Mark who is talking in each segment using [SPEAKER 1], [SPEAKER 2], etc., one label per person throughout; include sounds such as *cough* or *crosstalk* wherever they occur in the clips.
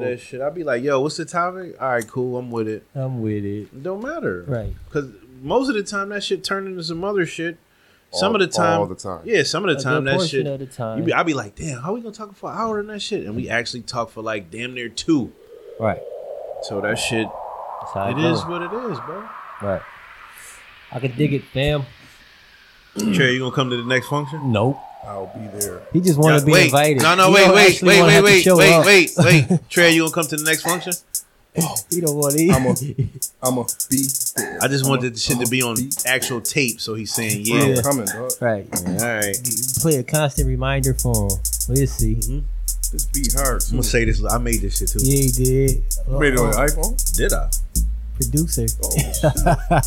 [SPEAKER 1] that shit. I'd be like, yo, what's the topic? All right, cool, I'm with it.
[SPEAKER 2] I'm with it.
[SPEAKER 1] It don't matter.
[SPEAKER 2] Right.
[SPEAKER 1] Because most of the time that shit turned into some other shit. Some
[SPEAKER 3] All-
[SPEAKER 1] of the time,
[SPEAKER 3] all the time.
[SPEAKER 1] Yeah, some of the
[SPEAKER 2] A
[SPEAKER 1] time
[SPEAKER 2] good
[SPEAKER 1] that
[SPEAKER 2] portion
[SPEAKER 1] shit.
[SPEAKER 2] of the time.
[SPEAKER 1] You be, I be like, damn, how we gonna talk for an hour on that shit? And we actually talk for like damn near two.
[SPEAKER 2] Right.
[SPEAKER 1] So that shit,
[SPEAKER 2] That's how I
[SPEAKER 1] it
[SPEAKER 2] do
[SPEAKER 1] is what it is, bro.
[SPEAKER 2] Right. I can dig it, fam.
[SPEAKER 1] Trey, you gonna come to the next function?
[SPEAKER 2] Nope.
[SPEAKER 3] I'll be there.
[SPEAKER 2] He just want to be
[SPEAKER 1] wait,
[SPEAKER 2] invited.
[SPEAKER 1] no, no,
[SPEAKER 2] He
[SPEAKER 1] wait,
[SPEAKER 2] don't
[SPEAKER 1] wait,
[SPEAKER 2] actually
[SPEAKER 1] wait,
[SPEAKER 2] wanna
[SPEAKER 1] wait,
[SPEAKER 2] have to
[SPEAKER 1] wait,
[SPEAKER 2] show
[SPEAKER 1] wait,
[SPEAKER 2] up.
[SPEAKER 1] wait, wait. Trey, you gonna come to the next function?
[SPEAKER 2] *laughs* He don't want to. eat.
[SPEAKER 3] I'm a, I'm a be there.
[SPEAKER 1] I just
[SPEAKER 3] I'm
[SPEAKER 1] wanted the shit
[SPEAKER 3] I'ma
[SPEAKER 1] to be on
[SPEAKER 3] be-
[SPEAKER 1] actual tape, so he's saying
[SPEAKER 3] Bro, I'm
[SPEAKER 1] yeah.
[SPEAKER 3] coming, dog.
[SPEAKER 2] *laughs* Right.
[SPEAKER 1] All right,
[SPEAKER 2] Play a constant reminder for him. We'll see.
[SPEAKER 3] This beat hard.
[SPEAKER 1] I'm
[SPEAKER 3] Too.
[SPEAKER 1] gonna say this. I made this shit too.
[SPEAKER 2] Yeah, he did.
[SPEAKER 3] You made it on
[SPEAKER 1] Oh.
[SPEAKER 2] Uh-oh.
[SPEAKER 3] your iPhone?
[SPEAKER 1] Did I? *laughs*
[SPEAKER 2] Producer.
[SPEAKER 3] Oh, shit.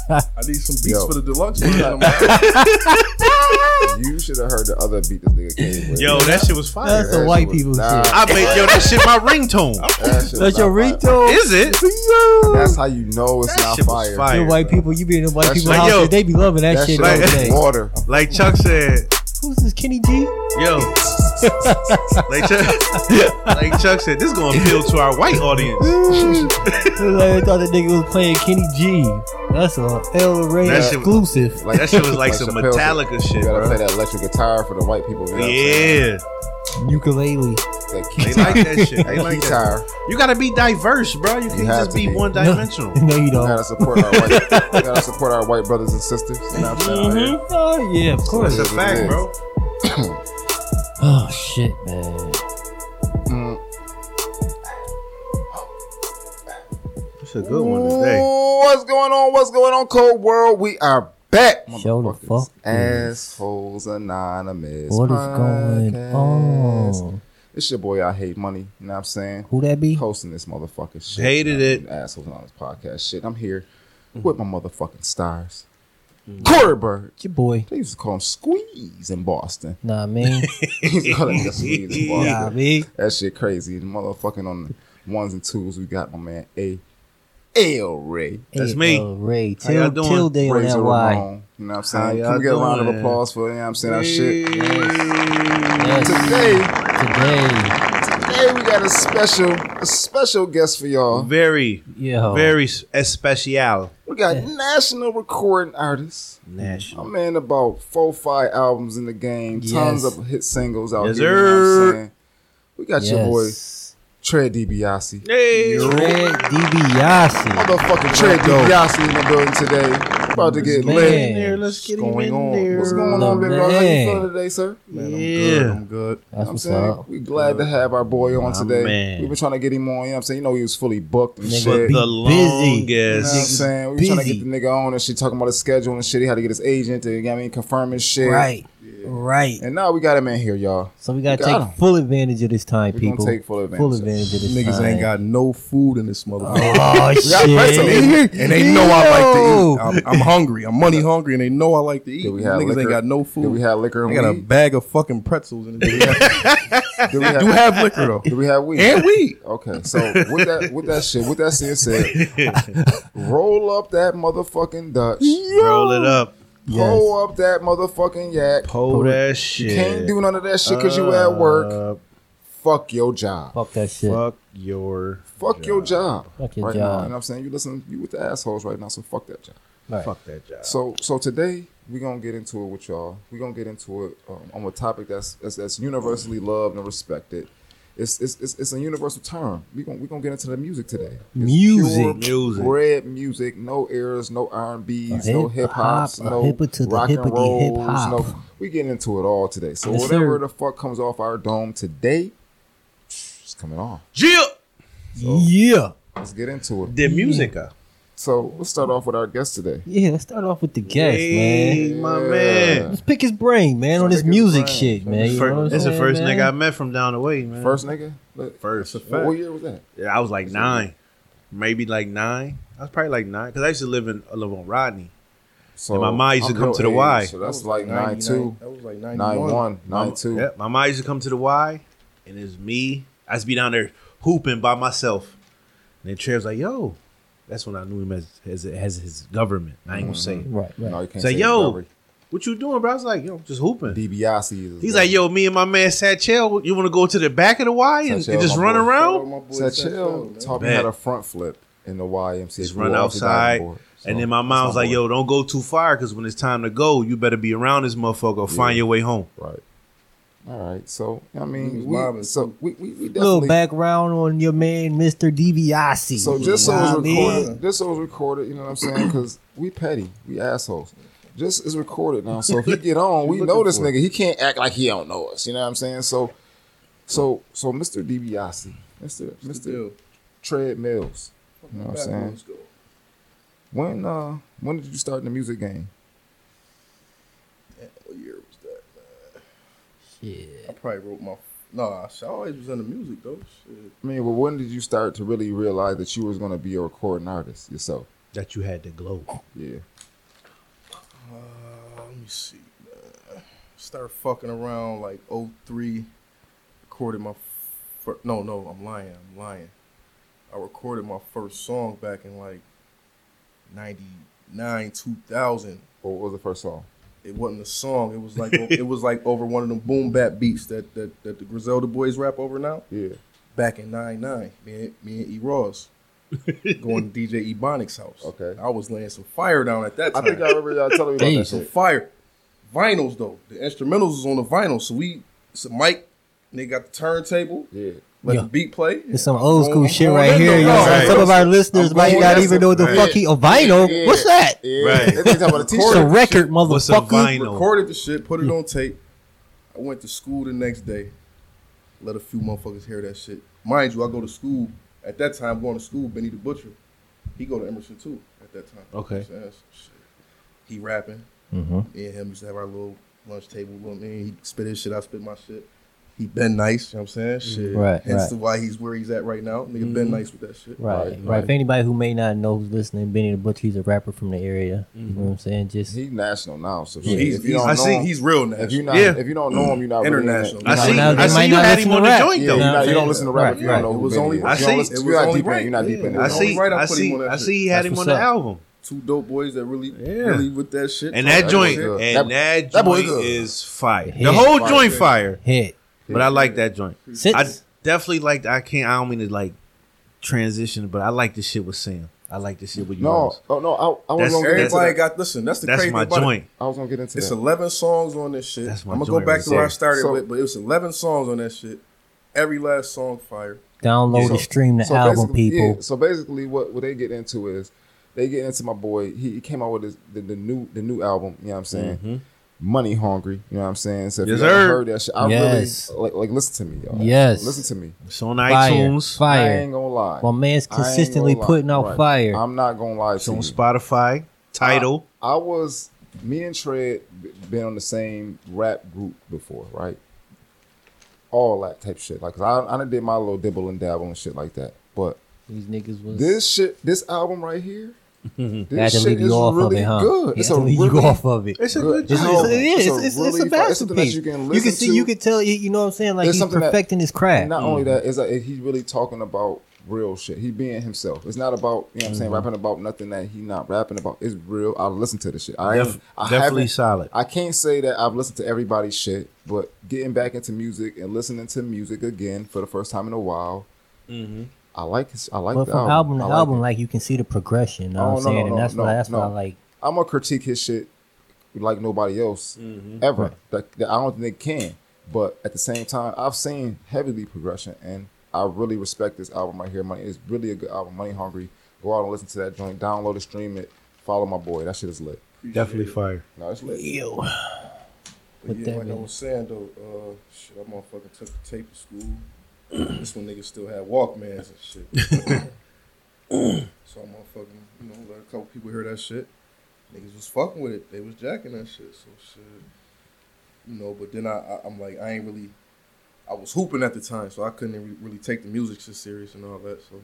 [SPEAKER 3] I need some beats
[SPEAKER 4] Yo.
[SPEAKER 3] for the
[SPEAKER 2] *laughs*
[SPEAKER 3] deluxe. version.
[SPEAKER 4] You should have heard the other beat this nigga came with.
[SPEAKER 1] Yo, that shit was fire.
[SPEAKER 2] That's the
[SPEAKER 4] shit
[SPEAKER 2] white
[SPEAKER 4] was-
[SPEAKER 2] people
[SPEAKER 4] nah.
[SPEAKER 2] shit.
[SPEAKER 1] I made yo that shit my ringtone.
[SPEAKER 4] That
[SPEAKER 2] That's
[SPEAKER 4] shit was
[SPEAKER 2] your
[SPEAKER 4] not
[SPEAKER 2] ringtone.
[SPEAKER 4] fire.
[SPEAKER 1] Is it?
[SPEAKER 4] That's how you know it's
[SPEAKER 1] That
[SPEAKER 4] not
[SPEAKER 1] shit was
[SPEAKER 4] fire.
[SPEAKER 1] fire.
[SPEAKER 2] Your white
[SPEAKER 4] bro.
[SPEAKER 2] people, you be in the white
[SPEAKER 4] That
[SPEAKER 2] people
[SPEAKER 4] shit-
[SPEAKER 2] house.
[SPEAKER 1] Yo.
[SPEAKER 2] they be loving that,
[SPEAKER 4] That
[SPEAKER 2] shit
[SPEAKER 4] shit
[SPEAKER 2] over
[SPEAKER 1] was
[SPEAKER 2] there.
[SPEAKER 4] was water.
[SPEAKER 1] Like Chuck said, *laughs*
[SPEAKER 2] Who's this Kenny G?
[SPEAKER 1] yo. like Chuck, like Chuck said, this is gonna appeal to our white audience. *laughs*
[SPEAKER 2] I thought that nigga was playing Kenny G. That's a L Ray
[SPEAKER 1] That shit-
[SPEAKER 2] exclusive.
[SPEAKER 4] Like,
[SPEAKER 1] That shit was like, some
[SPEAKER 4] Chappelle said,
[SPEAKER 1] Metallica shit,
[SPEAKER 4] You gotta play
[SPEAKER 1] bro.
[SPEAKER 4] that electric guitar for the white people. You know
[SPEAKER 1] Yeah,
[SPEAKER 2] Ukulele. *laughs*
[SPEAKER 4] What I'm saying?
[SPEAKER 1] they like
[SPEAKER 4] That key tire.
[SPEAKER 1] that
[SPEAKER 4] *laughs*
[SPEAKER 1] shit. They
[SPEAKER 4] That key
[SPEAKER 1] like that.
[SPEAKER 4] tire.
[SPEAKER 1] You gotta be diverse, bro. You can't
[SPEAKER 4] have
[SPEAKER 1] just
[SPEAKER 4] to
[SPEAKER 1] be
[SPEAKER 4] be.
[SPEAKER 1] one dimensional.
[SPEAKER 2] No, you
[SPEAKER 4] We
[SPEAKER 2] don't.
[SPEAKER 4] gotta support our white.
[SPEAKER 2] *laughs*
[SPEAKER 4] we gotta support our white brothers and sisters. You know what I'm saying? Out here.
[SPEAKER 2] Oh yeah, of
[SPEAKER 1] That's
[SPEAKER 2] course.
[SPEAKER 1] a fact, bro.
[SPEAKER 2] Oh shit, man.
[SPEAKER 1] That's a good one today.
[SPEAKER 4] Ooh, What's going on? What's going on, Cold World? We are back.
[SPEAKER 2] Show the
[SPEAKER 4] motherfuckers.
[SPEAKER 2] fuck
[SPEAKER 4] Assholes Anonymous.
[SPEAKER 2] What is going
[SPEAKER 4] podcast.
[SPEAKER 2] on?
[SPEAKER 4] It's your boy, I Hate Money. You know what I'm saying?
[SPEAKER 2] Who that be?
[SPEAKER 4] Hosting this motherfucking shit.
[SPEAKER 1] Hated
[SPEAKER 4] You know what I
[SPEAKER 1] it.
[SPEAKER 4] mean? Assholes Anonymous podcast shit. I'm here
[SPEAKER 2] Mm-hmm.
[SPEAKER 4] with my motherfucking stars. Corey Bird.
[SPEAKER 2] Your boy.
[SPEAKER 4] They used to call him Squeeze in Boston. *laughs*
[SPEAKER 1] *laughs*
[SPEAKER 2] Nah, man.
[SPEAKER 4] They used to call him Squeeze
[SPEAKER 2] *laughs*
[SPEAKER 4] in Boston.
[SPEAKER 2] nah, man.
[SPEAKER 4] That shit crazy. The motherfucking on the ones and twos, we got my man A. L. Ray.
[SPEAKER 1] That's
[SPEAKER 2] Hey,
[SPEAKER 1] me.
[SPEAKER 2] L Ray.
[SPEAKER 1] How y'all
[SPEAKER 2] Till
[SPEAKER 1] doing?
[SPEAKER 2] Tilday on
[SPEAKER 4] Razor
[SPEAKER 2] that Y.
[SPEAKER 4] Ramon, You know what I'm
[SPEAKER 1] How
[SPEAKER 4] saying?
[SPEAKER 1] y'all
[SPEAKER 4] Can we get a round of
[SPEAKER 1] doing?
[SPEAKER 4] applause for you know what I'm saying? That shit.
[SPEAKER 2] Yes.
[SPEAKER 4] Today,
[SPEAKER 2] Today.
[SPEAKER 4] today we got a special, a special guest for y'all.
[SPEAKER 1] Very,
[SPEAKER 2] Yeah.
[SPEAKER 1] very s- especial.
[SPEAKER 4] We got national recording artists.
[SPEAKER 1] National.
[SPEAKER 4] I'm in about four, five albums in the game, tons
[SPEAKER 2] Yes.
[SPEAKER 4] of hit singles out
[SPEAKER 1] Yes,
[SPEAKER 4] here. You know
[SPEAKER 1] sir.
[SPEAKER 4] what I'm saying? We got your boy
[SPEAKER 2] Yes.
[SPEAKER 4] Trey DiBiase.
[SPEAKER 1] Hey,
[SPEAKER 2] Red DiBiase.
[SPEAKER 4] Motherfucking Trey
[SPEAKER 1] go.
[SPEAKER 4] DiBiase in the building today. About to get
[SPEAKER 2] Man.
[SPEAKER 4] lit.
[SPEAKER 1] in there. Let's get him
[SPEAKER 3] going
[SPEAKER 1] in
[SPEAKER 3] on?
[SPEAKER 1] there.
[SPEAKER 4] What's going
[SPEAKER 2] The
[SPEAKER 4] on, big brother? How
[SPEAKER 2] man.
[SPEAKER 4] you feeling today, sir?
[SPEAKER 3] Man, I'm good.
[SPEAKER 1] Yeah.
[SPEAKER 3] I'm good.
[SPEAKER 4] You
[SPEAKER 2] That's
[SPEAKER 4] know
[SPEAKER 2] what's
[SPEAKER 4] what I'm saying?
[SPEAKER 2] up.
[SPEAKER 4] We glad to have our boy on
[SPEAKER 1] My
[SPEAKER 4] today.
[SPEAKER 1] man.
[SPEAKER 4] We've been trying to get him on. You know what I'm saying? You know he was fully booked and
[SPEAKER 2] Nigga
[SPEAKER 4] shit.
[SPEAKER 2] be
[SPEAKER 1] The
[SPEAKER 2] busy.
[SPEAKER 4] You know what I'm
[SPEAKER 1] longest.
[SPEAKER 4] saying? We were trying to
[SPEAKER 2] busy.
[SPEAKER 4] get the nigga on and shit, talking about his schedule and shit. He had to get his agent to, you know what I mean, confirm his shit.
[SPEAKER 2] Right. Right.
[SPEAKER 4] And now we got him in here, y'all.
[SPEAKER 2] So we gotta
[SPEAKER 4] We got
[SPEAKER 2] take
[SPEAKER 4] 'em.
[SPEAKER 2] full advantage of this time,
[SPEAKER 4] We gonna
[SPEAKER 2] people.
[SPEAKER 4] take full advantage
[SPEAKER 2] Full
[SPEAKER 4] of it.
[SPEAKER 2] advantage of this
[SPEAKER 3] Niggas
[SPEAKER 2] time.
[SPEAKER 3] ain't got no food in this
[SPEAKER 2] *laughs*
[SPEAKER 4] *laughs*
[SPEAKER 3] motherfucker.
[SPEAKER 2] Oh
[SPEAKER 4] got pretzel in
[SPEAKER 2] shit!
[SPEAKER 4] here.
[SPEAKER 2] *laughs*
[SPEAKER 3] And they know I like to eat. I'm, I'm hungry. I'm money hungry, and they know I like to eat.
[SPEAKER 4] Did we have
[SPEAKER 3] Niggas
[SPEAKER 4] liquor?
[SPEAKER 3] ain't got no
[SPEAKER 4] Did
[SPEAKER 3] food.
[SPEAKER 4] we have liquor
[SPEAKER 3] I
[SPEAKER 4] and
[SPEAKER 3] got a
[SPEAKER 4] weed?
[SPEAKER 3] bag of fucking pretzels in
[SPEAKER 4] *laughs*
[SPEAKER 3] it.
[SPEAKER 4] Did we
[SPEAKER 3] They
[SPEAKER 4] have,
[SPEAKER 3] do have liquor though.
[SPEAKER 4] did we have weed?
[SPEAKER 3] And weed.
[SPEAKER 4] Okay, so with that, with that shit, with that shit said, roll up that motherfucking Dutch,
[SPEAKER 1] Roll it up.
[SPEAKER 4] pull up that motherfucking yak.
[SPEAKER 1] Pull that shit.
[SPEAKER 4] Can't do none of that shit because you at work.
[SPEAKER 1] Up,
[SPEAKER 4] Fuck your job.
[SPEAKER 2] Fuck that shit.
[SPEAKER 1] Fuck your.
[SPEAKER 4] Fuck your job.
[SPEAKER 2] Fuck your
[SPEAKER 4] right
[SPEAKER 2] job.
[SPEAKER 4] Now. You know what I'm saying? You listen, you with the assholes right now, so fuck that job.
[SPEAKER 2] Right.
[SPEAKER 1] Fuck that job.
[SPEAKER 4] So so today we're gonna get into it with y'all. We're gonna get into it um, on a topic that's, that's that's universally loved and respected. It's it's it's, it's a universal term. We're gonna we're gonna get into the music today. It's
[SPEAKER 2] Music.
[SPEAKER 1] Music.
[SPEAKER 4] red music, no errors, no R and B's,
[SPEAKER 2] A
[SPEAKER 4] no
[SPEAKER 2] hip
[SPEAKER 4] hip hops,
[SPEAKER 2] hop, a
[SPEAKER 4] no
[SPEAKER 2] hipper to the
[SPEAKER 4] rock and
[SPEAKER 2] hippity
[SPEAKER 4] rolls,
[SPEAKER 2] hip hop.
[SPEAKER 4] no we getting into it all today. So
[SPEAKER 2] Yes,
[SPEAKER 4] whatever
[SPEAKER 2] sir.
[SPEAKER 4] the fuck comes off our dome today, it's coming off.
[SPEAKER 1] Jill.
[SPEAKER 2] yeah.
[SPEAKER 4] Let's get into it.
[SPEAKER 1] The musica.
[SPEAKER 4] So let's start off with our guest today.
[SPEAKER 2] Yeah. Let's start off with the guest,
[SPEAKER 1] Hey,
[SPEAKER 2] man.
[SPEAKER 1] my
[SPEAKER 4] Yeah.
[SPEAKER 1] man.
[SPEAKER 2] Let's pick his brain, man, on
[SPEAKER 4] Pick
[SPEAKER 2] this
[SPEAKER 4] his
[SPEAKER 2] music
[SPEAKER 4] brain.
[SPEAKER 2] shit, man. You know what I'm
[SPEAKER 1] First, that's the
[SPEAKER 2] saying,
[SPEAKER 1] first
[SPEAKER 2] man?
[SPEAKER 1] nigga I met from down the way, man.
[SPEAKER 4] First nigga, Look,
[SPEAKER 1] first. Oh,
[SPEAKER 4] what, what year was that?
[SPEAKER 1] Yeah, I was like nine, maybe like nine. I was probably like nine because I used to live in I live on Rodney.
[SPEAKER 4] So
[SPEAKER 1] And my mom used to
[SPEAKER 4] I'm
[SPEAKER 1] come
[SPEAKER 4] your
[SPEAKER 1] to the
[SPEAKER 4] age,
[SPEAKER 1] Y.
[SPEAKER 4] So that's like 92,
[SPEAKER 3] That was like
[SPEAKER 4] 91,
[SPEAKER 1] My-
[SPEAKER 4] 92.
[SPEAKER 1] yeah, my mom used to come to the Y, and it's me. I used to be down there hooping by myself. And then Trey was like, "Yo," that's when I knew him as as, as his government. I ain't gonna say it.
[SPEAKER 2] Right. Right.
[SPEAKER 4] No, you can't
[SPEAKER 1] Say,
[SPEAKER 4] say
[SPEAKER 1] yo.
[SPEAKER 4] Discovery.
[SPEAKER 1] what you doing, bro? I was like, yo, just hooping.
[SPEAKER 4] DiBiase. is-
[SPEAKER 1] He's like, yo, me and my man Satchel, you want to go to the back of the Y and, and
[SPEAKER 4] Satchel,
[SPEAKER 1] just
[SPEAKER 4] my
[SPEAKER 1] run
[SPEAKER 4] boy.
[SPEAKER 1] around?
[SPEAKER 4] Satchel taught me
[SPEAKER 1] Man.
[SPEAKER 4] how to front flip in the YMCA.
[SPEAKER 1] Just
[SPEAKER 4] We
[SPEAKER 1] run
[SPEAKER 4] were off the diving
[SPEAKER 1] outside.
[SPEAKER 4] board, so
[SPEAKER 1] and then my
[SPEAKER 4] that's
[SPEAKER 1] mom was like,
[SPEAKER 4] boy.
[SPEAKER 1] yo, don't go too far because when it's time to go, you better be around this motherfucker or find your way home.
[SPEAKER 4] Right. All right. So I
[SPEAKER 3] He was
[SPEAKER 4] mean,
[SPEAKER 3] mobbing,
[SPEAKER 4] we, so we we, we
[SPEAKER 2] Little
[SPEAKER 4] definitely.
[SPEAKER 2] background on your man, Mr. DiBiase.
[SPEAKER 4] so just so
[SPEAKER 2] You know
[SPEAKER 4] it's
[SPEAKER 2] what I mean?
[SPEAKER 4] recorded. Just so it's recorded. You know what I'm saying? Because we petty. We assholes. Just is recorded now. So if he get on, we know this nigga. He can't act like he don't know us. You know what I'm saying? So, so so Mr. DiBiase, Mr. Mr. Tread Mills. You know what I'm saying? When uh when did you start in the music game?
[SPEAKER 3] What year was that?
[SPEAKER 2] Shit.
[SPEAKER 3] I probably wrote my. No, I always was into music though. Shit.
[SPEAKER 4] I mean, well, when did you start to really realize that you was gonna be a recording artist yourself?
[SPEAKER 1] That you had to glow.
[SPEAKER 4] Yeah.
[SPEAKER 3] Uh, let me see. Uh, start fucking around like 03. Recorded my. Fir- no, no, I'm lying. I'm lying. I recorded my first song back in like 99, 2000.
[SPEAKER 4] What was the first song?
[SPEAKER 3] It wasn't a song. It was like it was like over one of them boom bap beats that that, that the Griselda boys rap over now.
[SPEAKER 4] Yeah.
[SPEAKER 3] back in '99, me and, me and E.
[SPEAKER 4] *laughs*
[SPEAKER 3] Ross going to DJ Ebonics' house.
[SPEAKER 4] Okay.
[SPEAKER 3] I was laying some fire down at that
[SPEAKER 4] I
[SPEAKER 3] time.
[SPEAKER 4] think I remember y'all telling me about that
[SPEAKER 3] some
[SPEAKER 4] shit.
[SPEAKER 3] fire. Vinyls though, the instrumentals was on the vinyls, so we some mic. And they got the turntable,
[SPEAKER 4] Yeah.
[SPEAKER 3] let
[SPEAKER 2] Yeah.
[SPEAKER 3] the beat play.
[SPEAKER 2] It's some old
[SPEAKER 3] I'm
[SPEAKER 2] school
[SPEAKER 3] going-
[SPEAKER 2] shit
[SPEAKER 3] I'm
[SPEAKER 2] right
[SPEAKER 3] going
[SPEAKER 2] here.
[SPEAKER 3] in
[SPEAKER 2] Yo.
[SPEAKER 3] there.
[SPEAKER 1] Right.
[SPEAKER 2] Some of our listeners
[SPEAKER 4] I'm
[SPEAKER 2] might
[SPEAKER 4] going
[SPEAKER 2] not
[SPEAKER 4] in
[SPEAKER 2] even
[SPEAKER 4] there.
[SPEAKER 2] know what the
[SPEAKER 4] Right.
[SPEAKER 2] fuck he a vinyl.
[SPEAKER 4] Yeah.
[SPEAKER 2] What's that?
[SPEAKER 4] Yeah.
[SPEAKER 1] Right.
[SPEAKER 4] They talking about a
[SPEAKER 2] It's a
[SPEAKER 4] t-shirt.
[SPEAKER 2] record,
[SPEAKER 1] What's a
[SPEAKER 2] motherfucker.
[SPEAKER 1] vinyl?
[SPEAKER 3] Recorded the shit, put it on tape. I went to school the next day. Let a few motherfuckers hear that shit. Mind you, I go to school at that time. Going to school, Benny the Butcher. He go to Emerson too at that time.
[SPEAKER 1] Okay.
[SPEAKER 3] So that's- shit. He rapping.
[SPEAKER 2] Mhm.
[SPEAKER 3] Me and him used to have our little lunch table. Little man, he spit his shit. I spit my shit. He been nice. You know what I'm saying? Shit.
[SPEAKER 2] Right,
[SPEAKER 3] Hence
[SPEAKER 2] right.
[SPEAKER 3] to why he's where he's at right now. Nigga been nice with that shit.
[SPEAKER 2] Right,
[SPEAKER 4] Right,
[SPEAKER 2] right,
[SPEAKER 4] right.
[SPEAKER 2] For anybody who may not know who's listening, Benny the Butcher, he's a rapper from the area. You
[SPEAKER 4] Mm-hmm.
[SPEAKER 2] know what I'm saying? Just
[SPEAKER 4] He's national now, so
[SPEAKER 3] So he's,
[SPEAKER 4] if you
[SPEAKER 3] he's-
[SPEAKER 4] don't
[SPEAKER 1] I
[SPEAKER 4] know
[SPEAKER 1] see
[SPEAKER 4] him,
[SPEAKER 3] he's real now.
[SPEAKER 4] if you not
[SPEAKER 1] Yeah.
[SPEAKER 4] if you don't know him, you're not really in it.
[SPEAKER 3] International.
[SPEAKER 1] I
[SPEAKER 4] You're
[SPEAKER 1] see,
[SPEAKER 4] not-
[SPEAKER 2] Now, they
[SPEAKER 1] I see
[SPEAKER 2] might
[SPEAKER 1] you
[SPEAKER 2] not
[SPEAKER 1] had
[SPEAKER 2] listen
[SPEAKER 1] him
[SPEAKER 2] to
[SPEAKER 1] on the
[SPEAKER 2] rap.
[SPEAKER 1] joint,
[SPEAKER 4] Yeah,
[SPEAKER 1] though.
[SPEAKER 4] you're
[SPEAKER 2] No,
[SPEAKER 4] not- you
[SPEAKER 2] I'm saying-
[SPEAKER 4] don't listen to rap if you
[SPEAKER 2] Right,
[SPEAKER 4] don't know
[SPEAKER 3] right.
[SPEAKER 4] who
[SPEAKER 3] It was
[SPEAKER 4] Benny
[SPEAKER 3] only-
[SPEAKER 4] is.
[SPEAKER 1] I
[SPEAKER 4] If you don't
[SPEAKER 1] see-
[SPEAKER 4] listen-
[SPEAKER 3] it
[SPEAKER 4] if
[SPEAKER 3] was
[SPEAKER 4] you're not
[SPEAKER 3] only
[SPEAKER 4] deep in it, you're not
[SPEAKER 3] right.
[SPEAKER 4] deep in it.
[SPEAKER 1] I
[SPEAKER 3] That's
[SPEAKER 1] see,
[SPEAKER 3] right, I
[SPEAKER 1] I
[SPEAKER 3] put
[SPEAKER 1] see,
[SPEAKER 3] him on that
[SPEAKER 1] I
[SPEAKER 3] shit.
[SPEAKER 1] see you had
[SPEAKER 2] That's
[SPEAKER 1] him on
[SPEAKER 2] what's
[SPEAKER 1] the
[SPEAKER 2] up.
[SPEAKER 1] album.
[SPEAKER 3] Two dope boys that really,
[SPEAKER 1] Yeah.
[SPEAKER 3] really with that shit.
[SPEAKER 1] And
[SPEAKER 3] Talk
[SPEAKER 1] that
[SPEAKER 4] that
[SPEAKER 1] joint,
[SPEAKER 4] boy good.
[SPEAKER 1] and that,
[SPEAKER 4] That- that boy
[SPEAKER 1] joint
[SPEAKER 4] good.
[SPEAKER 1] is fire.
[SPEAKER 2] Yeah.
[SPEAKER 1] The whole
[SPEAKER 4] Fire,
[SPEAKER 1] joint
[SPEAKER 4] yeah.
[SPEAKER 1] fire,
[SPEAKER 2] hit.
[SPEAKER 1] but I like that joint.
[SPEAKER 2] Since
[SPEAKER 1] I definitely like. I can't. I don't mean to like transition, but I like the shit with Sam. I like the shit with you.
[SPEAKER 4] No,
[SPEAKER 1] guys.
[SPEAKER 4] oh no, I, I
[SPEAKER 1] That's-
[SPEAKER 4] was gonna get into
[SPEAKER 3] Everybody
[SPEAKER 4] that.
[SPEAKER 3] got listen. That's the
[SPEAKER 1] that's
[SPEAKER 3] crazy
[SPEAKER 1] my
[SPEAKER 3] about it.
[SPEAKER 1] joint.
[SPEAKER 4] I was gonna get into
[SPEAKER 3] It's
[SPEAKER 4] that.
[SPEAKER 3] eleven songs on this shit.
[SPEAKER 1] That's my
[SPEAKER 3] I'm gonna go
[SPEAKER 1] joint
[SPEAKER 3] back
[SPEAKER 1] right
[SPEAKER 3] to where I
[SPEAKER 1] there.
[SPEAKER 3] started
[SPEAKER 4] So-
[SPEAKER 3] with, but it was eleven songs on that shit. Every last song fire.
[SPEAKER 2] Download
[SPEAKER 4] So-
[SPEAKER 2] and stream the
[SPEAKER 4] so
[SPEAKER 2] album,
[SPEAKER 4] basically-
[SPEAKER 2] people.
[SPEAKER 4] yeah, so basically, what, what they get into is they get into my boy. He, he came out with his, the, the new the new album. You know what I'm saying? Money hungry. You know what I'm saying? So if
[SPEAKER 1] Yes,
[SPEAKER 4] you haven't
[SPEAKER 1] sir.
[SPEAKER 4] heard that shit, I
[SPEAKER 2] Yes.
[SPEAKER 4] really like, like listen to me, y'all.
[SPEAKER 2] Yes.
[SPEAKER 4] listen to me.
[SPEAKER 1] It's on
[SPEAKER 2] Fire,
[SPEAKER 1] iTunes.
[SPEAKER 4] I
[SPEAKER 2] fire.
[SPEAKER 4] ain't gonna lie.
[SPEAKER 2] My man's
[SPEAKER 4] I ain't
[SPEAKER 2] consistently
[SPEAKER 4] gonna lie.
[SPEAKER 2] putting out
[SPEAKER 4] Right.
[SPEAKER 2] fire.
[SPEAKER 4] I'm not gonna lie
[SPEAKER 1] It's
[SPEAKER 4] to
[SPEAKER 1] on
[SPEAKER 4] you.
[SPEAKER 1] Spotify. Title.
[SPEAKER 4] I was me and Tread b- been on the same rap group before, right? All that type of shit. Like 'cause I I done did my little dibble and dabble and shit like that, but.
[SPEAKER 2] These niggas was.
[SPEAKER 4] This shit, this album
[SPEAKER 2] *laughs*
[SPEAKER 4] right here,
[SPEAKER 2] I had
[SPEAKER 4] this
[SPEAKER 2] to
[SPEAKER 4] shit
[SPEAKER 2] leave
[SPEAKER 4] is
[SPEAKER 2] you off of
[SPEAKER 4] really
[SPEAKER 2] it, huh?
[SPEAKER 4] good.
[SPEAKER 2] Had
[SPEAKER 4] It's
[SPEAKER 2] to
[SPEAKER 4] a
[SPEAKER 2] leave
[SPEAKER 4] really
[SPEAKER 2] you off of it.
[SPEAKER 1] It's a good
[SPEAKER 4] Good
[SPEAKER 2] It's,
[SPEAKER 1] joint.
[SPEAKER 2] it's,
[SPEAKER 4] album.
[SPEAKER 2] it is.
[SPEAKER 4] It's a
[SPEAKER 2] It's, it's,
[SPEAKER 4] really
[SPEAKER 2] a
[SPEAKER 4] fun- it's something that
[SPEAKER 2] masterpiece.
[SPEAKER 4] you can
[SPEAKER 2] you can
[SPEAKER 4] listen
[SPEAKER 2] see.
[SPEAKER 4] to.
[SPEAKER 2] You can tell. You, you know what I'm saying? Like
[SPEAKER 4] It's
[SPEAKER 2] he's
[SPEAKER 4] something that-
[SPEAKER 2] perfecting his craft.
[SPEAKER 4] And not only that, is that he's really talking about real shit. He being himself. It's not about you know what I'm
[SPEAKER 2] Mm-hmm.
[SPEAKER 4] saying rapping about nothing that he not rapping about. It's real. I listen to this shit. I,
[SPEAKER 1] Def-
[SPEAKER 4] haven't- I
[SPEAKER 1] definitely
[SPEAKER 4] haven't-
[SPEAKER 1] solid.
[SPEAKER 4] I can't say that I've listened to everybody's shit, but getting back into music and listening to music again for the first time in a while, I like. his- I like
[SPEAKER 2] Mm-hmm. but
[SPEAKER 4] the
[SPEAKER 2] from album, to
[SPEAKER 4] I
[SPEAKER 2] album,
[SPEAKER 4] it.
[SPEAKER 2] like you can see the progression. You know
[SPEAKER 4] Oh,
[SPEAKER 2] what I'm
[SPEAKER 4] no,
[SPEAKER 2] saying?
[SPEAKER 4] no,
[SPEAKER 2] and that's
[SPEAKER 4] no,
[SPEAKER 2] why. That's
[SPEAKER 4] no.
[SPEAKER 2] why. Like
[SPEAKER 4] I'm gonna critique his shit like nobody else
[SPEAKER 3] Mm-hmm.
[SPEAKER 4] ever. Like, that I don't think they can. But at the same time, I've seen heavily progression, and I really respect this album right here. Money, it's really a good album. Money hungry. Go out and listen to that joint. Download it, stream it. Follow my boy. That shit is lit.
[SPEAKER 1] Definitely fire.
[SPEAKER 4] No, it's lit.
[SPEAKER 2] yo,
[SPEAKER 3] But
[SPEAKER 2] But
[SPEAKER 3] yeah,
[SPEAKER 2] that
[SPEAKER 3] like I
[SPEAKER 2] really-
[SPEAKER 3] was saying though, uh, shit, I motherfucking took the tape to school. *clears throat* this when niggas still had Walkmans and *laughs* shit. so I motherfucking, you know, let a couple people hear that shit. Niggas was fucking with it. They was jacking that shit. So shit, you know. But then I, I I'm like, I ain't really. I was hooping at the time, so I couldn't really, really take the music shit serious and all that. So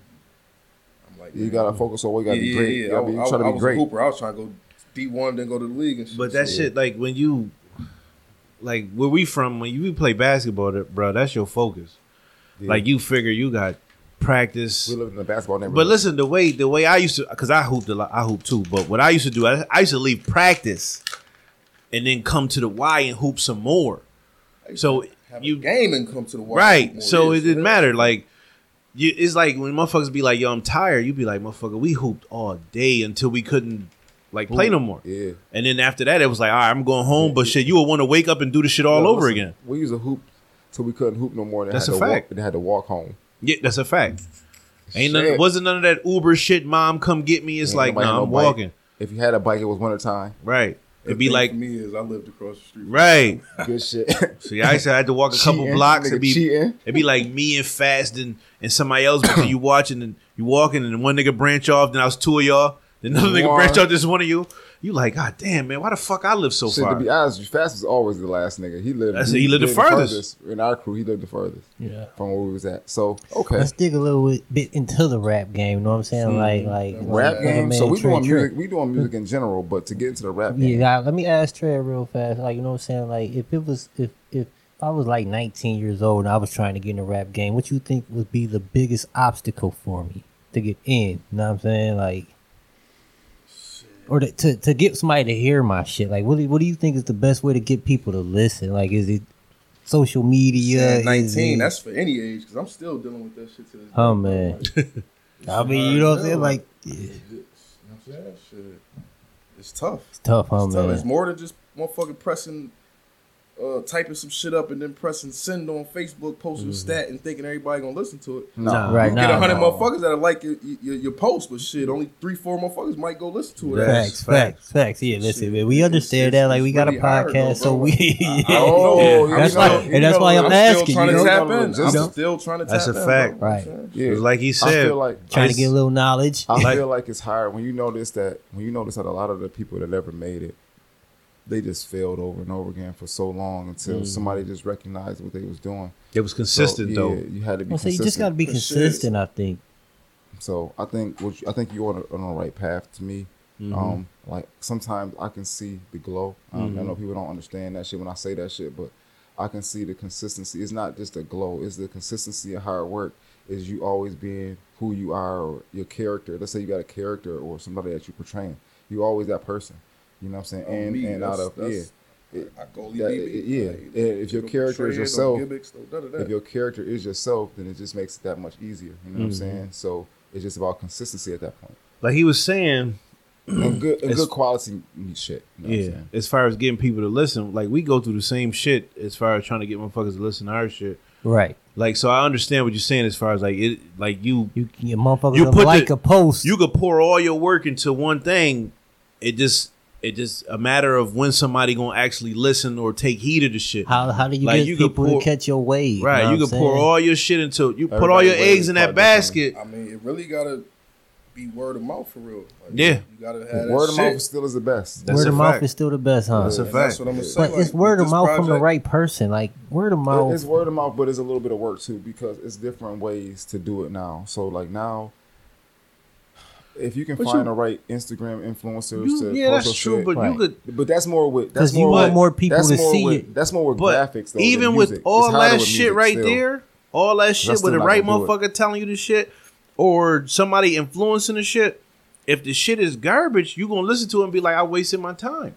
[SPEAKER 3] I'm like,
[SPEAKER 4] You
[SPEAKER 3] man,
[SPEAKER 4] gotta focus on what you gotta
[SPEAKER 3] yeah,
[SPEAKER 4] be great. You
[SPEAKER 3] Yeah, yeah.
[SPEAKER 4] gotta
[SPEAKER 3] I,
[SPEAKER 4] be, you
[SPEAKER 3] I,
[SPEAKER 4] try to
[SPEAKER 3] I
[SPEAKER 4] be
[SPEAKER 3] was
[SPEAKER 4] great.
[SPEAKER 3] a hooper. I was trying to go D one, then go to the league and shit.
[SPEAKER 1] But that
[SPEAKER 3] so-
[SPEAKER 1] shit, like when you, like where we from, when you play basketball, that- bro, that's your focus.
[SPEAKER 4] Yeah.
[SPEAKER 1] Like you figure you got practice.
[SPEAKER 4] we live in a basketball neighborhood.
[SPEAKER 1] But listen, the way the way I used to, because I hooped a lot, I hooped too. But what I used to do, I, I used to leave practice and then come to the Y and hoop some more. So
[SPEAKER 3] Have
[SPEAKER 1] you
[SPEAKER 3] a game and come to the water.
[SPEAKER 1] right. So it didn't matter. Like you, it's like when motherfuckers be like, "Yo, I'm tired." You be like, "Motherfucker, we hooped all day until we couldn't like play no more."
[SPEAKER 4] Yeah.
[SPEAKER 1] And then after that, it was like, "All right, I'm going home." But shit, you would want to wake up and do the shit all
[SPEAKER 4] Yo,
[SPEAKER 1] over
[SPEAKER 4] listen,
[SPEAKER 1] again.
[SPEAKER 4] We used to hoop till we couldn't hoop no more. And
[SPEAKER 1] That's
[SPEAKER 4] had
[SPEAKER 1] a
[SPEAKER 4] to
[SPEAKER 1] fact.
[SPEAKER 4] Walk, and had to walk home.
[SPEAKER 1] Yeah, that's a fact. Ain't none,
[SPEAKER 4] Shit.
[SPEAKER 1] wasn't none of that Uber shit. Mom, come get me. It's
[SPEAKER 4] Ain't
[SPEAKER 1] like,
[SPEAKER 4] nobody had
[SPEAKER 1] nah,
[SPEAKER 4] no
[SPEAKER 1] I'm
[SPEAKER 4] bike.
[SPEAKER 1] walking.
[SPEAKER 4] If you had a bike, it was winter time.
[SPEAKER 1] Right. It'd be like,
[SPEAKER 3] for me is I lived across the street.
[SPEAKER 1] right.
[SPEAKER 3] *laughs*
[SPEAKER 4] Good shit.
[SPEAKER 1] See, I used to have to
[SPEAKER 4] *laughs*
[SPEAKER 1] walk a couple
[SPEAKER 4] Cheating,
[SPEAKER 1] blocks. It'd
[SPEAKER 4] nigga,
[SPEAKER 1] be
[SPEAKER 4] cheating.
[SPEAKER 1] it'd be like me and Fast and, and somebody else. But
[SPEAKER 4] *coughs*
[SPEAKER 1] then you watching and you walking, and one nigga branch off. Then I was two of y'all. Then another nigga
[SPEAKER 4] One.
[SPEAKER 1] branch off. Just one of you. You like, god damn, man, why the fuck I live so
[SPEAKER 4] Shit,
[SPEAKER 1] far?
[SPEAKER 4] to be honest, with you, Fast was always the last nigga. He lived.
[SPEAKER 1] That's it, he lived the furthest.
[SPEAKER 4] In our crew, he lived the furthest
[SPEAKER 2] Yeah.
[SPEAKER 4] from where we was at. So okay,
[SPEAKER 2] Let's dig a little bit- bit into the rap game. You know what I'm saying? Like, like
[SPEAKER 4] Mm-hmm. rap
[SPEAKER 2] like my
[SPEAKER 4] game.
[SPEAKER 2] man
[SPEAKER 4] So we
[SPEAKER 2] Trey
[SPEAKER 4] doing
[SPEAKER 2] Trick.
[SPEAKER 4] music. We doing music in general, but to get into the rap game,
[SPEAKER 2] Yeah, I- let me ask Trey real fast. Like, you know what I'm saying? Like, if it was, if if I was like 19 years old and I was trying to get in the rap game, what you think would be the biggest obstacle for me to get in? You know what I'm saying? Like, or to, to to get somebody to hear my shit. Like, what do, what do you think is the best way to get people to listen? Like, is it social media?
[SPEAKER 3] Yeah,
[SPEAKER 2] Is
[SPEAKER 3] nineteen.
[SPEAKER 2] it-
[SPEAKER 3] That's for any age because I'm still dealing with that shit to this.
[SPEAKER 2] Oh,
[SPEAKER 3] day. *laughs*
[SPEAKER 2] man.
[SPEAKER 3] Like,
[SPEAKER 2] I mean, you know what I'm saying?
[SPEAKER 3] Yeah.
[SPEAKER 2] Like,
[SPEAKER 3] it's, you know what I'm saying? That shit, it's tough.
[SPEAKER 2] it's tough, huh,
[SPEAKER 3] It's, tough. it's
[SPEAKER 2] Oh, man?
[SPEAKER 3] more than just motherfucking pressing, uh, typing some shit up and then pressing send on Facebook, posting
[SPEAKER 2] Mm-hmm.
[SPEAKER 3] a stat and thinking everybody gonna listen to it.
[SPEAKER 1] Nah.
[SPEAKER 2] Right
[SPEAKER 3] You
[SPEAKER 2] now,
[SPEAKER 3] get a hundred
[SPEAKER 4] no.
[SPEAKER 3] motherfuckers that'll like your, your, your post, but shit, only three, four motherfuckers might go listen to it.
[SPEAKER 2] Facts, facts, facts. Yeah, listen,
[SPEAKER 3] Shit,
[SPEAKER 2] man. We
[SPEAKER 3] it's-
[SPEAKER 2] understand
[SPEAKER 3] it's-
[SPEAKER 2] that. Like, we
[SPEAKER 3] it's
[SPEAKER 2] got a
[SPEAKER 3] really hard, though,
[SPEAKER 2] podcast, so
[SPEAKER 3] bro.
[SPEAKER 2] we.
[SPEAKER 3] I- I
[SPEAKER 2] *laughs* Yeah.
[SPEAKER 3] don't know.
[SPEAKER 4] Oh,
[SPEAKER 3] I
[SPEAKER 4] you
[SPEAKER 2] That's
[SPEAKER 3] don't
[SPEAKER 2] why-
[SPEAKER 3] know.
[SPEAKER 2] and
[SPEAKER 3] You
[SPEAKER 2] that's
[SPEAKER 3] know,
[SPEAKER 2] why I'm asking,
[SPEAKER 3] Still trying
[SPEAKER 4] you know?
[SPEAKER 3] to tap
[SPEAKER 4] You know?
[SPEAKER 3] in. I'm
[SPEAKER 4] Just-
[SPEAKER 3] still trying to tap
[SPEAKER 1] That's
[SPEAKER 3] in.
[SPEAKER 1] a
[SPEAKER 3] bro.
[SPEAKER 1] fact.
[SPEAKER 2] Right.
[SPEAKER 4] Yeah.
[SPEAKER 1] Like he
[SPEAKER 4] I
[SPEAKER 1] said,
[SPEAKER 4] feel like
[SPEAKER 2] trying to get a little knowledge.
[SPEAKER 4] I
[SPEAKER 1] Like-
[SPEAKER 4] feel like it's higher when you notice that when you notice that a lot of the people that never made it, they just failed over and over again for so long until somebody just recognized what they was doing.
[SPEAKER 1] it was
[SPEAKER 4] So,
[SPEAKER 1] consistent
[SPEAKER 4] yeah,
[SPEAKER 1] though.
[SPEAKER 4] You had to be
[SPEAKER 2] Well, so you
[SPEAKER 4] consistent.
[SPEAKER 2] just got to be
[SPEAKER 3] For sure.
[SPEAKER 2] consistent, I think.
[SPEAKER 4] So I think what you, I think you're on, a, on the right path to me.
[SPEAKER 3] Mm-hmm.
[SPEAKER 4] Um, like sometimes I can see the glow. Um,
[SPEAKER 3] Mm-hmm.
[SPEAKER 4] I know people don't understand that shit when I say that shit, but I can see the consistency. It's not just a glow; it's the consistency of hard work. Is you always being who you are or your character? Let's say you got a character or somebody that you're portraying. You always that person. You know what I'm saying?
[SPEAKER 3] On
[SPEAKER 4] And
[SPEAKER 3] Oh, me,
[SPEAKER 4] and out
[SPEAKER 3] that's-
[SPEAKER 4] of yeah.
[SPEAKER 3] that's- I
[SPEAKER 4] That-
[SPEAKER 3] go leave
[SPEAKER 4] yeah,
[SPEAKER 3] Like,
[SPEAKER 4] yeah, if your
[SPEAKER 3] no
[SPEAKER 4] character is
[SPEAKER 3] trend, no
[SPEAKER 4] yourself,
[SPEAKER 3] gimmicks, no none of that.
[SPEAKER 4] if your character is yourself, then it just makes it that much easier. You know what I'm
[SPEAKER 3] Mm-hmm.
[SPEAKER 4] saying? So it's just about consistency at that point.
[SPEAKER 1] Like he was saying,
[SPEAKER 4] and good and
[SPEAKER 1] Mm. It's-
[SPEAKER 4] good quality shit. You know what I'm
[SPEAKER 1] yeah.
[SPEAKER 4] saying?
[SPEAKER 1] As far as getting people to listen, like we go through the same shit as far as trying to get motherfuckers to listen to our shit.
[SPEAKER 2] Right.
[SPEAKER 1] Like so, I understand what you're saying as far as like it, like you
[SPEAKER 2] You can get motherfuckers
[SPEAKER 1] You
[SPEAKER 2] to
[SPEAKER 1] put
[SPEAKER 2] like
[SPEAKER 1] the-
[SPEAKER 2] a post.
[SPEAKER 1] you could pour all your work into one thing. It just it just a matter of when somebody gonna actually listen or take heed of the shit.
[SPEAKER 2] how, how do you
[SPEAKER 1] Like,
[SPEAKER 2] get
[SPEAKER 1] you could
[SPEAKER 2] people
[SPEAKER 1] pour-
[SPEAKER 2] to catch your wave?
[SPEAKER 1] right?
[SPEAKER 2] know
[SPEAKER 1] you
[SPEAKER 2] what
[SPEAKER 1] could
[SPEAKER 2] I'm
[SPEAKER 1] pour
[SPEAKER 2] saying?
[SPEAKER 1] all your shit into you put all your
[SPEAKER 4] Everybody
[SPEAKER 1] eggs in
[SPEAKER 4] weighs
[SPEAKER 1] that
[SPEAKER 4] probably
[SPEAKER 1] basket.
[SPEAKER 3] I mean, it really gotta be word of mouth for real. Like,
[SPEAKER 1] Yeah.
[SPEAKER 3] you gotta have
[SPEAKER 4] Word of
[SPEAKER 3] that shit.
[SPEAKER 4] mouth still is the best.
[SPEAKER 1] That's
[SPEAKER 2] word
[SPEAKER 1] a
[SPEAKER 2] of mouth
[SPEAKER 1] fact.
[SPEAKER 2] is still the best, huh?
[SPEAKER 1] That's a
[SPEAKER 3] And
[SPEAKER 1] fact.
[SPEAKER 3] That's what I'm gonna say.
[SPEAKER 2] but
[SPEAKER 3] like,
[SPEAKER 2] it's word
[SPEAKER 3] with
[SPEAKER 2] of
[SPEAKER 3] this
[SPEAKER 2] mouth from the
[SPEAKER 3] project,
[SPEAKER 2] right person. Like word of
[SPEAKER 4] It-
[SPEAKER 2] mouth.
[SPEAKER 4] It's word of mouth, but it's a little bit of work too because it's different ways to do it now. So like now, if you can
[SPEAKER 1] But
[SPEAKER 4] find
[SPEAKER 1] you-
[SPEAKER 4] the right Instagram influencers
[SPEAKER 1] You-
[SPEAKER 4] to
[SPEAKER 1] yeah,
[SPEAKER 4] post
[SPEAKER 1] that's
[SPEAKER 4] your
[SPEAKER 1] true.
[SPEAKER 4] shit,
[SPEAKER 1] But you
[SPEAKER 2] Right.
[SPEAKER 1] could
[SPEAKER 4] But that's more with that's
[SPEAKER 2] 'Cause you
[SPEAKER 4] more
[SPEAKER 2] want
[SPEAKER 4] with-
[SPEAKER 2] more people
[SPEAKER 4] that's
[SPEAKER 2] to
[SPEAKER 4] more
[SPEAKER 2] see
[SPEAKER 4] with,
[SPEAKER 2] it.
[SPEAKER 4] That's more with
[SPEAKER 1] but
[SPEAKER 4] graphics. Though,
[SPEAKER 1] even
[SPEAKER 4] than
[SPEAKER 1] with
[SPEAKER 4] music.
[SPEAKER 1] all
[SPEAKER 4] It's harder
[SPEAKER 1] that
[SPEAKER 4] with
[SPEAKER 1] shit
[SPEAKER 4] music
[SPEAKER 1] right
[SPEAKER 4] still.
[SPEAKER 1] there, all that shit
[SPEAKER 4] still
[SPEAKER 1] with the
[SPEAKER 4] not
[SPEAKER 1] right
[SPEAKER 4] gonna do it.
[SPEAKER 1] motherfucker telling you the shit, or somebody influencing the shit. If the shit is garbage, you gonna listen to it and be like, I wasted my time.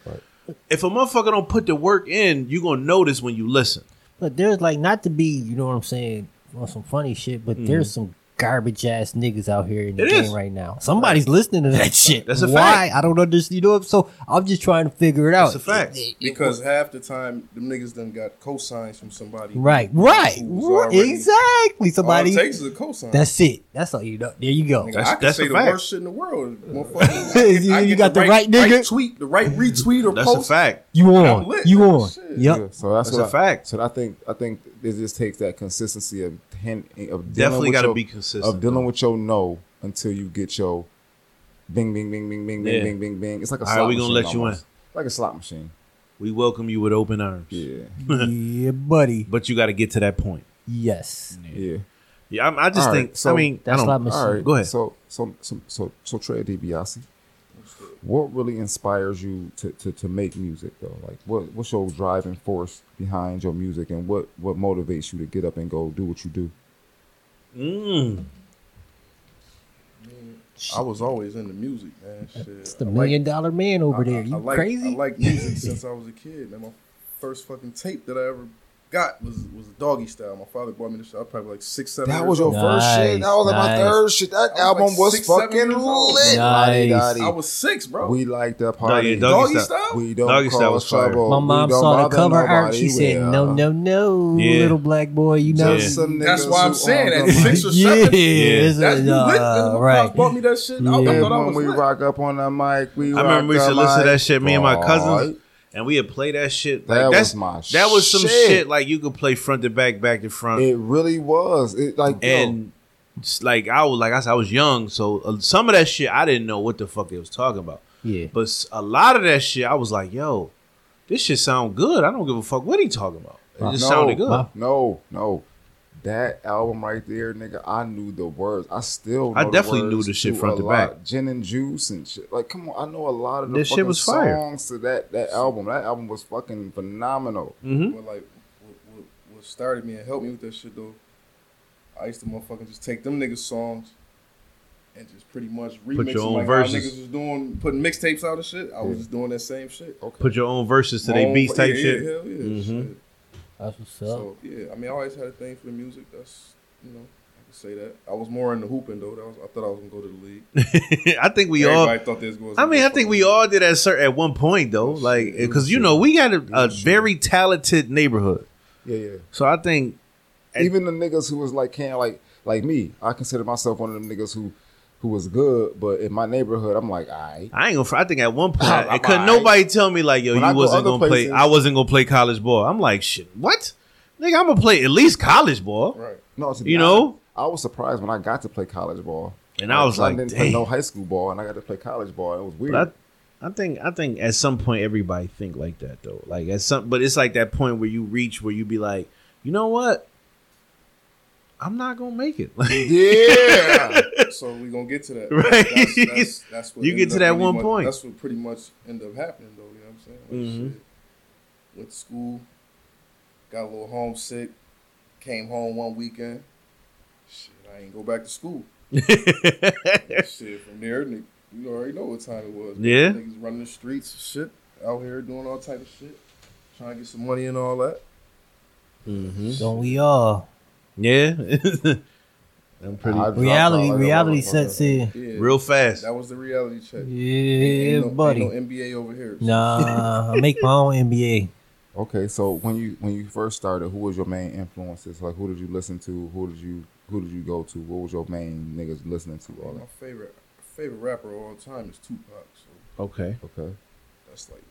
[SPEAKER 1] If a motherfucker don't put the work in, you gonna notice when you listen.
[SPEAKER 2] But there's like not to be, you know what I'm saying, on some funny shit, but there's some garbage ass niggas out here in the
[SPEAKER 1] It
[SPEAKER 2] game
[SPEAKER 1] is.
[SPEAKER 2] right now. Somebody's listening to that shit.
[SPEAKER 1] That's a
[SPEAKER 2] Why?
[SPEAKER 1] fact.
[SPEAKER 2] I don't understand. You know, what- so I'm just trying to figure it out.
[SPEAKER 1] That's a fact.
[SPEAKER 2] It- it-
[SPEAKER 3] Because half the time, them niggas done got cosigns from somebody.
[SPEAKER 2] right, right,
[SPEAKER 3] who's
[SPEAKER 2] right,
[SPEAKER 3] already-
[SPEAKER 2] exactly. Somebody.
[SPEAKER 3] All it takes is a cosign.
[SPEAKER 2] That's it. That's all you know. There you go.
[SPEAKER 1] That's-
[SPEAKER 3] I can
[SPEAKER 1] that's
[SPEAKER 3] say
[SPEAKER 1] a
[SPEAKER 3] the
[SPEAKER 1] fact.
[SPEAKER 3] worst shit in
[SPEAKER 4] *laughs*
[SPEAKER 3] the world. Motherfucker. I
[SPEAKER 2] You-
[SPEAKER 3] get- I
[SPEAKER 2] you
[SPEAKER 3] get
[SPEAKER 2] got the right nigga?
[SPEAKER 3] tweet, the right retweet or
[SPEAKER 1] That's
[SPEAKER 3] post.
[SPEAKER 1] a fact.
[SPEAKER 2] You
[SPEAKER 3] I'm
[SPEAKER 2] on?
[SPEAKER 3] lit.
[SPEAKER 2] You
[SPEAKER 3] Oh,
[SPEAKER 2] on?
[SPEAKER 3] shit.
[SPEAKER 2] Yep.
[SPEAKER 4] *laughs* Yeah, so that's,
[SPEAKER 1] That's
[SPEAKER 4] what
[SPEAKER 1] a
[SPEAKER 4] I-
[SPEAKER 1] fact.
[SPEAKER 4] So I think I think it just takes that consistency of hand, of dealing
[SPEAKER 1] Definitely
[SPEAKER 4] with
[SPEAKER 1] gotta
[SPEAKER 4] your-
[SPEAKER 1] be consistent,
[SPEAKER 4] of dealing
[SPEAKER 1] though.
[SPEAKER 4] with your no until you get your bing bing bing bing bing
[SPEAKER 1] Yeah.
[SPEAKER 4] bing bing bing bing. It's like a
[SPEAKER 1] All
[SPEAKER 4] slot
[SPEAKER 1] right, we gonna
[SPEAKER 4] machine
[SPEAKER 1] let you in.
[SPEAKER 4] almost. Like a slot machine.
[SPEAKER 1] We welcome you with open arms.
[SPEAKER 4] Yeah,
[SPEAKER 2] yeah, buddy.
[SPEAKER 1] But you got to get to that point.
[SPEAKER 2] Yes.
[SPEAKER 4] yeah.
[SPEAKER 1] Yeah, I, I just
[SPEAKER 4] All right,
[SPEAKER 1] think. I
[SPEAKER 4] so
[SPEAKER 1] mean, I
[SPEAKER 2] that's
[SPEAKER 1] don't.
[SPEAKER 2] not mis-
[SPEAKER 4] All right,
[SPEAKER 1] Go ahead.
[SPEAKER 4] So so so so so Trey DiBiase, what really inspires you to, to to make music though? Like what what's your driving force behind your music, and what what motivates you to get up and go do what you do?
[SPEAKER 1] Mm.
[SPEAKER 3] I was always into music, man. Shit.
[SPEAKER 2] It's the
[SPEAKER 3] I
[SPEAKER 2] million dollar man over there. You
[SPEAKER 3] I like,
[SPEAKER 2] crazy?
[SPEAKER 3] I
[SPEAKER 2] *laughs*
[SPEAKER 3] like music since I was a kid, man. My first fucking tape that I ever got was was doggy style. My father bought me this. Shit. I was probably like six, seven.
[SPEAKER 4] That
[SPEAKER 3] years
[SPEAKER 4] was your
[SPEAKER 3] old.
[SPEAKER 4] first shit. That was like my
[SPEAKER 2] Nice,
[SPEAKER 4] third shit. That
[SPEAKER 3] was
[SPEAKER 4] album
[SPEAKER 3] like
[SPEAKER 4] was
[SPEAKER 3] six, seven
[SPEAKER 4] fucking
[SPEAKER 3] years old.
[SPEAKER 4] lit.
[SPEAKER 2] Nice.
[SPEAKER 4] Lottie,
[SPEAKER 3] I
[SPEAKER 4] dottie.
[SPEAKER 3] was six, bro.
[SPEAKER 4] We like that
[SPEAKER 1] Doggy-
[SPEAKER 4] party.
[SPEAKER 3] doggy,
[SPEAKER 1] Doggy Style.
[SPEAKER 3] style.
[SPEAKER 4] We don't
[SPEAKER 1] Doggy Style
[SPEAKER 4] cause
[SPEAKER 1] was fire.
[SPEAKER 4] trouble.
[SPEAKER 2] My
[SPEAKER 4] We
[SPEAKER 2] mom
[SPEAKER 4] don't
[SPEAKER 2] saw the
[SPEAKER 4] bother
[SPEAKER 2] cover art.
[SPEAKER 4] nobody.
[SPEAKER 2] She said,
[SPEAKER 4] Yeah.
[SPEAKER 2] "No, no, no,
[SPEAKER 1] Yeah.
[SPEAKER 2] little black boy, you know."
[SPEAKER 1] Yeah.
[SPEAKER 4] Just some
[SPEAKER 3] That's
[SPEAKER 4] niggas
[SPEAKER 3] why I'm
[SPEAKER 4] who armed
[SPEAKER 3] saying at
[SPEAKER 4] up on-
[SPEAKER 3] six or
[SPEAKER 2] Yeah,
[SPEAKER 3] seven.
[SPEAKER 2] this
[SPEAKER 3] That's
[SPEAKER 2] is,
[SPEAKER 3] lit.
[SPEAKER 2] uh,
[SPEAKER 3] That's when my
[SPEAKER 2] right.
[SPEAKER 3] pops bought me that shit. I,
[SPEAKER 2] Yeah.
[SPEAKER 3] I thought I
[SPEAKER 4] when
[SPEAKER 3] was
[SPEAKER 4] we
[SPEAKER 3] lit.
[SPEAKER 4] rock up on the mic, we
[SPEAKER 1] I remember we used
[SPEAKER 4] rock
[SPEAKER 1] to
[SPEAKER 4] the
[SPEAKER 1] listen to
[SPEAKER 4] mic.
[SPEAKER 1] that shit. Me and my cousins,
[SPEAKER 4] Alright.
[SPEAKER 1] and we would play that shit.
[SPEAKER 4] That
[SPEAKER 1] Like, that's
[SPEAKER 4] was my
[SPEAKER 1] that was some shit.
[SPEAKER 4] shit.
[SPEAKER 1] like you could play front to back, back to front,
[SPEAKER 4] It really was. It like yo,
[SPEAKER 1] and s- like I was like I said, I was young, so uh, some of that shit I didn't know what the fuck they was talking about,
[SPEAKER 2] Yeah,
[SPEAKER 1] but s- a lot of that shit I was like, yo, this shit sound good. I don't give a fuck what he talking about. It just
[SPEAKER 4] No.
[SPEAKER 1] sounded good.
[SPEAKER 2] Wow.
[SPEAKER 4] no, no. That album right there, nigga. I knew the words. I still. Know
[SPEAKER 1] I
[SPEAKER 4] the
[SPEAKER 1] definitely knew
[SPEAKER 4] words
[SPEAKER 1] the shit
[SPEAKER 4] a
[SPEAKER 1] front to
[SPEAKER 4] lot.
[SPEAKER 1] back.
[SPEAKER 4] Gin and juice and shit. Like, come on. I know a lot of the
[SPEAKER 1] This shit
[SPEAKER 4] fucking
[SPEAKER 1] was fire.
[SPEAKER 4] songs to that that album. That album was fucking phenomenal.
[SPEAKER 1] Mm-hmm.
[SPEAKER 3] But like, what, what, what started me and helped me with that shit though, I used to motherfucking just take them niggas songs and just pretty much remix
[SPEAKER 1] your
[SPEAKER 3] them
[SPEAKER 1] own
[SPEAKER 3] like how
[SPEAKER 1] verses.
[SPEAKER 3] niggas was doing, putting mixtapes out and shit. I was
[SPEAKER 4] Yeah.
[SPEAKER 3] just doing that same shit.
[SPEAKER 4] Okay.
[SPEAKER 1] Put your own verses to
[SPEAKER 3] My
[SPEAKER 1] their
[SPEAKER 3] own-
[SPEAKER 1] beats type
[SPEAKER 3] yeah,
[SPEAKER 1] shit.
[SPEAKER 3] Yeah, hell yeah.
[SPEAKER 2] Mm-hmm.
[SPEAKER 1] Mhm.
[SPEAKER 3] shit.
[SPEAKER 2] that's what's up.
[SPEAKER 3] So yeah, I mean, I always had a thing for the music. That's you know, I can say that. I was more into hooping though. That was, I thought I was gonna go to the league.
[SPEAKER 1] *laughs* I think we all
[SPEAKER 3] Everybody thought this was.
[SPEAKER 1] I mean, I think we all did at certain at one point though,
[SPEAKER 3] Oh, shit.
[SPEAKER 1] like because you know we got a, a very talented neighborhood.
[SPEAKER 4] Yeah, yeah.
[SPEAKER 1] So I think And-
[SPEAKER 4] Even the niggas who was like can't like like me. I consider myself one of them niggas who who was good, but in my neighborhood, I'm like, all right.
[SPEAKER 1] I ain't gonna. fr- I think at one point,
[SPEAKER 4] I'm-
[SPEAKER 1] I,
[SPEAKER 4] I'm
[SPEAKER 1] could
[SPEAKER 4] alright.
[SPEAKER 1] nobody tell me like, yo,
[SPEAKER 4] When
[SPEAKER 1] you
[SPEAKER 4] I go
[SPEAKER 1] wasn't
[SPEAKER 4] other
[SPEAKER 1] gonna
[SPEAKER 4] places-
[SPEAKER 1] play. I wasn't gonna play college ball. I'm like, shit, what? Nigga, I'm gonna play at least college ball.
[SPEAKER 3] *laughs* Right.
[SPEAKER 1] *laughs*
[SPEAKER 4] No, to be
[SPEAKER 1] You
[SPEAKER 4] honest,
[SPEAKER 1] know?
[SPEAKER 4] I was surprised when I got to play college ball.
[SPEAKER 1] And I was
[SPEAKER 4] I
[SPEAKER 1] like,
[SPEAKER 4] didn't play
[SPEAKER 1] damn.
[SPEAKER 4] no high school ball, and I got to play college ball. It was weird.
[SPEAKER 1] But I, I think I think at some point everybody think like that though. Like at some, but it's like that point where you reach where you be like, you know what? I'm not gonna make it. *laughs* Like,
[SPEAKER 4] *laughs* yeah,
[SPEAKER 3] So we gonna get to that.
[SPEAKER 1] Right.
[SPEAKER 3] That's, that's, that's
[SPEAKER 1] *laughs*
[SPEAKER 3] what
[SPEAKER 1] You get
[SPEAKER 3] ended
[SPEAKER 1] to
[SPEAKER 3] up
[SPEAKER 1] that
[SPEAKER 3] really
[SPEAKER 1] one
[SPEAKER 3] much-
[SPEAKER 1] point.
[SPEAKER 3] That's what pretty much ended up happening though. You know what I'm saying? Like,
[SPEAKER 1] Mhm.
[SPEAKER 3] shit. Went to school, got a little homesick, came home one weekend. Shit, I ain't go back to school.
[SPEAKER 1] *laughs*
[SPEAKER 3] shit, from there, nigga, you already know what time it was.
[SPEAKER 1] Yeah.
[SPEAKER 3] Niggas running the streets, shit, out here doing all type of shit, trying to get some money and all that.
[SPEAKER 4] Mm-hmm.
[SPEAKER 1] Mhm.
[SPEAKER 2] Don't we all?
[SPEAKER 1] Yeah, *laughs* I'm pretty
[SPEAKER 4] I-
[SPEAKER 2] Reality,
[SPEAKER 4] I- I-
[SPEAKER 2] reality sets in.
[SPEAKER 3] Yeah.
[SPEAKER 1] real fast.
[SPEAKER 3] That was the reality check.
[SPEAKER 2] Yeah,
[SPEAKER 3] ain't no,
[SPEAKER 2] buddy.
[SPEAKER 3] Ain't no NBA over here.
[SPEAKER 2] Nah, I make my own NBA.
[SPEAKER 4] Okay, so when you when you first started, who was your main influences? Like, who did you listen to? Who did you who did you go to? What was your main niggas listening to? All
[SPEAKER 3] My
[SPEAKER 4] that.
[SPEAKER 3] favorite favorite rapper of all time is Tupac. So
[SPEAKER 1] Okay.
[SPEAKER 4] Okay,
[SPEAKER 3] that's like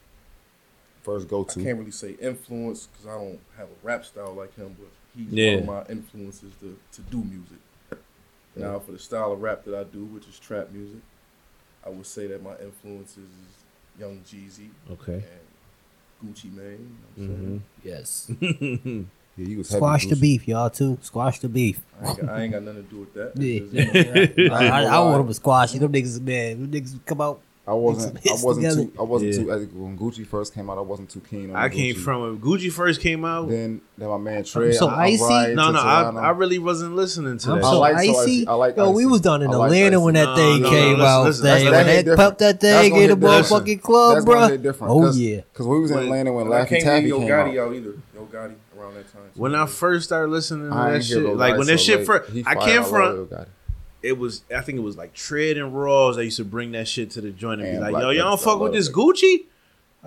[SPEAKER 4] first go
[SPEAKER 3] I
[SPEAKER 4] to.
[SPEAKER 3] can't really say influence because I don't have a rap style like him, but he's
[SPEAKER 1] Yeah.
[SPEAKER 3] one of my influences to, to do music. Now for the style of rap that I do, which is trap music, I would say that my influences is Young Jeezy
[SPEAKER 1] Okay.
[SPEAKER 3] and Gucci Mane. You know what I'm saying?
[SPEAKER 4] Mm-hmm.
[SPEAKER 2] Yes.
[SPEAKER 1] Mm-hmm.
[SPEAKER 4] Yeah, you was heavy
[SPEAKER 2] Squash the
[SPEAKER 4] Gucci.
[SPEAKER 2] beef, y'all too. Squash the beef.
[SPEAKER 3] I, ain't got, I ain't got nothing to do with that.
[SPEAKER 2] Yeah.
[SPEAKER 3] It's just, you know,
[SPEAKER 2] I, *laughs* I, I
[SPEAKER 4] Wow.
[SPEAKER 2] want them to squash it. Them niggas, man. Them niggas come out.
[SPEAKER 4] I wasn't.
[SPEAKER 2] Mix-
[SPEAKER 4] I
[SPEAKER 2] mix
[SPEAKER 4] wasn't
[SPEAKER 2] together.
[SPEAKER 4] too. I wasn't
[SPEAKER 1] Yeah.
[SPEAKER 4] too. I think When Gucci first came out, I wasn't too keen on.
[SPEAKER 1] I came
[SPEAKER 4] Gucci.
[SPEAKER 1] from when Gucci first came out.
[SPEAKER 4] Then, then my man Trey.
[SPEAKER 2] so
[SPEAKER 4] I,
[SPEAKER 2] icy?
[SPEAKER 4] I
[SPEAKER 1] no, no, I,
[SPEAKER 4] Toronto.
[SPEAKER 1] I really wasn't listening to
[SPEAKER 2] I'm
[SPEAKER 1] that.
[SPEAKER 4] I
[SPEAKER 2] so
[SPEAKER 4] like so
[SPEAKER 2] icy.
[SPEAKER 4] icy. I like
[SPEAKER 2] Yo, we
[SPEAKER 4] icy.
[SPEAKER 2] was down in
[SPEAKER 4] I like
[SPEAKER 2] Atlanta
[SPEAKER 4] icy.
[SPEAKER 2] when that
[SPEAKER 1] No,
[SPEAKER 2] thing
[SPEAKER 1] no, no,
[SPEAKER 2] came
[SPEAKER 1] listen,
[SPEAKER 2] out.
[SPEAKER 1] listen,
[SPEAKER 2] That-
[SPEAKER 1] that's-
[SPEAKER 2] when
[SPEAKER 4] that hit
[SPEAKER 2] that
[SPEAKER 4] different.
[SPEAKER 2] popped that
[SPEAKER 4] That's
[SPEAKER 2] thing
[SPEAKER 4] gonna
[SPEAKER 2] in the
[SPEAKER 4] hit different.
[SPEAKER 2] motherfucking club,
[SPEAKER 4] That's gonna
[SPEAKER 2] bro.
[SPEAKER 4] hit different.
[SPEAKER 2] Oh
[SPEAKER 4] Cause,
[SPEAKER 2] yeah.
[SPEAKER 4] because we was in
[SPEAKER 1] When-
[SPEAKER 4] Atlanta *laughs* when
[SPEAKER 3] and I
[SPEAKER 4] Laffy
[SPEAKER 3] can't leave
[SPEAKER 4] Taffy
[SPEAKER 3] Yo
[SPEAKER 4] came
[SPEAKER 3] Gotti
[SPEAKER 4] out.
[SPEAKER 3] out either. Yo Gotti around that time.
[SPEAKER 1] When I first started listening to
[SPEAKER 4] I
[SPEAKER 1] that
[SPEAKER 4] ain't hear
[SPEAKER 1] shit,
[SPEAKER 4] Lil
[SPEAKER 1] like when
[SPEAKER 4] Gotti
[SPEAKER 1] that
[SPEAKER 4] so
[SPEAKER 1] shit
[SPEAKER 4] late.
[SPEAKER 1] first,
[SPEAKER 4] He
[SPEAKER 1] I
[SPEAKER 4] fired
[SPEAKER 1] came
[SPEAKER 4] all
[SPEAKER 1] from.
[SPEAKER 4] Lil Gotti.
[SPEAKER 1] It was, I think it was like Tread and Raws. I used to bring that shit to the joint and be
[SPEAKER 4] Man,
[SPEAKER 1] like,
[SPEAKER 4] Black
[SPEAKER 1] "Yo, y'all don't
[SPEAKER 4] Panther, I
[SPEAKER 1] fuck with
[SPEAKER 4] love
[SPEAKER 1] this
[SPEAKER 4] it.
[SPEAKER 1] Gucci."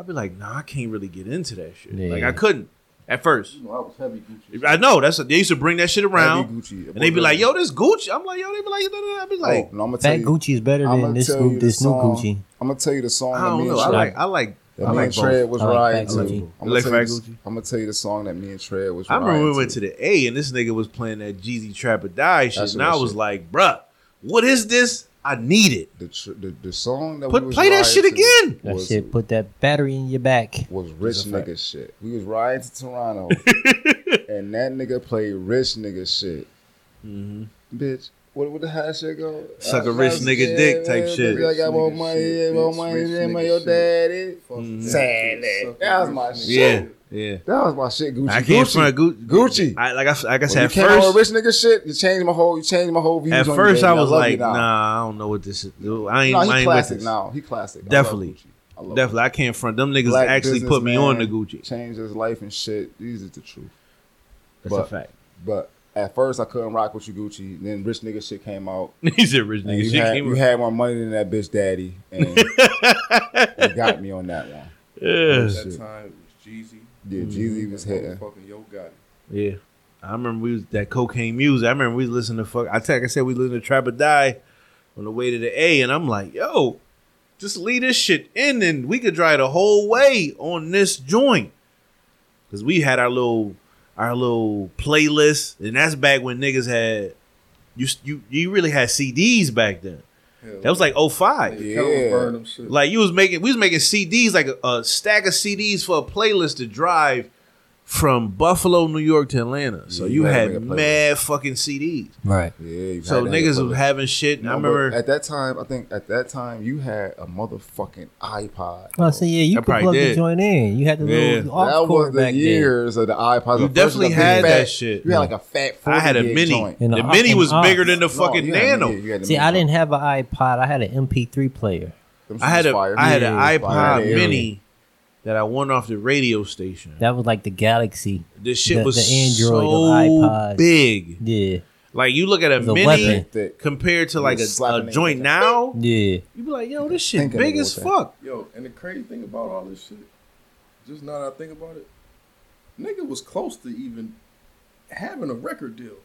[SPEAKER 1] I'd be like, "Nah, I can't really get into that shit.
[SPEAKER 2] Yeah.
[SPEAKER 1] Like, I couldn't at first.
[SPEAKER 3] you know, I was heavy Gucci.
[SPEAKER 1] I know that's they used to bring that shit around,
[SPEAKER 4] Heavy Gucci.
[SPEAKER 1] and they'd be like, "Yo, this Gucci." I'm like, "Yo," they be like, "No, no, no." I'd be like,
[SPEAKER 4] oh, no, I'm gonna tell
[SPEAKER 2] That
[SPEAKER 4] you.
[SPEAKER 2] Gucci is better
[SPEAKER 4] I'm
[SPEAKER 2] than
[SPEAKER 4] gonna
[SPEAKER 2] this
[SPEAKER 4] tell
[SPEAKER 2] new,
[SPEAKER 4] you the
[SPEAKER 2] this new
[SPEAKER 4] song-
[SPEAKER 2] Gucci.
[SPEAKER 4] I'm gonna tell you the song.
[SPEAKER 1] "I
[SPEAKER 4] that
[SPEAKER 1] don't
[SPEAKER 4] me and
[SPEAKER 1] know. I
[SPEAKER 4] Trey-
[SPEAKER 1] like, I like,
[SPEAKER 4] that
[SPEAKER 1] I
[SPEAKER 4] me
[SPEAKER 1] like
[SPEAKER 4] and Trey
[SPEAKER 1] both."
[SPEAKER 4] was
[SPEAKER 2] I like
[SPEAKER 4] riding
[SPEAKER 2] Fat
[SPEAKER 4] to.
[SPEAKER 2] Gucci.
[SPEAKER 4] I'm
[SPEAKER 1] You
[SPEAKER 4] gonna
[SPEAKER 1] like
[SPEAKER 4] tell you
[SPEAKER 1] Fat
[SPEAKER 4] the-
[SPEAKER 1] Gucci?
[SPEAKER 4] I'm gonna tell you the song that me and Trey was.
[SPEAKER 1] I remember
[SPEAKER 4] riding
[SPEAKER 1] we went to the A and this nigga was playing that Jeezy Trap or Die shit,
[SPEAKER 4] That's
[SPEAKER 1] and
[SPEAKER 4] what
[SPEAKER 1] I
[SPEAKER 4] that
[SPEAKER 1] was
[SPEAKER 4] shit.
[SPEAKER 1] like, "Bruh, what is this? I need it."
[SPEAKER 4] the tr- the, the song that
[SPEAKER 1] Put-
[SPEAKER 4] we was
[SPEAKER 1] play that
[SPEAKER 4] riding
[SPEAKER 1] shit
[SPEAKER 4] to
[SPEAKER 1] again.
[SPEAKER 2] That
[SPEAKER 4] was-
[SPEAKER 2] shit put that battery in your back.
[SPEAKER 4] was rich
[SPEAKER 1] a fact.
[SPEAKER 4] nigga shit. We was riding
[SPEAKER 1] *laughs*
[SPEAKER 4] to Toronto, and that nigga played rich nigga shit. Mm-hmm. Bitch, what would the hashtag go?
[SPEAKER 1] Suck a
[SPEAKER 4] I-
[SPEAKER 1] rich
[SPEAKER 4] I-
[SPEAKER 1] nigga
[SPEAKER 4] yeah,
[SPEAKER 1] dick type
[SPEAKER 4] man,
[SPEAKER 1] shit.
[SPEAKER 4] bitch, I got more
[SPEAKER 3] Rich nigga
[SPEAKER 4] money,
[SPEAKER 3] shit,
[SPEAKER 4] yeah, more
[SPEAKER 3] bitch,
[SPEAKER 4] money
[SPEAKER 3] rich
[SPEAKER 4] than my
[SPEAKER 3] nigga
[SPEAKER 4] your
[SPEAKER 3] shit.
[SPEAKER 4] daddy.
[SPEAKER 3] Fuck that.
[SPEAKER 4] Sad. That was my
[SPEAKER 3] Suck
[SPEAKER 4] shit.
[SPEAKER 1] Yeah. Yeah.
[SPEAKER 4] That was my shit, Gucci.
[SPEAKER 1] I came
[SPEAKER 4] Gucci.
[SPEAKER 1] from a Gu-
[SPEAKER 4] Gucci.
[SPEAKER 1] I, like I, like I
[SPEAKER 4] When you
[SPEAKER 1] said,
[SPEAKER 4] came
[SPEAKER 1] at
[SPEAKER 4] on
[SPEAKER 1] first,
[SPEAKER 4] rich nigga shit, you changed my whole, you changed my whole views.
[SPEAKER 1] at
[SPEAKER 4] on you,
[SPEAKER 1] first
[SPEAKER 4] baby.
[SPEAKER 1] I
[SPEAKER 4] I
[SPEAKER 1] was
[SPEAKER 4] love you
[SPEAKER 1] like,
[SPEAKER 4] now.
[SPEAKER 1] nah, I don't know what this is. dude, I ain't,
[SPEAKER 4] No,
[SPEAKER 1] I
[SPEAKER 4] he
[SPEAKER 1] ain't with
[SPEAKER 4] classic
[SPEAKER 1] this.
[SPEAKER 4] now. He classic. I love
[SPEAKER 1] Definitely.
[SPEAKER 4] Gucci. I love
[SPEAKER 1] Definitely,
[SPEAKER 4] Gucci.
[SPEAKER 1] I came from them niggas
[SPEAKER 4] Black
[SPEAKER 1] actually put me on the *laughs*
[SPEAKER 4] businessman,
[SPEAKER 1] Gucci.
[SPEAKER 4] Changed his life and shit. These is the truth.
[SPEAKER 1] That's a
[SPEAKER 4] But-
[SPEAKER 1] fact.
[SPEAKER 4] But at first I couldn't rock with you, Gucci. Then rich nigga shit came out.
[SPEAKER 1] He's a rich
[SPEAKER 4] And
[SPEAKER 1] nigga.
[SPEAKER 4] you,
[SPEAKER 1] She
[SPEAKER 4] had,
[SPEAKER 1] came
[SPEAKER 4] you had more money than that bitch daddy,
[SPEAKER 1] *laughs*
[SPEAKER 4] and you got me on that one.
[SPEAKER 1] yeah.
[SPEAKER 3] At that
[SPEAKER 4] Shit.
[SPEAKER 3] time, it was Jeezy.
[SPEAKER 4] Yeah,
[SPEAKER 2] Mm-hmm.
[SPEAKER 4] Jeezy was hitting.
[SPEAKER 3] Fucking Yo Gotti.
[SPEAKER 1] Yeah. I remember we was that cocaine music. I remember we was listening to fuck. I think I said we listened to Trap or Die on the way to the A, and I'm like, yo, just leave this shit in, and we could drive the whole way on this joint, because we had our little our little playlist, and that's back when niggas had you you you really had CDs back then.
[SPEAKER 3] Hell,
[SPEAKER 1] That was like 05.
[SPEAKER 3] Nigga, Kelly was
[SPEAKER 4] Yeah.
[SPEAKER 3] burning them shit.
[SPEAKER 1] Like you was making, we was making CDs, like a, a stack of CDs for a playlist to drive from Buffalo, New York to Atlanta. So
[SPEAKER 4] Yeah,
[SPEAKER 1] you
[SPEAKER 4] you had to
[SPEAKER 1] had
[SPEAKER 4] make a playlist.
[SPEAKER 1] mad fucking CDs.
[SPEAKER 2] Right.
[SPEAKER 4] Yeah, you
[SPEAKER 1] So
[SPEAKER 4] had that
[SPEAKER 1] niggas
[SPEAKER 4] mother-
[SPEAKER 1] was having shit. And I
[SPEAKER 4] No, but
[SPEAKER 1] remember
[SPEAKER 4] at that time. I think at that time you had a motherfucking iPod.
[SPEAKER 2] Well, I say Oh, yeah, you
[SPEAKER 1] I
[SPEAKER 2] could
[SPEAKER 1] probably
[SPEAKER 2] plug the
[SPEAKER 1] did.
[SPEAKER 2] joint in. You had the
[SPEAKER 1] Yeah.
[SPEAKER 2] little aux
[SPEAKER 4] that was
[SPEAKER 2] cord
[SPEAKER 4] the
[SPEAKER 2] back
[SPEAKER 4] years of the iPod.
[SPEAKER 1] You
[SPEAKER 4] The first
[SPEAKER 1] definitely
[SPEAKER 4] of the big
[SPEAKER 1] had
[SPEAKER 4] fat-
[SPEAKER 1] that shit.
[SPEAKER 4] You had like a fat.
[SPEAKER 1] I had a
[SPEAKER 4] 40 gig
[SPEAKER 1] mini.
[SPEAKER 4] joint.
[SPEAKER 1] The,
[SPEAKER 2] And the-
[SPEAKER 1] mini
[SPEAKER 2] and
[SPEAKER 1] was
[SPEAKER 2] the-
[SPEAKER 1] bigger than the
[SPEAKER 4] No,
[SPEAKER 1] fucking
[SPEAKER 4] you had a
[SPEAKER 1] nano.
[SPEAKER 4] mini, you had a
[SPEAKER 2] then. See,
[SPEAKER 4] mini
[SPEAKER 2] I
[SPEAKER 4] joint.
[SPEAKER 2] didn't have an iPod. I had an MP3 player.
[SPEAKER 4] Them
[SPEAKER 1] I had
[SPEAKER 4] shits
[SPEAKER 1] a
[SPEAKER 4] fire.
[SPEAKER 1] I had an
[SPEAKER 2] Yeah,
[SPEAKER 4] fire.
[SPEAKER 1] iPod
[SPEAKER 4] Yeah.
[SPEAKER 1] Mini that I won off the radio station.
[SPEAKER 2] That was like the Galaxy.
[SPEAKER 1] This shit
[SPEAKER 2] the-
[SPEAKER 1] was
[SPEAKER 2] the Android of
[SPEAKER 1] so
[SPEAKER 2] iPods.
[SPEAKER 1] big.
[SPEAKER 2] Yeah.
[SPEAKER 1] Like you look at a
[SPEAKER 2] It was a
[SPEAKER 1] mini
[SPEAKER 2] weapon.
[SPEAKER 4] Thick.
[SPEAKER 1] compared to
[SPEAKER 4] You
[SPEAKER 1] like a,
[SPEAKER 4] slapping
[SPEAKER 1] a
[SPEAKER 4] it
[SPEAKER 1] joint
[SPEAKER 4] with
[SPEAKER 1] now,
[SPEAKER 2] Yeah.
[SPEAKER 1] you be like, yo, this shit
[SPEAKER 4] Thinking
[SPEAKER 1] big
[SPEAKER 4] about
[SPEAKER 1] as
[SPEAKER 4] that.
[SPEAKER 1] fuck.
[SPEAKER 3] Yo, and the crazy thing about all this shit, just now that I think about it, nigga was close to even having a record deal.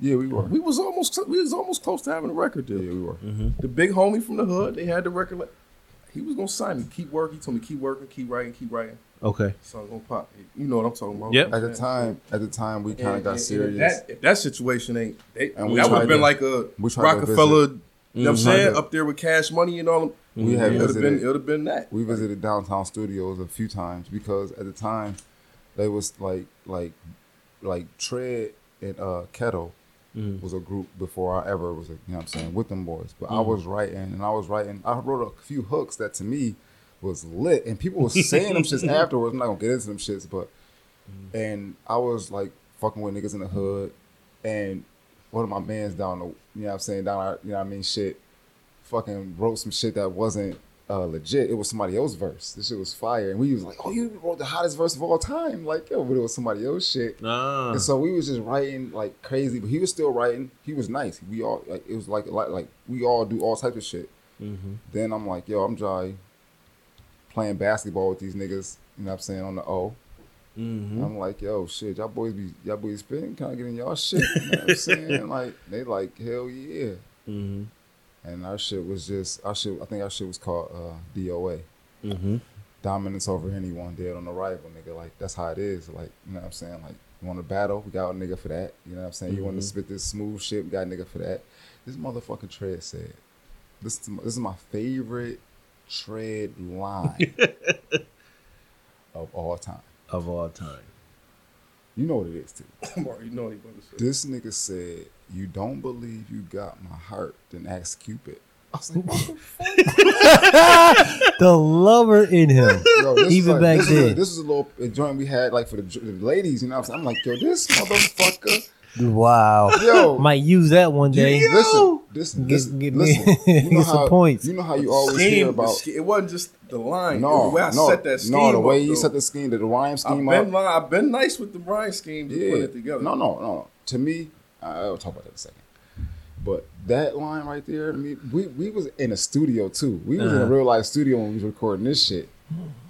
[SPEAKER 4] Yeah, we were.
[SPEAKER 3] We was almost we was almost close to having a record
[SPEAKER 4] Yeah,
[SPEAKER 3] deal.
[SPEAKER 4] we were.
[SPEAKER 3] The big homie from the hood, they had the record. la- He was gonna sign me. Keep working. He told me keep working, keep writing, keep writing.
[SPEAKER 1] Okay.
[SPEAKER 3] Song gonna pop. You know what I'm talking about.
[SPEAKER 1] Yep.
[SPEAKER 4] At the time, at the time, we kind
[SPEAKER 3] And-
[SPEAKER 4] of got
[SPEAKER 3] and-
[SPEAKER 4] serious.
[SPEAKER 3] And if, that, if that situation ain't, they,
[SPEAKER 4] And we
[SPEAKER 3] that would
[SPEAKER 4] tried
[SPEAKER 3] have been
[SPEAKER 4] to-
[SPEAKER 3] like a
[SPEAKER 4] we tried to Mm-hmm.
[SPEAKER 3] Rockefeller. You know what I'm
[SPEAKER 1] Mhm.
[SPEAKER 3] saying?
[SPEAKER 4] Tried to-
[SPEAKER 3] Up there with Cash Money and all. them.
[SPEAKER 4] We
[SPEAKER 3] it
[SPEAKER 4] had
[SPEAKER 3] would have been.
[SPEAKER 4] visited-
[SPEAKER 3] It would have been that. *laughs*
[SPEAKER 4] we visited downtown studios a few times because at the time, they was like like like Tread and uh, Kettle was a group before I ever was a, you know what I'm saying with them boys. But I was writing and I was writing. I wrote a few hooks that to me was lit, and people was saying them shits afterwards. I'm not gonna get into them shits, but and I was like fucking with niggas in the hood, and one of my mans down the, you know what I'm saying, down, our, you know what I mean, shit, fucking wrote some shit that wasn't uh, legit. It was somebody else's verse. This shit was fire, and we was like, oh, you wrote the hottest verse of all time, like yo, but it was somebody else's shit.
[SPEAKER 1] Ah.
[SPEAKER 4] And so we was just writing like crazy, but he was still writing. He was nice. We all like it was like like, like we all do all types of shit. Then I'm like, yo, I'm dry playing basketball with these niggas. You know what I'm saying on the O.
[SPEAKER 1] Mhm.
[SPEAKER 4] I'm like, yo, shit, y'all boys be y'all boys spitting, kind of getting y'all shit. You know what I'm saying? like they like hell yeah.
[SPEAKER 1] Mm-hmm.
[SPEAKER 4] And our shit was just our shit. I think our shit was called uh, DOA,
[SPEAKER 1] Mm-hmm.
[SPEAKER 4] dominance over anyone, dead on arrival, nigga. Like that's how it is. Like you know what I'm saying? Like you want to battle, we got a nigga for that. You know what I'm saying? You
[SPEAKER 2] Mm-hmm.
[SPEAKER 4] want to spit this smooth shit, we got a nigga for that. This motherfucking tread said, this is my, this is my favorite tread
[SPEAKER 2] *laughs*
[SPEAKER 4] line of all time.
[SPEAKER 1] Of all time.
[SPEAKER 4] You know what it is too.
[SPEAKER 3] I'm already know what he about to say.
[SPEAKER 4] This nigga said, "You don't believe you got my heart? Then ask Cupid." I was like, "What the
[SPEAKER 2] The lover in him. *laughs*
[SPEAKER 4] Yo, this is
[SPEAKER 2] Even
[SPEAKER 4] like-
[SPEAKER 2] back
[SPEAKER 4] this
[SPEAKER 2] then.
[SPEAKER 4] Is a, this is a little a joint we had like for the, the ladies, you know. What I'm, saying? I'm like, yo, this motherfucker,
[SPEAKER 2] Wow.
[SPEAKER 4] yo.
[SPEAKER 2] Might use that one day.
[SPEAKER 1] Yeah.
[SPEAKER 4] Listen, listen,
[SPEAKER 2] Get-
[SPEAKER 4] listen,
[SPEAKER 2] get me- *laughs*
[SPEAKER 4] listen. You know
[SPEAKER 2] get some
[SPEAKER 4] how,
[SPEAKER 2] points.
[SPEAKER 4] You know how you always
[SPEAKER 3] Scheme,
[SPEAKER 4] hear
[SPEAKER 3] the
[SPEAKER 4] about
[SPEAKER 3] sch- it wasn't just the line. it was
[SPEAKER 4] no,
[SPEAKER 3] the way I
[SPEAKER 4] no,
[SPEAKER 3] set that scheme.
[SPEAKER 4] no, the way
[SPEAKER 3] up,
[SPEAKER 4] you
[SPEAKER 3] though.
[SPEAKER 4] set the scheme, the rhyme
[SPEAKER 3] I've
[SPEAKER 4] scheme
[SPEAKER 3] been,
[SPEAKER 4] up.
[SPEAKER 3] li- I've been nice with the rhyme scheme to
[SPEAKER 4] yeah,
[SPEAKER 3] put it together.
[SPEAKER 4] no, no, no, no. To me, I- I'll talk about that in a second. But that line right there, I mean, we we was in a studio too. We was in a
[SPEAKER 1] Uh-huh.
[SPEAKER 4] real life studio when we was recording this shit.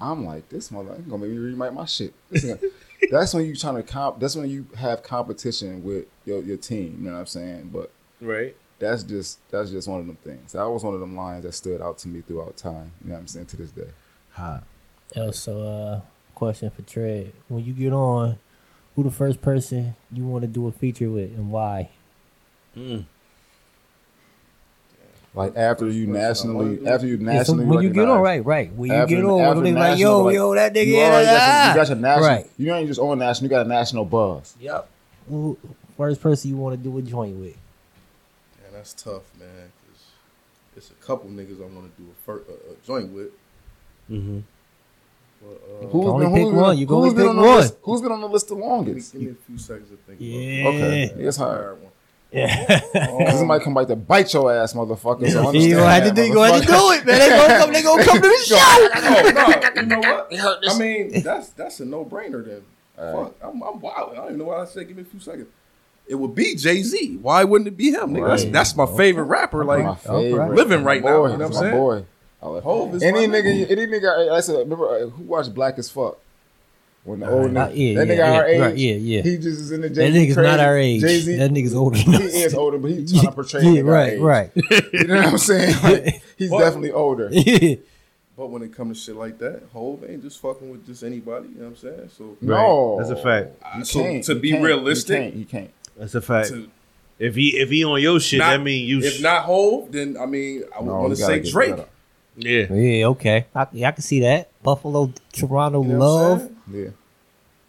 [SPEAKER 4] I'm like, this mother ain't gonna make me rewrite my shit.
[SPEAKER 2] *laughs*
[SPEAKER 4] This ain't gonna- that's when you trying to comp. That's when you have competition with your your team. You know what I'm saying? But
[SPEAKER 1] Right.
[SPEAKER 4] that's just that's just one of them things. That was one of them lines that stood out to me throughout time. You know what I'm saying? To this day,
[SPEAKER 1] Hot.
[SPEAKER 2] Yo, so uh question for Tread. When you get on, who the first person you want to do a feature with and why?
[SPEAKER 4] like after you nationally, after you
[SPEAKER 2] Yeah, so
[SPEAKER 4] nationally,
[SPEAKER 2] when you get on, right,
[SPEAKER 4] recognized.
[SPEAKER 2] right. When you
[SPEAKER 4] After-
[SPEAKER 2] get on,
[SPEAKER 4] after
[SPEAKER 2] when they be like,
[SPEAKER 4] national,
[SPEAKER 2] yo,
[SPEAKER 4] like,
[SPEAKER 2] yo, that nigga,
[SPEAKER 4] You,
[SPEAKER 2] yeah,
[SPEAKER 4] already got,
[SPEAKER 2] yeah.
[SPEAKER 4] your, you got your national.
[SPEAKER 2] Right.
[SPEAKER 4] You ain't just on national. You got a national buzz.
[SPEAKER 2] Yep. Who, first person you want to do a joint with?
[SPEAKER 3] Man, that's tough, man. 'cause it's a couple niggas I want to do a, fir- a, a joint with.
[SPEAKER 1] Mm-hmm.
[SPEAKER 3] But, uh,
[SPEAKER 4] Who's
[SPEAKER 2] only
[SPEAKER 4] been- who's
[SPEAKER 2] pick
[SPEAKER 4] been-
[SPEAKER 2] one. You can
[SPEAKER 4] who's
[SPEAKER 2] only
[SPEAKER 4] been
[SPEAKER 2] pick
[SPEAKER 4] on the
[SPEAKER 2] one.
[SPEAKER 4] list- Who's been on the list the
[SPEAKER 3] give, me,
[SPEAKER 4] longest?
[SPEAKER 3] give me a few seconds to think.
[SPEAKER 2] Yeah.
[SPEAKER 4] Okay, it's hard.
[SPEAKER 3] About it.
[SPEAKER 4] *laughs*
[SPEAKER 2] Yeah.
[SPEAKER 4] Because somebody come back to bite your ass, motherfucker. So
[SPEAKER 2] you gonna have to
[SPEAKER 4] understand
[SPEAKER 2] do,
[SPEAKER 4] that,
[SPEAKER 2] you gonna have to
[SPEAKER 4] motherfucker.
[SPEAKER 2] do it, man. They gonna come, they gonna come to
[SPEAKER 4] *laughs*
[SPEAKER 2] the show.
[SPEAKER 3] *laughs* Oh, no, you know *laughs* what?
[SPEAKER 4] It hurt this-
[SPEAKER 3] I mean, that's that's a no brainer then.
[SPEAKER 4] All right.
[SPEAKER 3] Fuck, I'm, I'm wild. I don't even know why I said give me a few seconds. It would be Jay Z. Why wouldn't it be him? Nigga, that's
[SPEAKER 4] Right.
[SPEAKER 3] that's my favorite rapper. Like
[SPEAKER 4] my favorite.
[SPEAKER 3] living right
[SPEAKER 4] boy,
[SPEAKER 3] now, you know what I'm
[SPEAKER 4] my
[SPEAKER 3] saying?
[SPEAKER 4] Boy. I love-
[SPEAKER 3] Hov is
[SPEAKER 4] any
[SPEAKER 3] my
[SPEAKER 4] nigga, any nigga. I- I said, remember uh, who watched Black as Fuck? When the old
[SPEAKER 2] Uh,
[SPEAKER 4] nigga,
[SPEAKER 2] yeah,
[SPEAKER 4] that
[SPEAKER 2] yeah,
[SPEAKER 4] nigga our
[SPEAKER 2] yeah,
[SPEAKER 4] age,
[SPEAKER 2] right, yeah, yeah.
[SPEAKER 4] he just is in the
[SPEAKER 2] That
[SPEAKER 4] Jay-Z
[SPEAKER 2] nigga's not
[SPEAKER 4] craze.
[SPEAKER 2] our age.
[SPEAKER 4] Jay-Z,
[SPEAKER 2] That nigga's older than
[SPEAKER 4] he
[SPEAKER 2] us. *laughs*
[SPEAKER 4] is older, but he's trying to portray
[SPEAKER 2] yeah,
[SPEAKER 4] nigga our
[SPEAKER 2] right,
[SPEAKER 4] age.
[SPEAKER 2] right.
[SPEAKER 4] *laughs* You know what
[SPEAKER 2] *laughs*
[SPEAKER 4] I'm saying? Like, he's
[SPEAKER 3] Well-
[SPEAKER 4] definitely older.
[SPEAKER 2] yeah.
[SPEAKER 3] But when it comes to shit like that, Hov ain't just fucking with just anybody. You know what I'm saying? So
[SPEAKER 4] No,
[SPEAKER 1] That's a fact.
[SPEAKER 4] You
[SPEAKER 3] So,
[SPEAKER 4] can't,
[SPEAKER 3] to
[SPEAKER 4] you
[SPEAKER 3] be
[SPEAKER 4] can't,
[SPEAKER 3] realistic-
[SPEAKER 4] you can't. You can't.
[SPEAKER 1] That's a fact.
[SPEAKER 3] to
[SPEAKER 1] If he if he on your shit,
[SPEAKER 3] not,
[SPEAKER 1] that mean you.
[SPEAKER 3] if
[SPEAKER 1] sh-
[SPEAKER 3] not Hov, then I mean I would
[SPEAKER 4] No,
[SPEAKER 3] want
[SPEAKER 4] you
[SPEAKER 3] to
[SPEAKER 4] gotta
[SPEAKER 3] say
[SPEAKER 4] get
[SPEAKER 3] Drake.
[SPEAKER 4] better.
[SPEAKER 1] yeah,
[SPEAKER 2] *laughs* Yeah, okay. I, yeah, I can see that. Buffalo, Toronto
[SPEAKER 3] You know what I'm
[SPEAKER 2] love.
[SPEAKER 3] saying?
[SPEAKER 4] Yeah,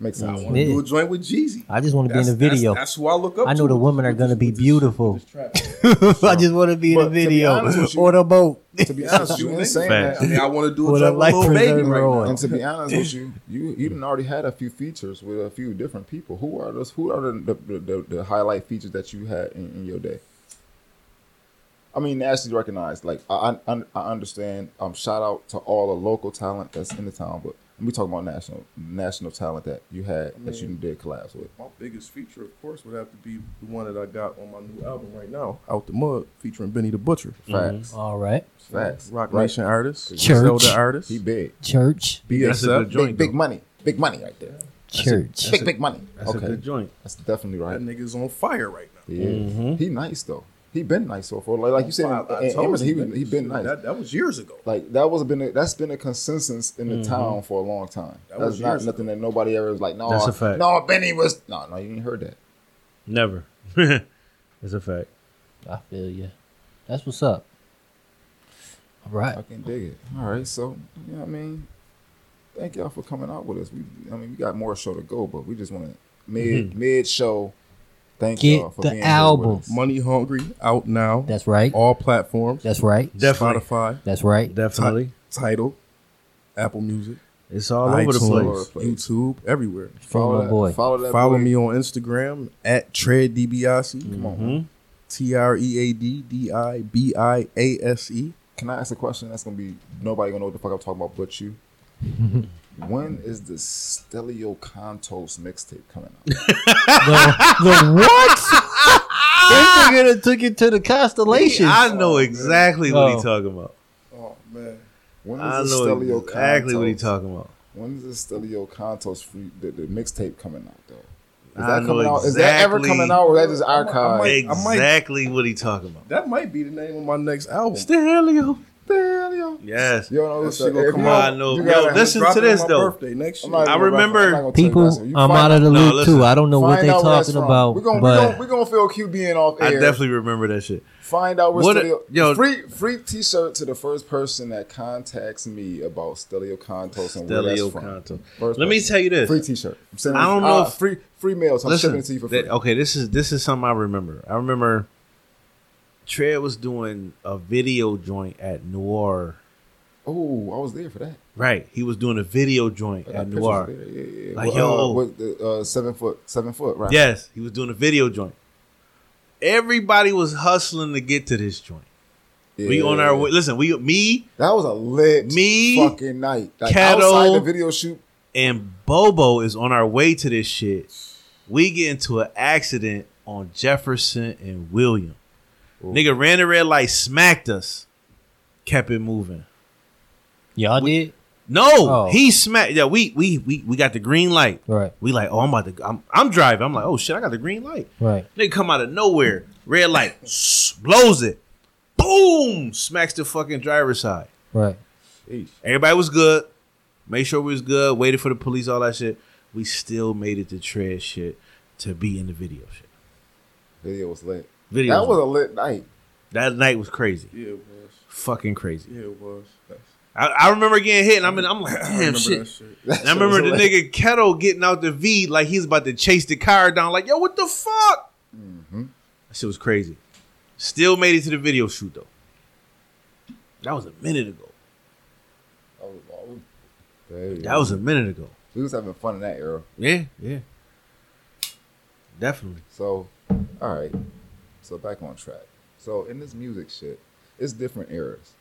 [SPEAKER 4] makes
[SPEAKER 3] I
[SPEAKER 4] sense.
[SPEAKER 3] want to
[SPEAKER 2] Yeah.
[SPEAKER 3] do a joint with Jeezy.
[SPEAKER 2] I just want to be in the video.
[SPEAKER 3] That's, that's who I look up.
[SPEAKER 2] I know
[SPEAKER 3] to
[SPEAKER 2] the
[SPEAKER 3] with
[SPEAKER 2] women
[SPEAKER 3] this-
[SPEAKER 2] are
[SPEAKER 3] with
[SPEAKER 2] gonna
[SPEAKER 3] this-
[SPEAKER 2] be
[SPEAKER 3] with this-
[SPEAKER 2] beautiful.
[SPEAKER 3] with this trap. *laughs*
[SPEAKER 2] *laughs* I just want to be in the
[SPEAKER 4] But to be
[SPEAKER 2] video
[SPEAKER 4] honest with you-
[SPEAKER 2] or the boat. *laughs*
[SPEAKER 4] to be
[SPEAKER 3] Yes,
[SPEAKER 4] honest, with you
[SPEAKER 3] you
[SPEAKER 4] ain't
[SPEAKER 3] niggas.
[SPEAKER 4] saying
[SPEAKER 1] Facts.
[SPEAKER 3] I
[SPEAKER 4] that.
[SPEAKER 3] mean, I want to do a
[SPEAKER 2] With a
[SPEAKER 3] joint with
[SPEAKER 2] life
[SPEAKER 3] Lil Baby
[SPEAKER 2] preserver
[SPEAKER 3] right
[SPEAKER 2] on.
[SPEAKER 3] now.
[SPEAKER 4] And to be honest with you, you you done already had a few features with a few different people. Who are those? Who are the the, the, the highlight features that you had in, in your day? I mean, actually recognized. Like I, I I understand. Um, shout out to all the local talent that's in the town, but we talking about national national talent that you had that you did collabs with.
[SPEAKER 3] My biggest feature, of course, would have to be the one that I got on my new album right now, Out the Mud, featuring Benny the Butcher.
[SPEAKER 1] Mm-hmm.
[SPEAKER 4] Facts,
[SPEAKER 2] All right,
[SPEAKER 1] Uh,
[SPEAKER 4] facts.
[SPEAKER 3] Rock
[SPEAKER 4] Mm. Right.
[SPEAKER 3] Nation artist,
[SPEAKER 2] Church.
[SPEAKER 3] Zelda artist,
[SPEAKER 4] He big,
[SPEAKER 2] church,
[SPEAKER 1] That's a good
[SPEAKER 3] BSF.
[SPEAKER 1] joint.
[SPEAKER 4] big, big
[SPEAKER 1] though.
[SPEAKER 4] money, big money right there.
[SPEAKER 2] church.
[SPEAKER 4] Big, big money.
[SPEAKER 1] That's a
[SPEAKER 4] Okay,
[SPEAKER 1] good joint.
[SPEAKER 4] that's definitely right.
[SPEAKER 3] That nigga's on fire right now.
[SPEAKER 4] Yeah, he nice though. He been nice so far. Like, like you said,
[SPEAKER 3] Wow, I
[SPEAKER 4] in- in
[SPEAKER 3] told
[SPEAKER 4] Emerson, he
[SPEAKER 3] you,
[SPEAKER 4] was,
[SPEAKER 3] nigga,
[SPEAKER 4] he been
[SPEAKER 3] shit,
[SPEAKER 4] nice.
[SPEAKER 3] That, that was years ago.
[SPEAKER 4] like that was been a, that's been a consensus in the town for a long time.
[SPEAKER 3] That
[SPEAKER 4] that's
[SPEAKER 3] was
[SPEAKER 4] not
[SPEAKER 3] years
[SPEAKER 4] nothing that nobody ever was like. No,
[SPEAKER 1] That's a fact.
[SPEAKER 4] no, Benny was no, no. You ain't heard that.
[SPEAKER 1] Never. *laughs* That's a fact.
[SPEAKER 2] I feel you. That's what's up. All right.
[SPEAKER 4] I can dig it. All right, so you know what I mean. Thank y'all for coming out with us. We, I mean, we got more show to go, but we just want to mid mid show. Thank
[SPEAKER 2] Get
[SPEAKER 4] y'all for
[SPEAKER 2] the
[SPEAKER 4] being
[SPEAKER 2] album.
[SPEAKER 4] Here with us.
[SPEAKER 3] Money Hungry, out now.
[SPEAKER 2] That's right.
[SPEAKER 3] All platforms.
[SPEAKER 2] That's right.
[SPEAKER 1] Definitely.
[SPEAKER 3] Spotify,
[SPEAKER 1] *laughs*
[SPEAKER 2] That's right.
[SPEAKER 1] Definitely.
[SPEAKER 3] Title, Apple Music,
[SPEAKER 1] It's all over the
[SPEAKER 3] iTunes,
[SPEAKER 1] place.
[SPEAKER 3] YouTube, everywhere.
[SPEAKER 2] Follow
[SPEAKER 4] Follow
[SPEAKER 2] my
[SPEAKER 4] that
[SPEAKER 2] boy.
[SPEAKER 4] Follow that.
[SPEAKER 3] Follow
[SPEAKER 4] boy.
[SPEAKER 3] me on Instagram at Tread DiBiase. Come on.
[SPEAKER 1] Mhm.
[SPEAKER 3] T R E A D D I B I A S E.
[SPEAKER 4] Can I ask a question? That's gonna be nobody gonna know what the fuck I'm talking about, but you. when is the Stelio Contos mixtape coming out?
[SPEAKER 2] the, the what? this nigga done took it to the constellation.
[SPEAKER 1] I know exactly what
[SPEAKER 2] Oh.
[SPEAKER 1] he's talking about.
[SPEAKER 3] Oh man.
[SPEAKER 4] When
[SPEAKER 1] I
[SPEAKER 4] is
[SPEAKER 1] know
[SPEAKER 4] the Stelio
[SPEAKER 1] exactly what he's
[SPEAKER 4] Contos-
[SPEAKER 1] talking about.
[SPEAKER 4] When is the Stelio Contos free, the, the mixtape coming out though? Is
[SPEAKER 1] I
[SPEAKER 4] that
[SPEAKER 1] know
[SPEAKER 4] coming out? Is that ever
[SPEAKER 1] exactly-
[SPEAKER 4] coming out, or that just
[SPEAKER 3] I might- I
[SPEAKER 4] archived?
[SPEAKER 3] might-
[SPEAKER 1] Exactly what he's talking about.
[SPEAKER 3] That might be the name of my next album.
[SPEAKER 1] Stereo.
[SPEAKER 4] Stelio.
[SPEAKER 1] Yes.
[SPEAKER 4] You know,
[SPEAKER 3] That
[SPEAKER 4] so
[SPEAKER 3] shit gonna
[SPEAKER 4] if
[SPEAKER 3] come
[SPEAKER 4] you-
[SPEAKER 3] out.
[SPEAKER 1] I know.
[SPEAKER 4] you
[SPEAKER 1] Yo,
[SPEAKER 4] gotta-
[SPEAKER 1] this- listen
[SPEAKER 3] Drop
[SPEAKER 1] to
[SPEAKER 3] it on
[SPEAKER 1] this,
[SPEAKER 3] my
[SPEAKER 1] though.
[SPEAKER 3] birthday next
[SPEAKER 4] I'm
[SPEAKER 3] year.
[SPEAKER 4] not even
[SPEAKER 1] I
[SPEAKER 4] gonna
[SPEAKER 1] remember-
[SPEAKER 4] reference- I'm not gonna tell you that, so
[SPEAKER 2] People,
[SPEAKER 4] you
[SPEAKER 2] I'm
[SPEAKER 4] find
[SPEAKER 2] out of the
[SPEAKER 1] No,
[SPEAKER 2] loop
[SPEAKER 1] listen.
[SPEAKER 2] too. I don't know what
[SPEAKER 4] find
[SPEAKER 2] they
[SPEAKER 4] out where that's
[SPEAKER 2] talking
[SPEAKER 4] from.
[SPEAKER 2] about,
[SPEAKER 4] We're gonna,
[SPEAKER 2] but
[SPEAKER 4] we're gonna, we're gonna feel Q being off
[SPEAKER 1] I
[SPEAKER 4] air.
[SPEAKER 1] definitely remember that shit.
[SPEAKER 4] Find out where
[SPEAKER 1] What a-
[SPEAKER 4] Stelio.
[SPEAKER 1] yo-
[SPEAKER 4] free free t shirt to the first person that contacts me about Stelio Contos and where that's
[SPEAKER 1] Stelio
[SPEAKER 4] from.
[SPEAKER 1] Conto.
[SPEAKER 4] First
[SPEAKER 1] Let me
[SPEAKER 4] person.
[SPEAKER 1] tell you this.
[SPEAKER 4] Free t shirt. I'm sending
[SPEAKER 1] I don't
[SPEAKER 4] uh,
[SPEAKER 1] know if-
[SPEAKER 4] free free mails. I'm
[SPEAKER 1] Listen,
[SPEAKER 4] shipping it to you for free.
[SPEAKER 1] that- okay, this is this is something I remember. I remember Tread was doing a video joint at Noir.
[SPEAKER 4] Oh, I was there for that.
[SPEAKER 1] Right, he was doing a video joint
[SPEAKER 4] I got
[SPEAKER 1] at
[SPEAKER 4] pictures
[SPEAKER 1] Noir.
[SPEAKER 4] there. Yeah, yeah, yeah.
[SPEAKER 1] Like,
[SPEAKER 4] With,
[SPEAKER 1] yo.
[SPEAKER 4] uh, with the, uh, seven foot, seven foot, right?
[SPEAKER 1] Yes, he was doing a video joint. Everybody was hustling to get to this joint. We
[SPEAKER 4] Yeah.
[SPEAKER 1] on our way. Listen, we me
[SPEAKER 4] That was a lit
[SPEAKER 1] Me,
[SPEAKER 4] fucking night. Like,
[SPEAKER 1] Kato,
[SPEAKER 4] outside the video shoot.
[SPEAKER 1] and Bobo is on our way to this shit. We get into an accident on Jefferson and William. Nigga ran the red light, smacked us, kept it moving.
[SPEAKER 2] y'all did.
[SPEAKER 1] No,
[SPEAKER 2] Oh.
[SPEAKER 1] he smacked. Yeah, we we we we got the green light.
[SPEAKER 2] Right,
[SPEAKER 1] We like, oh, I'm about to. I'm I'm driving. I'm like, oh shit, I got the green light.
[SPEAKER 2] right.
[SPEAKER 1] Nigga come out of nowhere, red light, s- blows it, boom, smacks the fucking driver's side.
[SPEAKER 2] Right.
[SPEAKER 1] Everybody was good. Made sure we was good. Waited for the police, all that shit. We still made it to trash shit to be in the video shit.
[SPEAKER 4] Video was lit.
[SPEAKER 1] Video
[SPEAKER 4] That was a lit night.
[SPEAKER 1] that night was crazy,
[SPEAKER 3] Yeah, it was.
[SPEAKER 1] fucking crazy.
[SPEAKER 3] Yeah, it was. That's-
[SPEAKER 1] I, I remember getting hit, and I'm in, I'm like,
[SPEAKER 3] I
[SPEAKER 1] damn
[SPEAKER 3] remember
[SPEAKER 1] shit.
[SPEAKER 3] that shit. *laughs*
[SPEAKER 1] And I remember the nigga Kettle getting out the V like he's about to chase the car down. Like, yo, what the fuck?
[SPEAKER 4] Mm-hmm.
[SPEAKER 1] That shit was crazy. Still made it to the video shoot though. That was a minute ago.
[SPEAKER 4] There you
[SPEAKER 1] That was a minute ago.
[SPEAKER 4] go. we was having fun in that era.
[SPEAKER 1] Yeah, yeah. Definitely.
[SPEAKER 4] So, all right. So back on track. So in this music shit, it's different eras.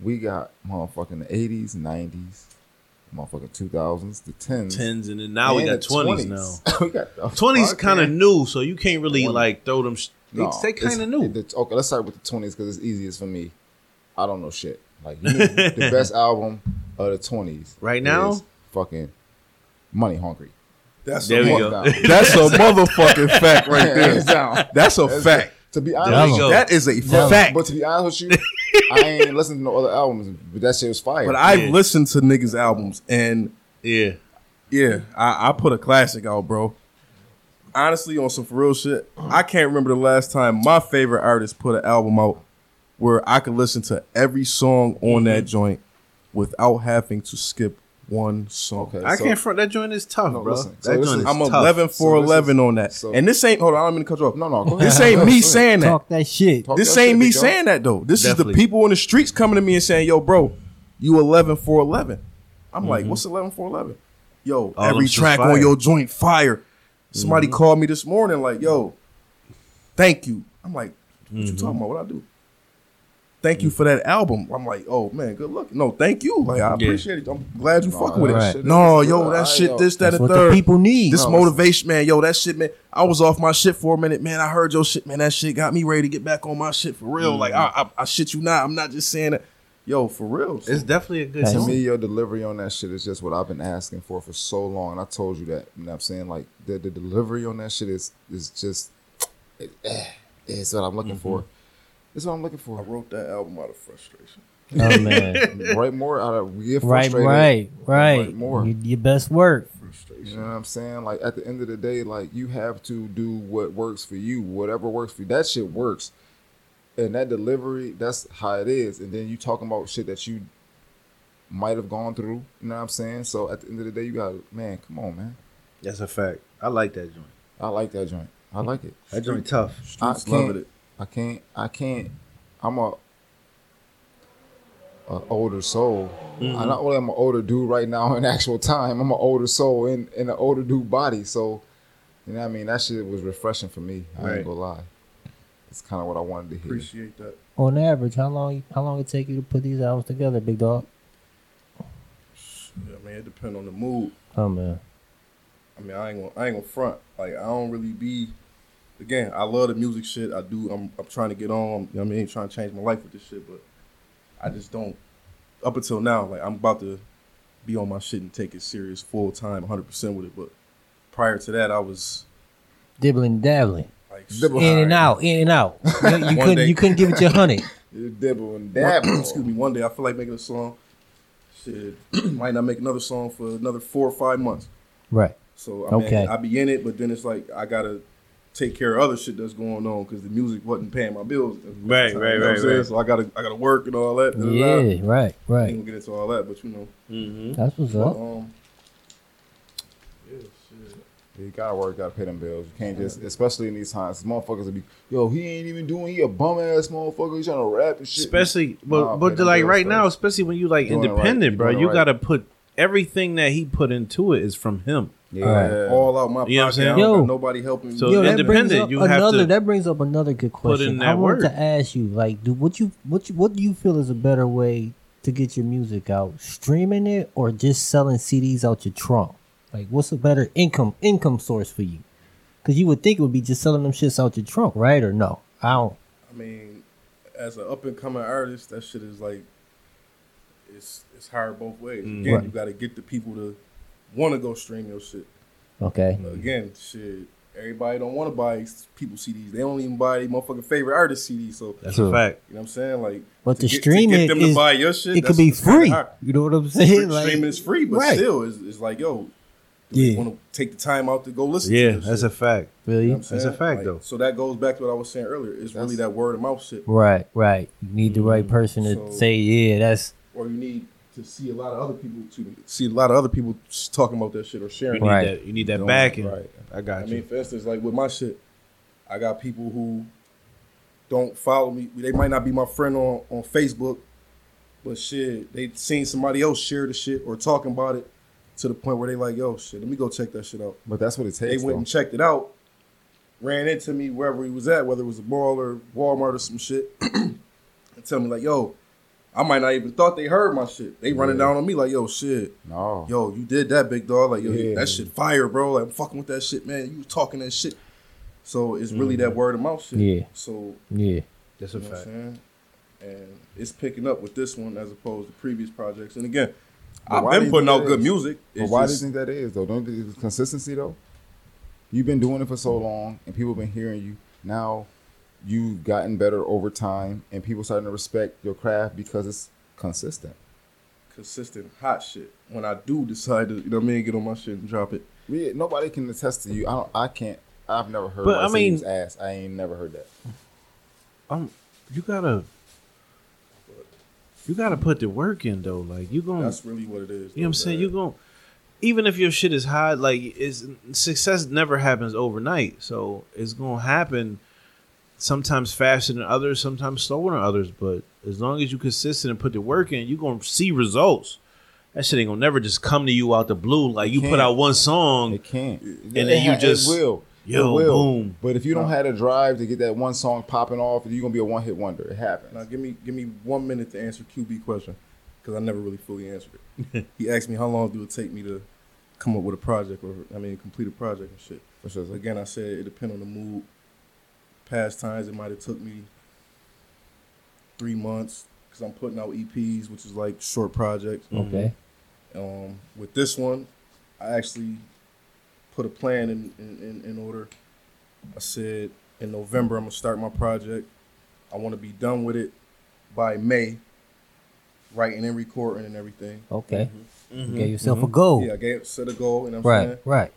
[SPEAKER 4] We got motherfucking the eighties, nineties, motherfucking two thousands, the tens.
[SPEAKER 1] Tens and then now we
[SPEAKER 4] Mm.
[SPEAKER 1] got
[SPEAKER 4] and the
[SPEAKER 1] twenties now.
[SPEAKER 4] 20s. *laughs* we got the
[SPEAKER 1] Twenties kind of
[SPEAKER 4] fucking-
[SPEAKER 1] new, so you can't really
[SPEAKER 4] 20.
[SPEAKER 1] like throw them. Sh-
[SPEAKER 4] No,
[SPEAKER 1] they kind of
[SPEAKER 4] it's-
[SPEAKER 1] new.
[SPEAKER 4] it- okay, let's start with the twenties because it's easiest for me. I don't know shit.
[SPEAKER 1] *laughs*
[SPEAKER 4] Like you know, the best album of the twenties
[SPEAKER 1] Right now?
[SPEAKER 4] fucking money hungry.
[SPEAKER 3] That's
[SPEAKER 1] There
[SPEAKER 3] the
[SPEAKER 1] we
[SPEAKER 3] one. *laughs*
[SPEAKER 1] go.
[SPEAKER 5] That's a
[SPEAKER 1] *laughs*
[SPEAKER 5] motherfucking fact right
[SPEAKER 4] Hands
[SPEAKER 5] there.
[SPEAKER 4] down.
[SPEAKER 5] That's a fact.
[SPEAKER 4] To be
[SPEAKER 1] There
[SPEAKER 4] honest,
[SPEAKER 1] we go.
[SPEAKER 5] That is a
[SPEAKER 4] But-
[SPEAKER 5] fact.
[SPEAKER 4] But to be honest with you, I ain't listened to no other albums, but that shit was fire.
[SPEAKER 5] But
[SPEAKER 4] But
[SPEAKER 5] I've
[SPEAKER 1] Yeah.
[SPEAKER 5] listened to niggas' albums, and
[SPEAKER 1] yeah,
[SPEAKER 5] yeah, I, I put a classic out, bro. Honestly, on some for real shit, I can't remember the last time my favorite artist put an album out where I could listen to every song
[SPEAKER 4] Mm-hmm.
[SPEAKER 5] on that joint without having to skip one song.
[SPEAKER 4] Okay.
[SPEAKER 1] I
[SPEAKER 4] So-
[SPEAKER 1] can't front that joint is tough,
[SPEAKER 4] No,
[SPEAKER 1] bro.
[SPEAKER 4] listen.
[SPEAKER 1] that
[SPEAKER 4] So this
[SPEAKER 1] joint
[SPEAKER 4] is-
[SPEAKER 1] is
[SPEAKER 5] I'm
[SPEAKER 1] tough.
[SPEAKER 5] 11 for
[SPEAKER 4] So this
[SPEAKER 5] 11
[SPEAKER 4] is-
[SPEAKER 5] on that.
[SPEAKER 4] so-
[SPEAKER 5] and this ain't, hold on, I'm going to cut you off.
[SPEAKER 4] no, no, go ahead.
[SPEAKER 5] This ain't
[SPEAKER 4] *laughs* Go
[SPEAKER 5] me
[SPEAKER 4] ahead.
[SPEAKER 5] saying that.
[SPEAKER 2] Talk that shit.
[SPEAKER 4] Talk
[SPEAKER 5] This
[SPEAKER 4] your
[SPEAKER 5] ain't
[SPEAKER 4] shit,
[SPEAKER 5] me
[SPEAKER 4] bro.
[SPEAKER 5] saying that though. This
[SPEAKER 1] Definitely.
[SPEAKER 5] is the people in the streets coming to me and saying, "Yo, bro, you eleven for 11. I'm like, "What's eleven for 11? Yo,
[SPEAKER 1] All them
[SPEAKER 5] every
[SPEAKER 1] shit's
[SPEAKER 5] track
[SPEAKER 1] fire.
[SPEAKER 5] on your joint fire. Somebody called me this morning, like, "Yo, thank you." I'm like, "What you talking about? What I do?" Thank you for that album. I'm like, "Oh man, good luck." No, thank you. Like, I appreciate it. I'm glad you
[SPEAKER 4] No,
[SPEAKER 5] fucking with
[SPEAKER 2] that
[SPEAKER 5] it.
[SPEAKER 4] shit
[SPEAKER 5] No,
[SPEAKER 4] is-
[SPEAKER 5] yo, that
[SPEAKER 4] I-
[SPEAKER 5] shit,
[SPEAKER 4] yo,
[SPEAKER 5] this, that,
[SPEAKER 2] That's
[SPEAKER 5] and
[SPEAKER 2] what
[SPEAKER 5] third.
[SPEAKER 2] the people need.
[SPEAKER 5] This
[SPEAKER 4] No,
[SPEAKER 5] motivation, man. Yo, that shit, man. I was off my shit for a minute, man. I heard your shit, man. That shit got me ready to get back on my shit for real. Like, I, I, I shit you not. I'm not just saying that. Yo, for real.
[SPEAKER 1] It's definitely a good
[SPEAKER 2] Nice.
[SPEAKER 4] To
[SPEAKER 1] song.
[SPEAKER 4] me, your delivery on that shit is just what I've been asking for for so long. And I told you that. You know what I'm saying? Like, the, the delivery on that shit is is just, it, eh, it's what I'm looking
[SPEAKER 2] Mm-hmm.
[SPEAKER 4] for. It's what I'm looking
[SPEAKER 3] I
[SPEAKER 4] for.
[SPEAKER 3] wrote that album out of frustration.
[SPEAKER 2] oh *laughs*
[SPEAKER 4] *laughs*
[SPEAKER 2] man.
[SPEAKER 4] Write more out of, we get
[SPEAKER 2] right,
[SPEAKER 4] frustrated.
[SPEAKER 2] right, right.
[SPEAKER 4] Write more.
[SPEAKER 2] You- your best work.
[SPEAKER 4] You
[SPEAKER 3] Frustration.
[SPEAKER 4] know what I'm saying? Like at the end of the day, like you have to do what works for you, whatever works for you. That shit works, and that delivery, that's how it is. And then you talking about shit that you might have gone through. You know what I'm saying? So at the end of the day, you got to man, come on, man.
[SPEAKER 1] That's a fact. I like that joint.
[SPEAKER 4] I like that joint. I like it.
[SPEAKER 1] That joint tough.
[SPEAKER 4] I
[SPEAKER 5] Streets loving
[SPEAKER 4] can't-
[SPEAKER 5] it.
[SPEAKER 4] I can't. I can't. I'm a, a older soul. I not only am an older dude right now *laughs* in actual time. I'm an older soul in in an older dude body. So, you know, what I mean, that shit was refreshing for me. I
[SPEAKER 1] Right.
[SPEAKER 4] ain't gonna lie. It's kind of what I wanted to hear.
[SPEAKER 3] Appreciate that.
[SPEAKER 2] On average, how long how long it take you to put these albums together, big dog?
[SPEAKER 3] Yeah, I mean, it depends on the mood.
[SPEAKER 2] Oh man.
[SPEAKER 3] I mean, I ain't gonna, I ain't gonna front. Like, I don't really be. Again, I love the music shit. I do. I'm, I'm trying to get on. You know what I mean, trying to change my life with this shit, but I just don't. Up until now, like I'm about to be on my shit and take it serious full time, 100 percent with it. But prior to that, I was
[SPEAKER 2] Dibbling dabbling.
[SPEAKER 3] like,
[SPEAKER 4] Dibble.
[SPEAKER 2] In and out, in and
[SPEAKER 4] *laughs*
[SPEAKER 2] out. You, you
[SPEAKER 3] One
[SPEAKER 2] couldn't
[SPEAKER 3] day.
[SPEAKER 2] you couldn't give it your hundred.
[SPEAKER 4] You dibble and
[SPEAKER 3] one,
[SPEAKER 4] dabble.
[SPEAKER 3] *clears throat* excuse me. One day, I feel like making a song. Shit, *clears throat* might not make another song for another four or five months.
[SPEAKER 2] *laughs* Right.
[SPEAKER 3] So I mean,
[SPEAKER 2] Okay.
[SPEAKER 3] I be in it, but then it's like I gotta take care of other shit that's going on because the music wasn't paying my bills. at the
[SPEAKER 1] Right,
[SPEAKER 3] time,
[SPEAKER 1] right,
[SPEAKER 3] you know what I'm
[SPEAKER 1] right,
[SPEAKER 3] saying?
[SPEAKER 1] right.
[SPEAKER 3] So I gotta, I gotta work and all that. da-da-da.
[SPEAKER 2] Yeah, right,
[SPEAKER 3] I ain't
[SPEAKER 4] Mm-hmm.
[SPEAKER 2] right.
[SPEAKER 3] gonna get into all that, but you know,
[SPEAKER 1] Mm-hmm.
[SPEAKER 2] That's what's
[SPEAKER 3] but,
[SPEAKER 2] up.
[SPEAKER 3] um, yeah, shit.
[SPEAKER 4] You gotta work, gotta pay them bills. You can't just, especially in these times, motherfuckers will be, yo, he ain't even doing, he a bum ass motherfucker. He trying to rap and shit.
[SPEAKER 1] Especially, but
[SPEAKER 4] Nah,
[SPEAKER 1] but
[SPEAKER 4] but
[SPEAKER 1] like
[SPEAKER 4] them
[SPEAKER 1] right
[SPEAKER 4] bills
[SPEAKER 1] now,
[SPEAKER 4] first.
[SPEAKER 1] especially when you like
[SPEAKER 4] Doing it right.
[SPEAKER 1] independent,
[SPEAKER 4] You
[SPEAKER 1] bro,
[SPEAKER 4] doing it
[SPEAKER 1] you
[SPEAKER 4] right.
[SPEAKER 1] gotta put everything that he put into it is from him.
[SPEAKER 4] yeah.
[SPEAKER 2] Alright.
[SPEAKER 3] all out my
[SPEAKER 1] You know what I'm
[SPEAKER 3] pocket.
[SPEAKER 1] saying?
[SPEAKER 3] I don't got
[SPEAKER 2] Yo.
[SPEAKER 3] nobody helping me.
[SPEAKER 1] So
[SPEAKER 2] Yo, that brings
[SPEAKER 1] independent,
[SPEAKER 2] up
[SPEAKER 1] you have
[SPEAKER 2] another,
[SPEAKER 1] to
[SPEAKER 2] that brings up another good question.
[SPEAKER 1] in
[SPEAKER 2] I
[SPEAKER 1] that
[SPEAKER 2] wanted
[SPEAKER 1] work.
[SPEAKER 2] to ask you, like, do what you what you, what do you feel is a better way to get your music out? Streaming it or just selling CDs out your trunk? Like, what's a better income income source for you? Because you would think it would be just selling them shits out your trunk, right? Or no? I don't.
[SPEAKER 3] I mean, as an up and coming artist, that shit is like, it's it's hard both ways.
[SPEAKER 1] Mm.
[SPEAKER 3] Again,
[SPEAKER 2] Right.
[SPEAKER 3] you gotta get the people to want to go stream your shit.
[SPEAKER 2] Okay.
[SPEAKER 1] Mm.
[SPEAKER 3] Again, shit. Everybody don't want to buy s- people CDs. They don't even buy their motherfucking favorite artist CDs. So
[SPEAKER 1] That's
[SPEAKER 2] True.
[SPEAKER 1] a fact.
[SPEAKER 3] you know what I'm saying? Like,
[SPEAKER 2] But
[SPEAKER 3] to
[SPEAKER 2] the
[SPEAKER 3] get- to
[SPEAKER 2] streaming
[SPEAKER 3] get them to
[SPEAKER 2] is-
[SPEAKER 3] buy your shit.
[SPEAKER 2] it could
[SPEAKER 3] that's-
[SPEAKER 2] be
[SPEAKER 3] that's kinda
[SPEAKER 2] free.
[SPEAKER 3] hard.
[SPEAKER 2] You know what I'm
[SPEAKER 3] Free-
[SPEAKER 2] saying? *laughs* Like,
[SPEAKER 3] streaming is free, but
[SPEAKER 2] Right.
[SPEAKER 3] still, it's, it's like yo, do
[SPEAKER 2] Yeah.
[SPEAKER 3] you want to take the time out to go listen.
[SPEAKER 1] Yeah,
[SPEAKER 3] to this
[SPEAKER 1] that's
[SPEAKER 3] shit?
[SPEAKER 1] a fact.
[SPEAKER 3] You
[SPEAKER 2] really?
[SPEAKER 3] know what I'm
[SPEAKER 1] that's a
[SPEAKER 3] saying?
[SPEAKER 1] fact,
[SPEAKER 3] Like,
[SPEAKER 1] though.
[SPEAKER 3] So that goes back to what I was saying earlier. It's really that word of mouth shit,
[SPEAKER 2] Right, right. You need the right person to
[SPEAKER 3] Mm-hmm. So-
[SPEAKER 2] say, yeah, that's
[SPEAKER 3] or you need to see a lot of other people to see a lot of other people s- talking about that shit or
[SPEAKER 1] You
[SPEAKER 3] sharing.
[SPEAKER 1] need
[SPEAKER 3] it.
[SPEAKER 2] Right.
[SPEAKER 1] that. You need that
[SPEAKER 3] Doing
[SPEAKER 1] backing.
[SPEAKER 3] it right.
[SPEAKER 1] I got
[SPEAKER 3] I
[SPEAKER 1] you.
[SPEAKER 3] mean, for instance, like with my shit, I got people who don't follow me. They might not be my friend on, on Facebook, But shit, they seen somebody else share the shit or talking about it to the point where they like, yo, shit, let me go check that shit out.
[SPEAKER 4] But that's what it
[SPEAKER 3] They
[SPEAKER 4] takes.
[SPEAKER 3] went and checked it out, ran into me wherever he was at, whether it was a mall or Walmart or some shit, *clears throat* and tell me like, yo, I might not even thought they heard my shit. They running
[SPEAKER 4] Yeah.
[SPEAKER 3] down on me like, yo, shit,
[SPEAKER 4] though. no.
[SPEAKER 3] yo, you did that, big dog. Like, yo,
[SPEAKER 4] Yeah.
[SPEAKER 3] that shit fire, bro. Like, I'm fucking with that shit, man. You was talking that shit. So it's really that word of mouth shit.
[SPEAKER 2] Yeah.
[SPEAKER 3] So
[SPEAKER 2] Yeah.
[SPEAKER 1] That's
[SPEAKER 3] you
[SPEAKER 1] a
[SPEAKER 3] know what
[SPEAKER 1] fact.
[SPEAKER 3] I'm saying? And it's picking up with this one as opposed to previous projects. And again,
[SPEAKER 4] But
[SPEAKER 3] I've
[SPEAKER 4] why do
[SPEAKER 3] been
[SPEAKER 4] you
[SPEAKER 3] putting
[SPEAKER 4] think
[SPEAKER 3] out
[SPEAKER 4] that
[SPEAKER 3] good
[SPEAKER 4] is?
[SPEAKER 3] music.
[SPEAKER 4] But
[SPEAKER 3] It's
[SPEAKER 4] why do you
[SPEAKER 3] just-
[SPEAKER 4] think that is though? Don't you think it's consistency though? You've been doing it for so long, and people been hearing you. Now, you've gotten better over time, and people starting to respect your craft because it's consistent.
[SPEAKER 3] consistent hot shit. When I do decide to, you know what I mean, get on my shit and drop it.
[SPEAKER 4] We, nobody can attest to you. I don't. I can't. I've never heard.
[SPEAKER 1] But,
[SPEAKER 4] But
[SPEAKER 1] I
[SPEAKER 4] I
[SPEAKER 1] mean-
[SPEAKER 4] mean, ass. I ain't never heard that.
[SPEAKER 1] Um, you gotta, you gotta put the work in though. Like you gonna,
[SPEAKER 3] That's really what it is.
[SPEAKER 1] Hmm. you know what I'm
[SPEAKER 3] though,
[SPEAKER 1] saying.
[SPEAKER 3] man.
[SPEAKER 1] You gonna, even if your shit is high, like is success never happens overnight. So it's gonna happen sometimes faster than others, sometimes slower than others. But as long as you consistent and put the work in, you gonna see results. That shit ain't gonna never just come to you out the blue. Like you put
[SPEAKER 4] can't.
[SPEAKER 1] out one song,
[SPEAKER 4] It can't. And
[SPEAKER 1] Um, then you just-
[SPEAKER 4] it will.
[SPEAKER 1] yo,
[SPEAKER 4] it will.
[SPEAKER 1] boom.
[SPEAKER 4] But if you don't have a drive to get that one song popping off, you're gonna be a one hit wonder. It happens.
[SPEAKER 3] Now give me give me one minute to answer QB question because I never really fully answered it. he asked me how long do it take me to come up with a project or I mean complete a project and shit.
[SPEAKER 4] Which is-
[SPEAKER 3] Again, I said it depend on the mood. Past times it might have took me three months because I'm putting out EPs, which is like short projects.
[SPEAKER 2] Okay.
[SPEAKER 3] Um, with this one, I actually put a plan in, in, in, in order. I said in November I'm gonna start my project. I want to be done with it by May, writing and recording and everything.
[SPEAKER 2] Okay. You gave yourself a goal.
[SPEAKER 3] Mm-hmm.
[SPEAKER 1] Oh.
[SPEAKER 3] Yeah, I gave set a goal, you know what I'm
[SPEAKER 2] right.
[SPEAKER 3] saying?
[SPEAKER 2] Right.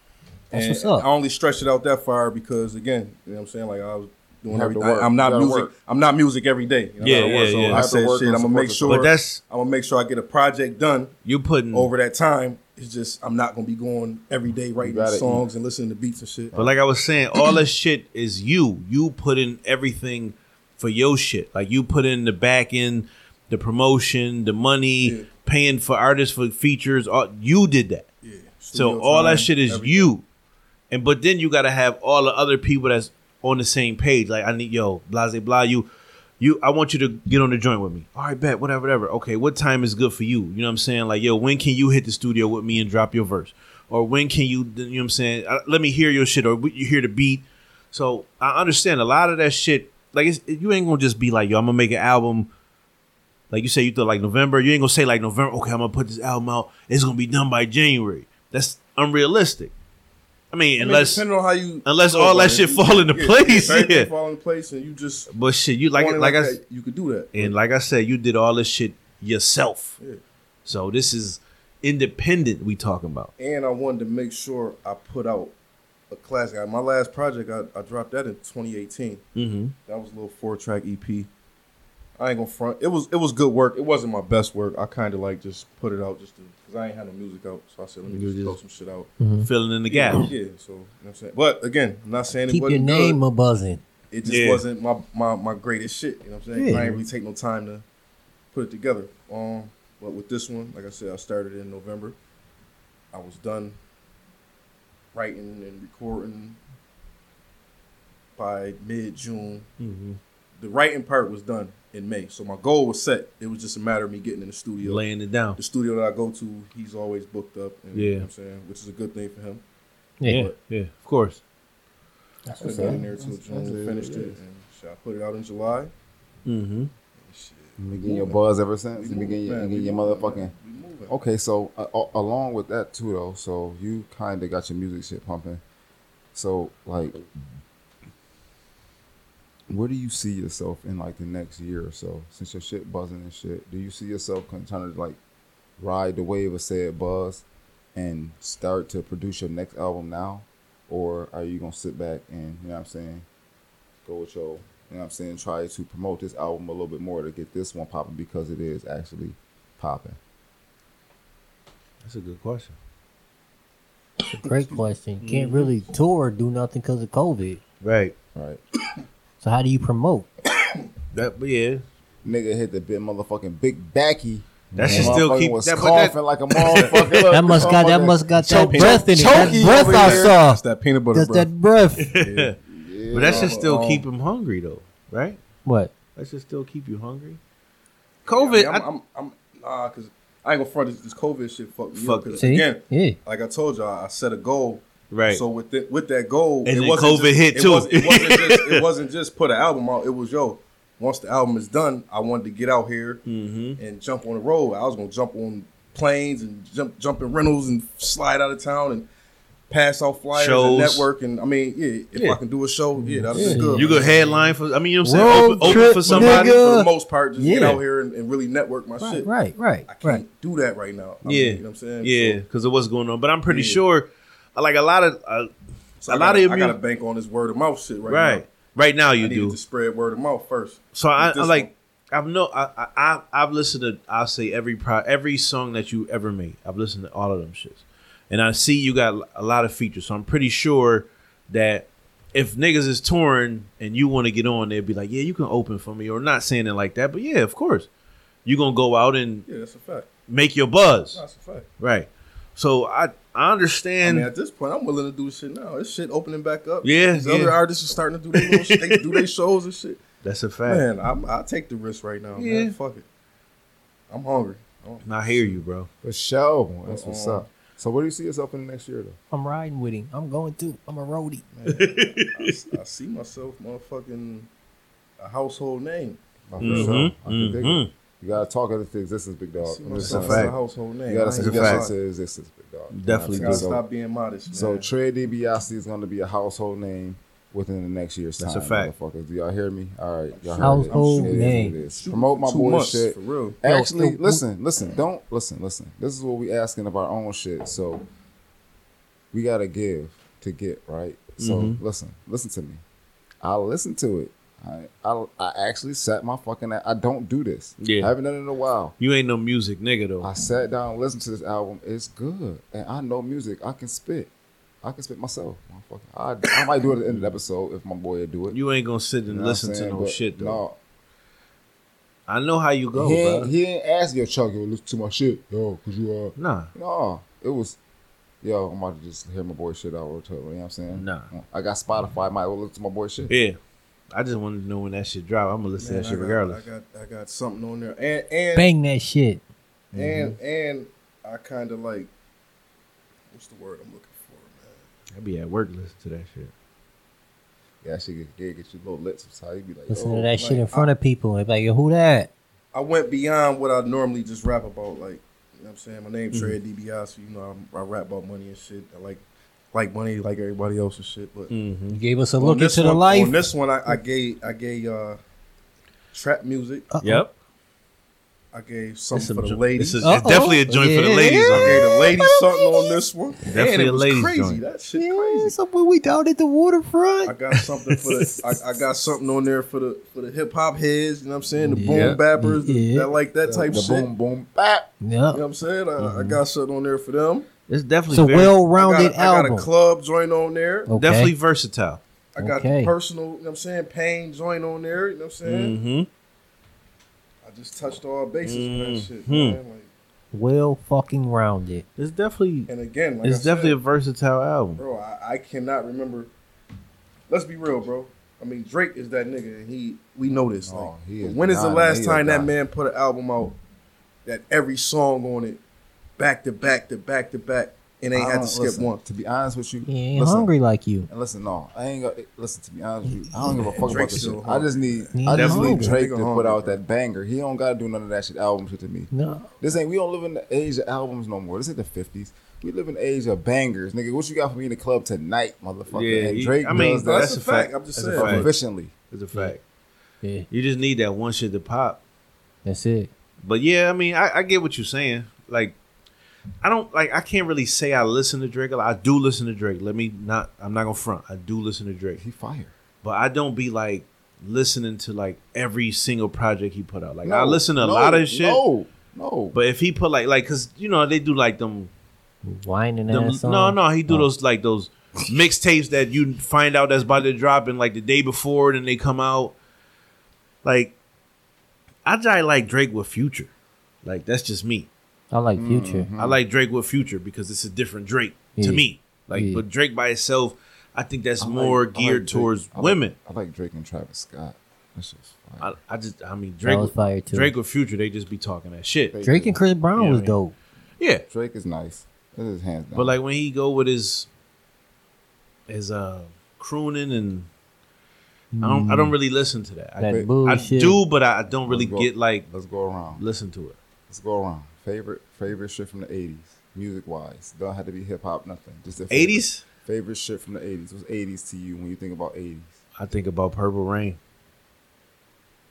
[SPEAKER 2] That's
[SPEAKER 3] and
[SPEAKER 2] what's up.
[SPEAKER 3] I only stretched it out that far because again, you know what I'm saying? Like I was doing
[SPEAKER 4] You have to
[SPEAKER 3] everything.
[SPEAKER 4] work.
[SPEAKER 3] I, am
[SPEAKER 4] You
[SPEAKER 3] not
[SPEAKER 4] gotta
[SPEAKER 3] music.
[SPEAKER 4] work.
[SPEAKER 3] I'm not music every day. You know, I
[SPEAKER 1] Yeah,
[SPEAKER 3] gotta work.
[SPEAKER 1] yeah,
[SPEAKER 3] so
[SPEAKER 1] yeah.
[SPEAKER 3] I
[SPEAKER 1] Have
[SPEAKER 4] to
[SPEAKER 3] said
[SPEAKER 4] work
[SPEAKER 3] shit.
[SPEAKER 4] and
[SPEAKER 3] I'm gonna
[SPEAKER 4] support
[SPEAKER 3] make
[SPEAKER 4] yourself.
[SPEAKER 3] sure.
[SPEAKER 1] But that's
[SPEAKER 3] I'm gonna make sure I get a project done
[SPEAKER 1] you putting
[SPEAKER 3] over that time. It's just I'm not gonna be going every day writing
[SPEAKER 4] gotta
[SPEAKER 3] songs and listening to beats and shit.
[SPEAKER 1] But like I was saying, all that shit is you. You put in everything for your shit. Like you put in the back end, the promotion, the money,
[SPEAKER 3] Yeah.
[SPEAKER 1] paying for artists for features. All, you did that.
[SPEAKER 3] yeah.
[SPEAKER 1] So
[SPEAKER 3] Studio
[SPEAKER 1] all
[SPEAKER 3] time,
[SPEAKER 1] that shit is
[SPEAKER 3] everything.
[SPEAKER 1] you. And but then you gotta have all the other people that's on the same page. Like I need yo, blase blah, you you I want you to get on the joint with me. All right, bet, whatever, whatever. Okay, what time is good for you? You know what I'm saying? Like, yo, when can you hit the studio with me and drop your verse? Or when can you you know what I'm saying? Uh, Let me hear your shit or you hear the beat. So I understand a lot of that shit. Like it's, you ain't gonna just be like, yo, I'm gonna make an album. Like you say, you thought like November. You ain't gonna say like November. Okay, I'm gonna put this album out. It's gonna be done by January. That's unrealistic. I mean,
[SPEAKER 3] I mean,
[SPEAKER 1] unless
[SPEAKER 3] depending on how you
[SPEAKER 1] unless
[SPEAKER 3] go
[SPEAKER 1] all that
[SPEAKER 3] about it,
[SPEAKER 1] shit
[SPEAKER 3] you-
[SPEAKER 1] fall into
[SPEAKER 3] yeah,
[SPEAKER 1] place,
[SPEAKER 3] if everything
[SPEAKER 1] yeah.
[SPEAKER 3] fall into place, and you just
[SPEAKER 1] but shit, you like
[SPEAKER 3] want
[SPEAKER 1] like,
[SPEAKER 3] it
[SPEAKER 1] I
[SPEAKER 3] that,
[SPEAKER 1] s-
[SPEAKER 3] you could do that.
[SPEAKER 1] and like I said, you did all this shit yourself.
[SPEAKER 3] Yeah.
[SPEAKER 1] So this is independent. We talking about
[SPEAKER 3] and I wanted to make sure I put out a classic. I- My last project, I, I dropped that in 2018.
[SPEAKER 1] mm-hmm.
[SPEAKER 3] That was a little four track EP. I ain't gonna front. It was it was good work. It wasn't my best work. I kind of like just put it out just to because I ain't had no music out. So I said let me
[SPEAKER 1] You
[SPEAKER 3] just throw
[SPEAKER 1] just-
[SPEAKER 3] some shit out.
[SPEAKER 1] filling in the gap.
[SPEAKER 3] Yeah. So you know what I'm saying. But again, I'm not saying it
[SPEAKER 2] Keep your
[SPEAKER 3] wasn't
[SPEAKER 2] name
[SPEAKER 3] good.
[SPEAKER 2] a buzzing.
[SPEAKER 3] It just
[SPEAKER 1] Yeah.
[SPEAKER 3] wasn't my, my my greatest shit. You know what I'm saying?
[SPEAKER 1] Yeah.
[SPEAKER 3] I ain't really take no time to put it together. Um, but with this one, like I said, I started in November. I was done writing and recording by mid June.
[SPEAKER 1] Mm-hmm.
[SPEAKER 3] The writing part was done in May, so my goal was set. It was just a matter of me getting in the studio.
[SPEAKER 1] Laying it down.
[SPEAKER 3] The studio that I go to, he's always booked up. And, You
[SPEAKER 1] Yeah.
[SPEAKER 3] know what I'm saying, which is a good thing for him.
[SPEAKER 1] Yeah, yeah, of course.
[SPEAKER 4] That's
[SPEAKER 3] I
[SPEAKER 4] what's
[SPEAKER 3] got
[SPEAKER 4] up.
[SPEAKER 3] in there till
[SPEAKER 4] That's- that's
[SPEAKER 3] June,
[SPEAKER 4] it,
[SPEAKER 3] finished
[SPEAKER 4] it
[SPEAKER 3] it,
[SPEAKER 4] is.
[SPEAKER 3] and shit, I put it out in July.
[SPEAKER 1] Mm-hmm.
[SPEAKER 3] Shit.
[SPEAKER 4] You been getting your buzz ever since. You been getting your,
[SPEAKER 3] Man,
[SPEAKER 4] you
[SPEAKER 3] we
[SPEAKER 4] getting your
[SPEAKER 3] moving, man.
[SPEAKER 4] motherfucking.
[SPEAKER 3] We moving.
[SPEAKER 4] Okay, so uh, a- along with that too, though, so you kind of got your music shit pumping. So like, where do you see yourself in like the next year or so? Since your shit buzzing and shit, do you see yourself con- trying to like ride the wave of said buzz and start to produce your next album now, or are you gonna sit back and you know what I'm saying, go with your you know what I'm saying, try to promote this album a little bit more to get this one popping because it is actually popping.
[SPEAKER 1] That's a good question.
[SPEAKER 3] *laughs*
[SPEAKER 2] Great question.
[SPEAKER 3] Mm-hmm.
[SPEAKER 2] Can't really tour, do nothing because of COVID.
[SPEAKER 1] Right.
[SPEAKER 4] Right.
[SPEAKER 2] So how do you promote?
[SPEAKER 1] That. But yeah.
[SPEAKER 4] nigga hit the big motherfucking big backy.
[SPEAKER 1] That shit still
[SPEAKER 4] Motherfucker
[SPEAKER 1] keep-
[SPEAKER 4] was
[SPEAKER 1] that- but
[SPEAKER 4] coughing
[SPEAKER 1] that-
[SPEAKER 4] like a motherfucker.
[SPEAKER 2] *laughs*
[SPEAKER 4] Look,
[SPEAKER 2] That must got that must got that
[SPEAKER 4] Choky-
[SPEAKER 2] breath in it.
[SPEAKER 4] choky
[SPEAKER 2] That breath
[SPEAKER 4] over
[SPEAKER 2] I
[SPEAKER 4] here.
[SPEAKER 2] saw.
[SPEAKER 5] That's that peanut butter
[SPEAKER 2] That's
[SPEAKER 5] breath.
[SPEAKER 2] that breath.
[SPEAKER 1] *laughs*
[SPEAKER 3] *laughs*
[SPEAKER 1] but that should still
[SPEAKER 3] Um,
[SPEAKER 1] keep him hungry though, right?
[SPEAKER 2] What?
[SPEAKER 1] That should still keep you hungry. COVID,
[SPEAKER 3] I
[SPEAKER 1] I
[SPEAKER 3] am I'm, I'm, nah, cause I ain't gonna front this, this COVID shit. Fuck me up.
[SPEAKER 1] Fuck
[SPEAKER 3] Cause
[SPEAKER 2] See?
[SPEAKER 3] again,
[SPEAKER 2] Yeah.
[SPEAKER 3] like I told y'all, I set a goal.
[SPEAKER 1] right.
[SPEAKER 3] So with the, with that goal,
[SPEAKER 1] And then
[SPEAKER 3] wasn't
[SPEAKER 1] COVID
[SPEAKER 3] just-
[SPEAKER 1] hit,
[SPEAKER 3] it
[SPEAKER 1] too.
[SPEAKER 3] wasn't- It wasn't, just, it wasn't just put an album out. It was yo. Once the album is done, I wanted to get out here
[SPEAKER 1] mm-hmm.
[SPEAKER 3] and jump on the road. I was gonna jump on planes and jump jump in rentals and slide out of town and pass out flyers
[SPEAKER 1] Shows.
[SPEAKER 3] and network. And I mean, yeah, if
[SPEAKER 1] Yeah.
[SPEAKER 3] I can do a show, yeah, that'd
[SPEAKER 2] Yeah.
[SPEAKER 3] be good.
[SPEAKER 1] You go headline for. I mean, you know what I'm saying.
[SPEAKER 2] Road
[SPEAKER 1] open, open
[SPEAKER 2] trip,
[SPEAKER 1] for somebody.
[SPEAKER 2] nigga.
[SPEAKER 3] for the most part, just get
[SPEAKER 1] Yeah.
[SPEAKER 3] out here and, and really network my
[SPEAKER 2] Right,
[SPEAKER 3] shit.
[SPEAKER 2] right, right,
[SPEAKER 3] I can't
[SPEAKER 2] right.
[SPEAKER 3] do that right now. I
[SPEAKER 1] Yeah.
[SPEAKER 3] mean, you know what I'm saying?
[SPEAKER 1] Yeah,
[SPEAKER 3] So-
[SPEAKER 1] because of what's going on. But I'm pretty
[SPEAKER 3] Yeah.
[SPEAKER 1] sure, like a lot of uh,
[SPEAKER 3] so
[SPEAKER 1] A
[SPEAKER 3] I
[SPEAKER 1] lot
[SPEAKER 3] gotta,
[SPEAKER 1] of your
[SPEAKER 3] I gotta
[SPEAKER 1] mu-
[SPEAKER 3] bank on this word of mouth shit right,
[SPEAKER 1] right,
[SPEAKER 3] now.
[SPEAKER 1] right now
[SPEAKER 3] I
[SPEAKER 1] you
[SPEAKER 3] needed
[SPEAKER 1] do.
[SPEAKER 3] to spread word of mouth first.
[SPEAKER 1] So I,
[SPEAKER 3] with
[SPEAKER 1] I
[SPEAKER 3] this
[SPEAKER 1] like I've no I, I I- I've listened to I'll say every pro, every song that you ever made. I've listened to all of them shits, and I see you got a lot of features. So I'm pretty sure that if niggas is touring and you want to get on, they'd be like, yeah, you can open for me, or not saying it like that, but yeah, of course, you gonna go out and
[SPEAKER 3] Yeah, that's a fact.
[SPEAKER 1] make your buzz,
[SPEAKER 3] That's a fact.
[SPEAKER 1] right? So I I
[SPEAKER 3] I
[SPEAKER 1] understand.
[SPEAKER 3] mean, at this point, I'm willing to do shit now. This shit opening back up.
[SPEAKER 1] Yeah,
[SPEAKER 3] These
[SPEAKER 1] yeah.
[SPEAKER 3] other artists are starting to do their little shit. They
[SPEAKER 1] *laughs*
[SPEAKER 3] do their shows and shit.
[SPEAKER 1] that's a fact.
[SPEAKER 3] Man, I'm, I take the risk right now.
[SPEAKER 1] Yeah.
[SPEAKER 3] Man. Fuck it. I'm hungry. I'm-
[SPEAKER 1] And I hear you, bro.
[SPEAKER 4] For sure. That's what's
[SPEAKER 3] Uh-uh.
[SPEAKER 1] Mm-hmm.
[SPEAKER 4] up. So where do you see yourself in the next year though?
[SPEAKER 2] I'm riding with him. I'm going through. I'm a roadie.
[SPEAKER 3] I, I see myself motherfucking a household name.
[SPEAKER 4] Oh, for
[SPEAKER 1] Mhm,
[SPEAKER 4] sure. I can dig
[SPEAKER 1] mhm.
[SPEAKER 4] it. You gotta talk it into existence, big
[SPEAKER 3] I
[SPEAKER 4] dog.
[SPEAKER 3] see
[SPEAKER 4] I'm just
[SPEAKER 3] myself
[SPEAKER 1] a
[SPEAKER 3] as
[SPEAKER 1] fact.
[SPEAKER 4] saying.
[SPEAKER 3] a household name.
[SPEAKER 4] You gotta
[SPEAKER 3] I ain't
[SPEAKER 4] see
[SPEAKER 1] It's a
[SPEAKER 3] gonna
[SPEAKER 1] fact.
[SPEAKER 4] yourself
[SPEAKER 3] stop.
[SPEAKER 4] into existence, big dog. You know
[SPEAKER 1] Definitely
[SPEAKER 4] what
[SPEAKER 3] gotta
[SPEAKER 4] I'm
[SPEAKER 1] do.
[SPEAKER 4] saying?
[SPEAKER 3] stop being modest. Man.
[SPEAKER 4] So Trey DiBiase is going to be a household name within the next year's
[SPEAKER 1] That's
[SPEAKER 4] time.
[SPEAKER 1] a fact.
[SPEAKER 4] motherfuckers. Do y'all hear me? All right, y'all heard it.
[SPEAKER 2] Household
[SPEAKER 4] It is what
[SPEAKER 2] name.
[SPEAKER 4] it is.
[SPEAKER 3] Shoot
[SPEAKER 4] Promote
[SPEAKER 3] for
[SPEAKER 4] my
[SPEAKER 3] two
[SPEAKER 4] boy
[SPEAKER 3] months,
[SPEAKER 4] shit.
[SPEAKER 3] for real.
[SPEAKER 4] Actually,
[SPEAKER 2] Yo, yo,
[SPEAKER 4] listen, listen. Don't listen, listen. This is what we asking of our own shit. So we gotta give to get right. So
[SPEAKER 1] Mhm.
[SPEAKER 4] listen, listen to me. I listened to it. I, I I actually sat my fucking. I don't do this.
[SPEAKER 1] Yeah.
[SPEAKER 4] I haven't done it in a while.
[SPEAKER 1] You ain't no music nigga though.
[SPEAKER 4] I sat down and listened to this album. It's good. And I know music. I can spit. I can spit myself. motherfucker. I, I might do it at the end of the episode if my boy would do it.
[SPEAKER 1] you ain't gonna sit and
[SPEAKER 4] You know what
[SPEAKER 1] listen
[SPEAKER 4] I'm
[SPEAKER 1] to
[SPEAKER 4] saying?
[SPEAKER 1] no
[SPEAKER 4] But
[SPEAKER 1] shit though.
[SPEAKER 4] No,
[SPEAKER 1] I know how you go,
[SPEAKER 4] he,
[SPEAKER 1] bro.
[SPEAKER 4] ain't, he ain't ask yo, Chuck, yo, listen to my shit. Yo, cause you uh
[SPEAKER 1] Nah,
[SPEAKER 4] No, it was, yo, I'm about to just hear my boy shit out real quick. You know what I'm saying?
[SPEAKER 1] Nah.
[SPEAKER 4] I got Spotify. Might as well listen to my boy shit.
[SPEAKER 1] yeah. I just wanted to know when that shit drop. I'm gonna listen
[SPEAKER 3] Man,
[SPEAKER 1] to that
[SPEAKER 3] I
[SPEAKER 1] shit
[SPEAKER 3] got-
[SPEAKER 1] regardless.
[SPEAKER 3] I got, I got something on there, and and
[SPEAKER 2] Bang that shit.
[SPEAKER 4] Mm-hmm.
[SPEAKER 3] and and I kind of like what's the word I'm looking for, man?
[SPEAKER 1] I be at work listening to that shit.
[SPEAKER 4] Yeah, that shit get, get, get you a little lit sometimes. You be like,
[SPEAKER 2] Listen
[SPEAKER 4] yo,
[SPEAKER 2] to that
[SPEAKER 3] like,
[SPEAKER 2] shit in front of people. They be like, yo, who that?
[SPEAKER 3] I went beyond what I normally just rap about. Like, you know what I'm saying? My name's Trey DiBiase. You know, I'm, I rap about money and shit. I like like money, like everybody else and shit. But
[SPEAKER 1] Mm-hmm.
[SPEAKER 2] You gave us a
[SPEAKER 3] on
[SPEAKER 2] look
[SPEAKER 3] this
[SPEAKER 2] into the
[SPEAKER 3] one-
[SPEAKER 2] life.
[SPEAKER 3] On this one, I, I gave I gave uh, trap music.
[SPEAKER 2] Uh-oh.
[SPEAKER 1] Yep.
[SPEAKER 3] I gave
[SPEAKER 1] Uh, This
[SPEAKER 3] something
[SPEAKER 1] some
[SPEAKER 3] for the
[SPEAKER 1] jo-
[SPEAKER 3] ladies.
[SPEAKER 1] This is
[SPEAKER 3] I
[SPEAKER 2] Uh-oh.
[SPEAKER 1] it's definitely a joint for the
[SPEAKER 2] Yeah.
[SPEAKER 1] ladies. on
[SPEAKER 3] gave
[SPEAKER 1] there.
[SPEAKER 3] the ladies something on this one.
[SPEAKER 1] Definitely
[SPEAKER 3] and it
[SPEAKER 1] a
[SPEAKER 3] was
[SPEAKER 1] ladies
[SPEAKER 3] crazy.
[SPEAKER 1] joint.
[SPEAKER 3] That shit
[SPEAKER 2] Yeah,
[SPEAKER 3] crazy.
[SPEAKER 2] so when we down at the
[SPEAKER 3] I
[SPEAKER 2] waterfront.
[SPEAKER 3] got something for the I, I got something on there for the for the hip hop heads, you know what I'm saying? The
[SPEAKER 4] Yeah.
[SPEAKER 3] boom bappers, the-
[SPEAKER 2] Yeah.
[SPEAKER 3] that like that
[SPEAKER 4] the-
[SPEAKER 3] type
[SPEAKER 4] the
[SPEAKER 3] shit.
[SPEAKER 4] boom, boom, bap.
[SPEAKER 2] Yep.
[SPEAKER 3] You know what I'm saying? I, I got something on there for them.
[SPEAKER 1] It's definitely
[SPEAKER 2] It's a
[SPEAKER 1] very-
[SPEAKER 2] well-rounded
[SPEAKER 3] I, got, I got a
[SPEAKER 2] album.
[SPEAKER 3] club joint on there.
[SPEAKER 2] Okay.
[SPEAKER 1] definitely versatile.
[SPEAKER 3] I got
[SPEAKER 2] Okay.
[SPEAKER 3] personal, you know what I'm saying, pain joint on there, you know what I'm saying?
[SPEAKER 1] Mm-hmm.
[SPEAKER 4] Mm-hmm.
[SPEAKER 3] I just touched all bases with that shit,
[SPEAKER 1] Mhm.
[SPEAKER 3] man. Like,
[SPEAKER 2] Well fucking rounded.
[SPEAKER 1] It's definitely
[SPEAKER 3] and again, like
[SPEAKER 1] it's
[SPEAKER 3] I
[SPEAKER 1] definitely a
[SPEAKER 3] said,
[SPEAKER 1] versatile album.
[SPEAKER 3] bro, I, I cannot remember. Let's be real, bro. I mean, Drake is that nigga, and he we know this.
[SPEAKER 4] Oh,
[SPEAKER 3] Like,
[SPEAKER 4] he is
[SPEAKER 3] when is the
[SPEAKER 4] dying. He
[SPEAKER 3] last
[SPEAKER 4] is
[SPEAKER 3] time that
[SPEAKER 4] dying.
[SPEAKER 3] man put an album out that every song on it back to back to back to back and ain't
[SPEAKER 4] I
[SPEAKER 3] had to
[SPEAKER 4] don't-
[SPEAKER 3] skip
[SPEAKER 4] Uh, listen,
[SPEAKER 3] one?
[SPEAKER 4] To be honest with you,
[SPEAKER 2] He ain't
[SPEAKER 4] listen,
[SPEAKER 2] hungry like you.
[SPEAKER 4] And listen, no, I ain't gonna listen. To be honest with you, I don't give a fuck about
[SPEAKER 3] Drake's
[SPEAKER 4] this shit.
[SPEAKER 3] still
[SPEAKER 4] I just need, I
[SPEAKER 2] He
[SPEAKER 4] just need
[SPEAKER 2] hungry.
[SPEAKER 4] Drake to
[SPEAKER 3] Nigga
[SPEAKER 4] put
[SPEAKER 3] hungry,
[SPEAKER 4] out
[SPEAKER 3] bro.
[SPEAKER 4] that banger. He don't gotta do none of that shit album shit to me.
[SPEAKER 2] No.
[SPEAKER 4] This ain't. We don't live in the age of albums no more. This ain't the fifties. We live in the age of bangers, nigga. What you got for me in the club tonight, motherfucker?
[SPEAKER 1] Yeah,
[SPEAKER 4] and
[SPEAKER 1] he-
[SPEAKER 4] Drake
[SPEAKER 1] I mean
[SPEAKER 4] does that
[SPEAKER 1] that's,
[SPEAKER 3] That's
[SPEAKER 1] a
[SPEAKER 3] a
[SPEAKER 1] fact.
[SPEAKER 3] fact. I'm just
[SPEAKER 1] That's a
[SPEAKER 3] saying.
[SPEAKER 1] fact.
[SPEAKER 4] proficiently.
[SPEAKER 1] It's a fact.
[SPEAKER 2] Yeah,
[SPEAKER 1] You just need that one shit to pop.
[SPEAKER 2] that's it.
[SPEAKER 1] But yeah, I mean, I, I get what you're saying. Like, I don't like. I can't really say I listen to Drake. a lot. I do listen to Drake. Let me not. I'm not gonna front. I do listen to Drake,
[SPEAKER 4] He fire.
[SPEAKER 1] but I don't be like listening to like every single project he put out. Like, I
[SPEAKER 4] No,
[SPEAKER 1] listen to a
[SPEAKER 4] no,
[SPEAKER 1] lot of shit.
[SPEAKER 4] No, no.
[SPEAKER 1] But if he put like like, cause you know they do like them.
[SPEAKER 2] Whining
[SPEAKER 1] them
[SPEAKER 2] ass song.
[SPEAKER 1] no, no, he do
[SPEAKER 2] Oh.
[SPEAKER 1] those like those mixtapes that you find out that's about to drop and like the day before, then they come out. Like, I just like Drake with Future. Like that's just me.
[SPEAKER 2] I like Future.
[SPEAKER 1] I
[SPEAKER 4] Mm.
[SPEAKER 1] like Drake with Future because it's a different Drake to
[SPEAKER 2] Yeah.
[SPEAKER 1] me. Like,
[SPEAKER 2] Yeah.
[SPEAKER 1] but Drake by itself, I think that's
[SPEAKER 4] I like-
[SPEAKER 1] more
[SPEAKER 4] I like
[SPEAKER 1] geared
[SPEAKER 4] Drake.
[SPEAKER 1] towards
[SPEAKER 4] I like-
[SPEAKER 1] women.
[SPEAKER 4] I like Drake and Travis Scott. That shit's fire.
[SPEAKER 1] I, I just, I mean,
[SPEAKER 2] Drake
[SPEAKER 1] Drake,
[SPEAKER 2] that was fire too.
[SPEAKER 1] Drake with Future, they just be talking that shit.
[SPEAKER 4] They
[SPEAKER 2] Drake
[SPEAKER 4] do.
[SPEAKER 2] and Chris Brown
[SPEAKER 1] Yeah,
[SPEAKER 2] was
[SPEAKER 1] man.
[SPEAKER 2] dope.
[SPEAKER 1] Yeah,
[SPEAKER 4] Drake is nice. That is hands down.
[SPEAKER 1] but like when he go with his, his uh crooning and I don't, I don't really listen to that. I,
[SPEAKER 2] That
[SPEAKER 1] I
[SPEAKER 2] bullshit.
[SPEAKER 1] do, but I don't really
[SPEAKER 4] Let's go-
[SPEAKER 1] get like
[SPEAKER 4] let's go around.
[SPEAKER 1] listen to it.
[SPEAKER 4] Let's go around. Favorite favorite shit from the eighties, music wise. Don't have to be hip hop, nothing. Just the
[SPEAKER 1] Eighties,
[SPEAKER 4] Favorite shit from the eighties. What's eighties to you when you think about eighties?
[SPEAKER 1] I think about Purple Rain.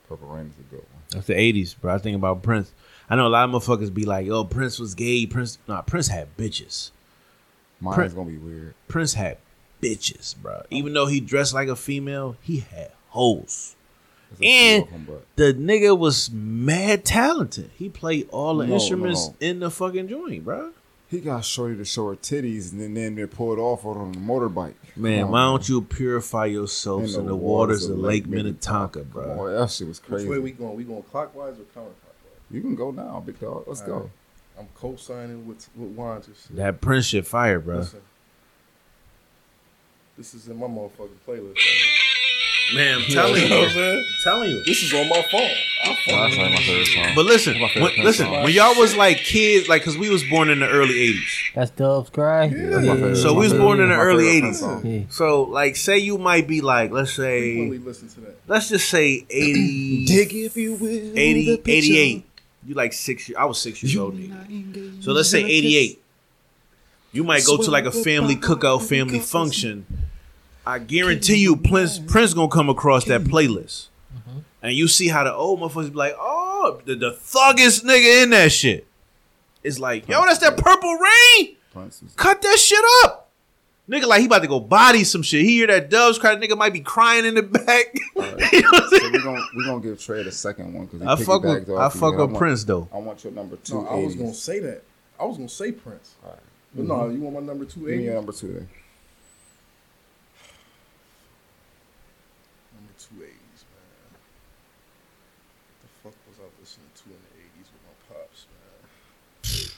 [SPEAKER 4] Purple Rain is a good one.
[SPEAKER 1] That's the eighties, bro. I think about Prince. I know a lot of motherfuckers be like, "Oh, Prince was gay. Prince, nah, Prince had bitches.
[SPEAKER 4] Mine's
[SPEAKER 1] Prince-
[SPEAKER 4] gonna be weird.
[SPEAKER 1] Prince had bitches, bro. Even though he dressed like a female, he had hoes.
[SPEAKER 4] There's a few
[SPEAKER 1] And-
[SPEAKER 4] of 'em, but
[SPEAKER 1] The nigga was mad talented. He played all the
[SPEAKER 4] No, no,
[SPEAKER 1] instruments
[SPEAKER 4] no.
[SPEAKER 1] in the fucking joint, bro.
[SPEAKER 4] he got shorty to show her titties and then then they pulled off on a motorbike.
[SPEAKER 1] Man,
[SPEAKER 4] Come
[SPEAKER 1] why
[SPEAKER 4] on,
[SPEAKER 1] don't you purify yourselves in the, waters of Lake Minnetonka,
[SPEAKER 4] man.
[SPEAKER 1] bro?
[SPEAKER 4] Boy, that shit was
[SPEAKER 3] Which
[SPEAKER 4] crazy.
[SPEAKER 3] way we going? We going clockwise or counterclockwise?
[SPEAKER 4] you can go now, big dog. Let's
[SPEAKER 3] All
[SPEAKER 4] go.
[SPEAKER 3] right. I'm co-signing with with Juan just said.
[SPEAKER 1] That Prince shit fire, bro.
[SPEAKER 3] Listen. This is in my motherfucking playlist. man.
[SPEAKER 1] *laughs* Man, I'm telling
[SPEAKER 3] You
[SPEAKER 1] you,
[SPEAKER 3] know what I'm
[SPEAKER 1] I'm
[SPEAKER 3] saying?
[SPEAKER 1] telling you.
[SPEAKER 3] This is on my phone. I
[SPEAKER 4] Oh,
[SPEAKER 3] fuck.
[SPEAKER 4] that's like my favorite song.
[SPEAKER 1] But listen,
[SPEAKER 4] My favorite
[SPEAKER 1] when,
[SPEAKER 4] Prince
[SPEAKER 1] listen,
[SPEAKER 4] song.
[SPEAKER 1] when y'all was like kids, like, cause we was born in the early '80s,
[SPEAKER 2] That's Dove's Cry.
[SPEAKER 4] That's my favorite-
[SPEAKER 1] So we
[SPEAKER 4] my
[SPEAKER 1] was
[SPEAKER 4] favorite-
[SPEAKER 1] born in the
[SPEAKER 4] my
[SPEAKER 1] early
[SPEAKER 4] favorite
[SPEAKER 1] 80s.
[SPEAKER 4] song.
[SPEAKER 2] Yeah.
[SPEAKER 1] so like, say you might be like, let's
[SPEAKER 3] Frequently
[SPEAKER 1] say,
[SPEAKER 3] listen to that.
[SPEAKER 1] let's just say
[SPEAKER 4] *clears throat*
[SPEAKER 1] 80,
[SPEAKER 4] if you will.
[SPEAKER 1] 80 88. You like six? year- I was six years old. Nigga. So let's say 88. You might go to like a family cookout, family function. I guarantee you, Prince Prince gonna come across that playlist, and you see how the old motherfuckers be like, "Oh, the, the thuggest nigga in that shit." It's like, yo, that's that Purple Rain.
[SPEAKER 4] Prince
[SPEAKER 1] *laughs*
[SPEAKER 4] was
[SPEAKER 1] Cut that shit up. Nigga, like he about to go body some shit. He hear that doves cry. Nigga might be crying in the back. *laughs* You know what I'm
[SPEAKER 4] So
[SPEAKER 1] saying?
[SPEAKER 4] we're gonna we're gonna give Trey the second one because
[SPEAKER 1] I fuck with I fuck with Prince though.
[SPEAKER 4] I want your number two.
[SPEAKER 3] No, I was gonna say that. I was gonna say Prince.
[SPEAKER 4] Alright.
[SPEAKER 3] But no, you want my number two
[SPEAKER 4] Give me um,
[SPEAKER 3] eighty?
[SPEAKER 4] your number two. Then.
[SPEAKER 3] Number two eighties, man. What the fuck was I listening to in the eighties with my pops, man?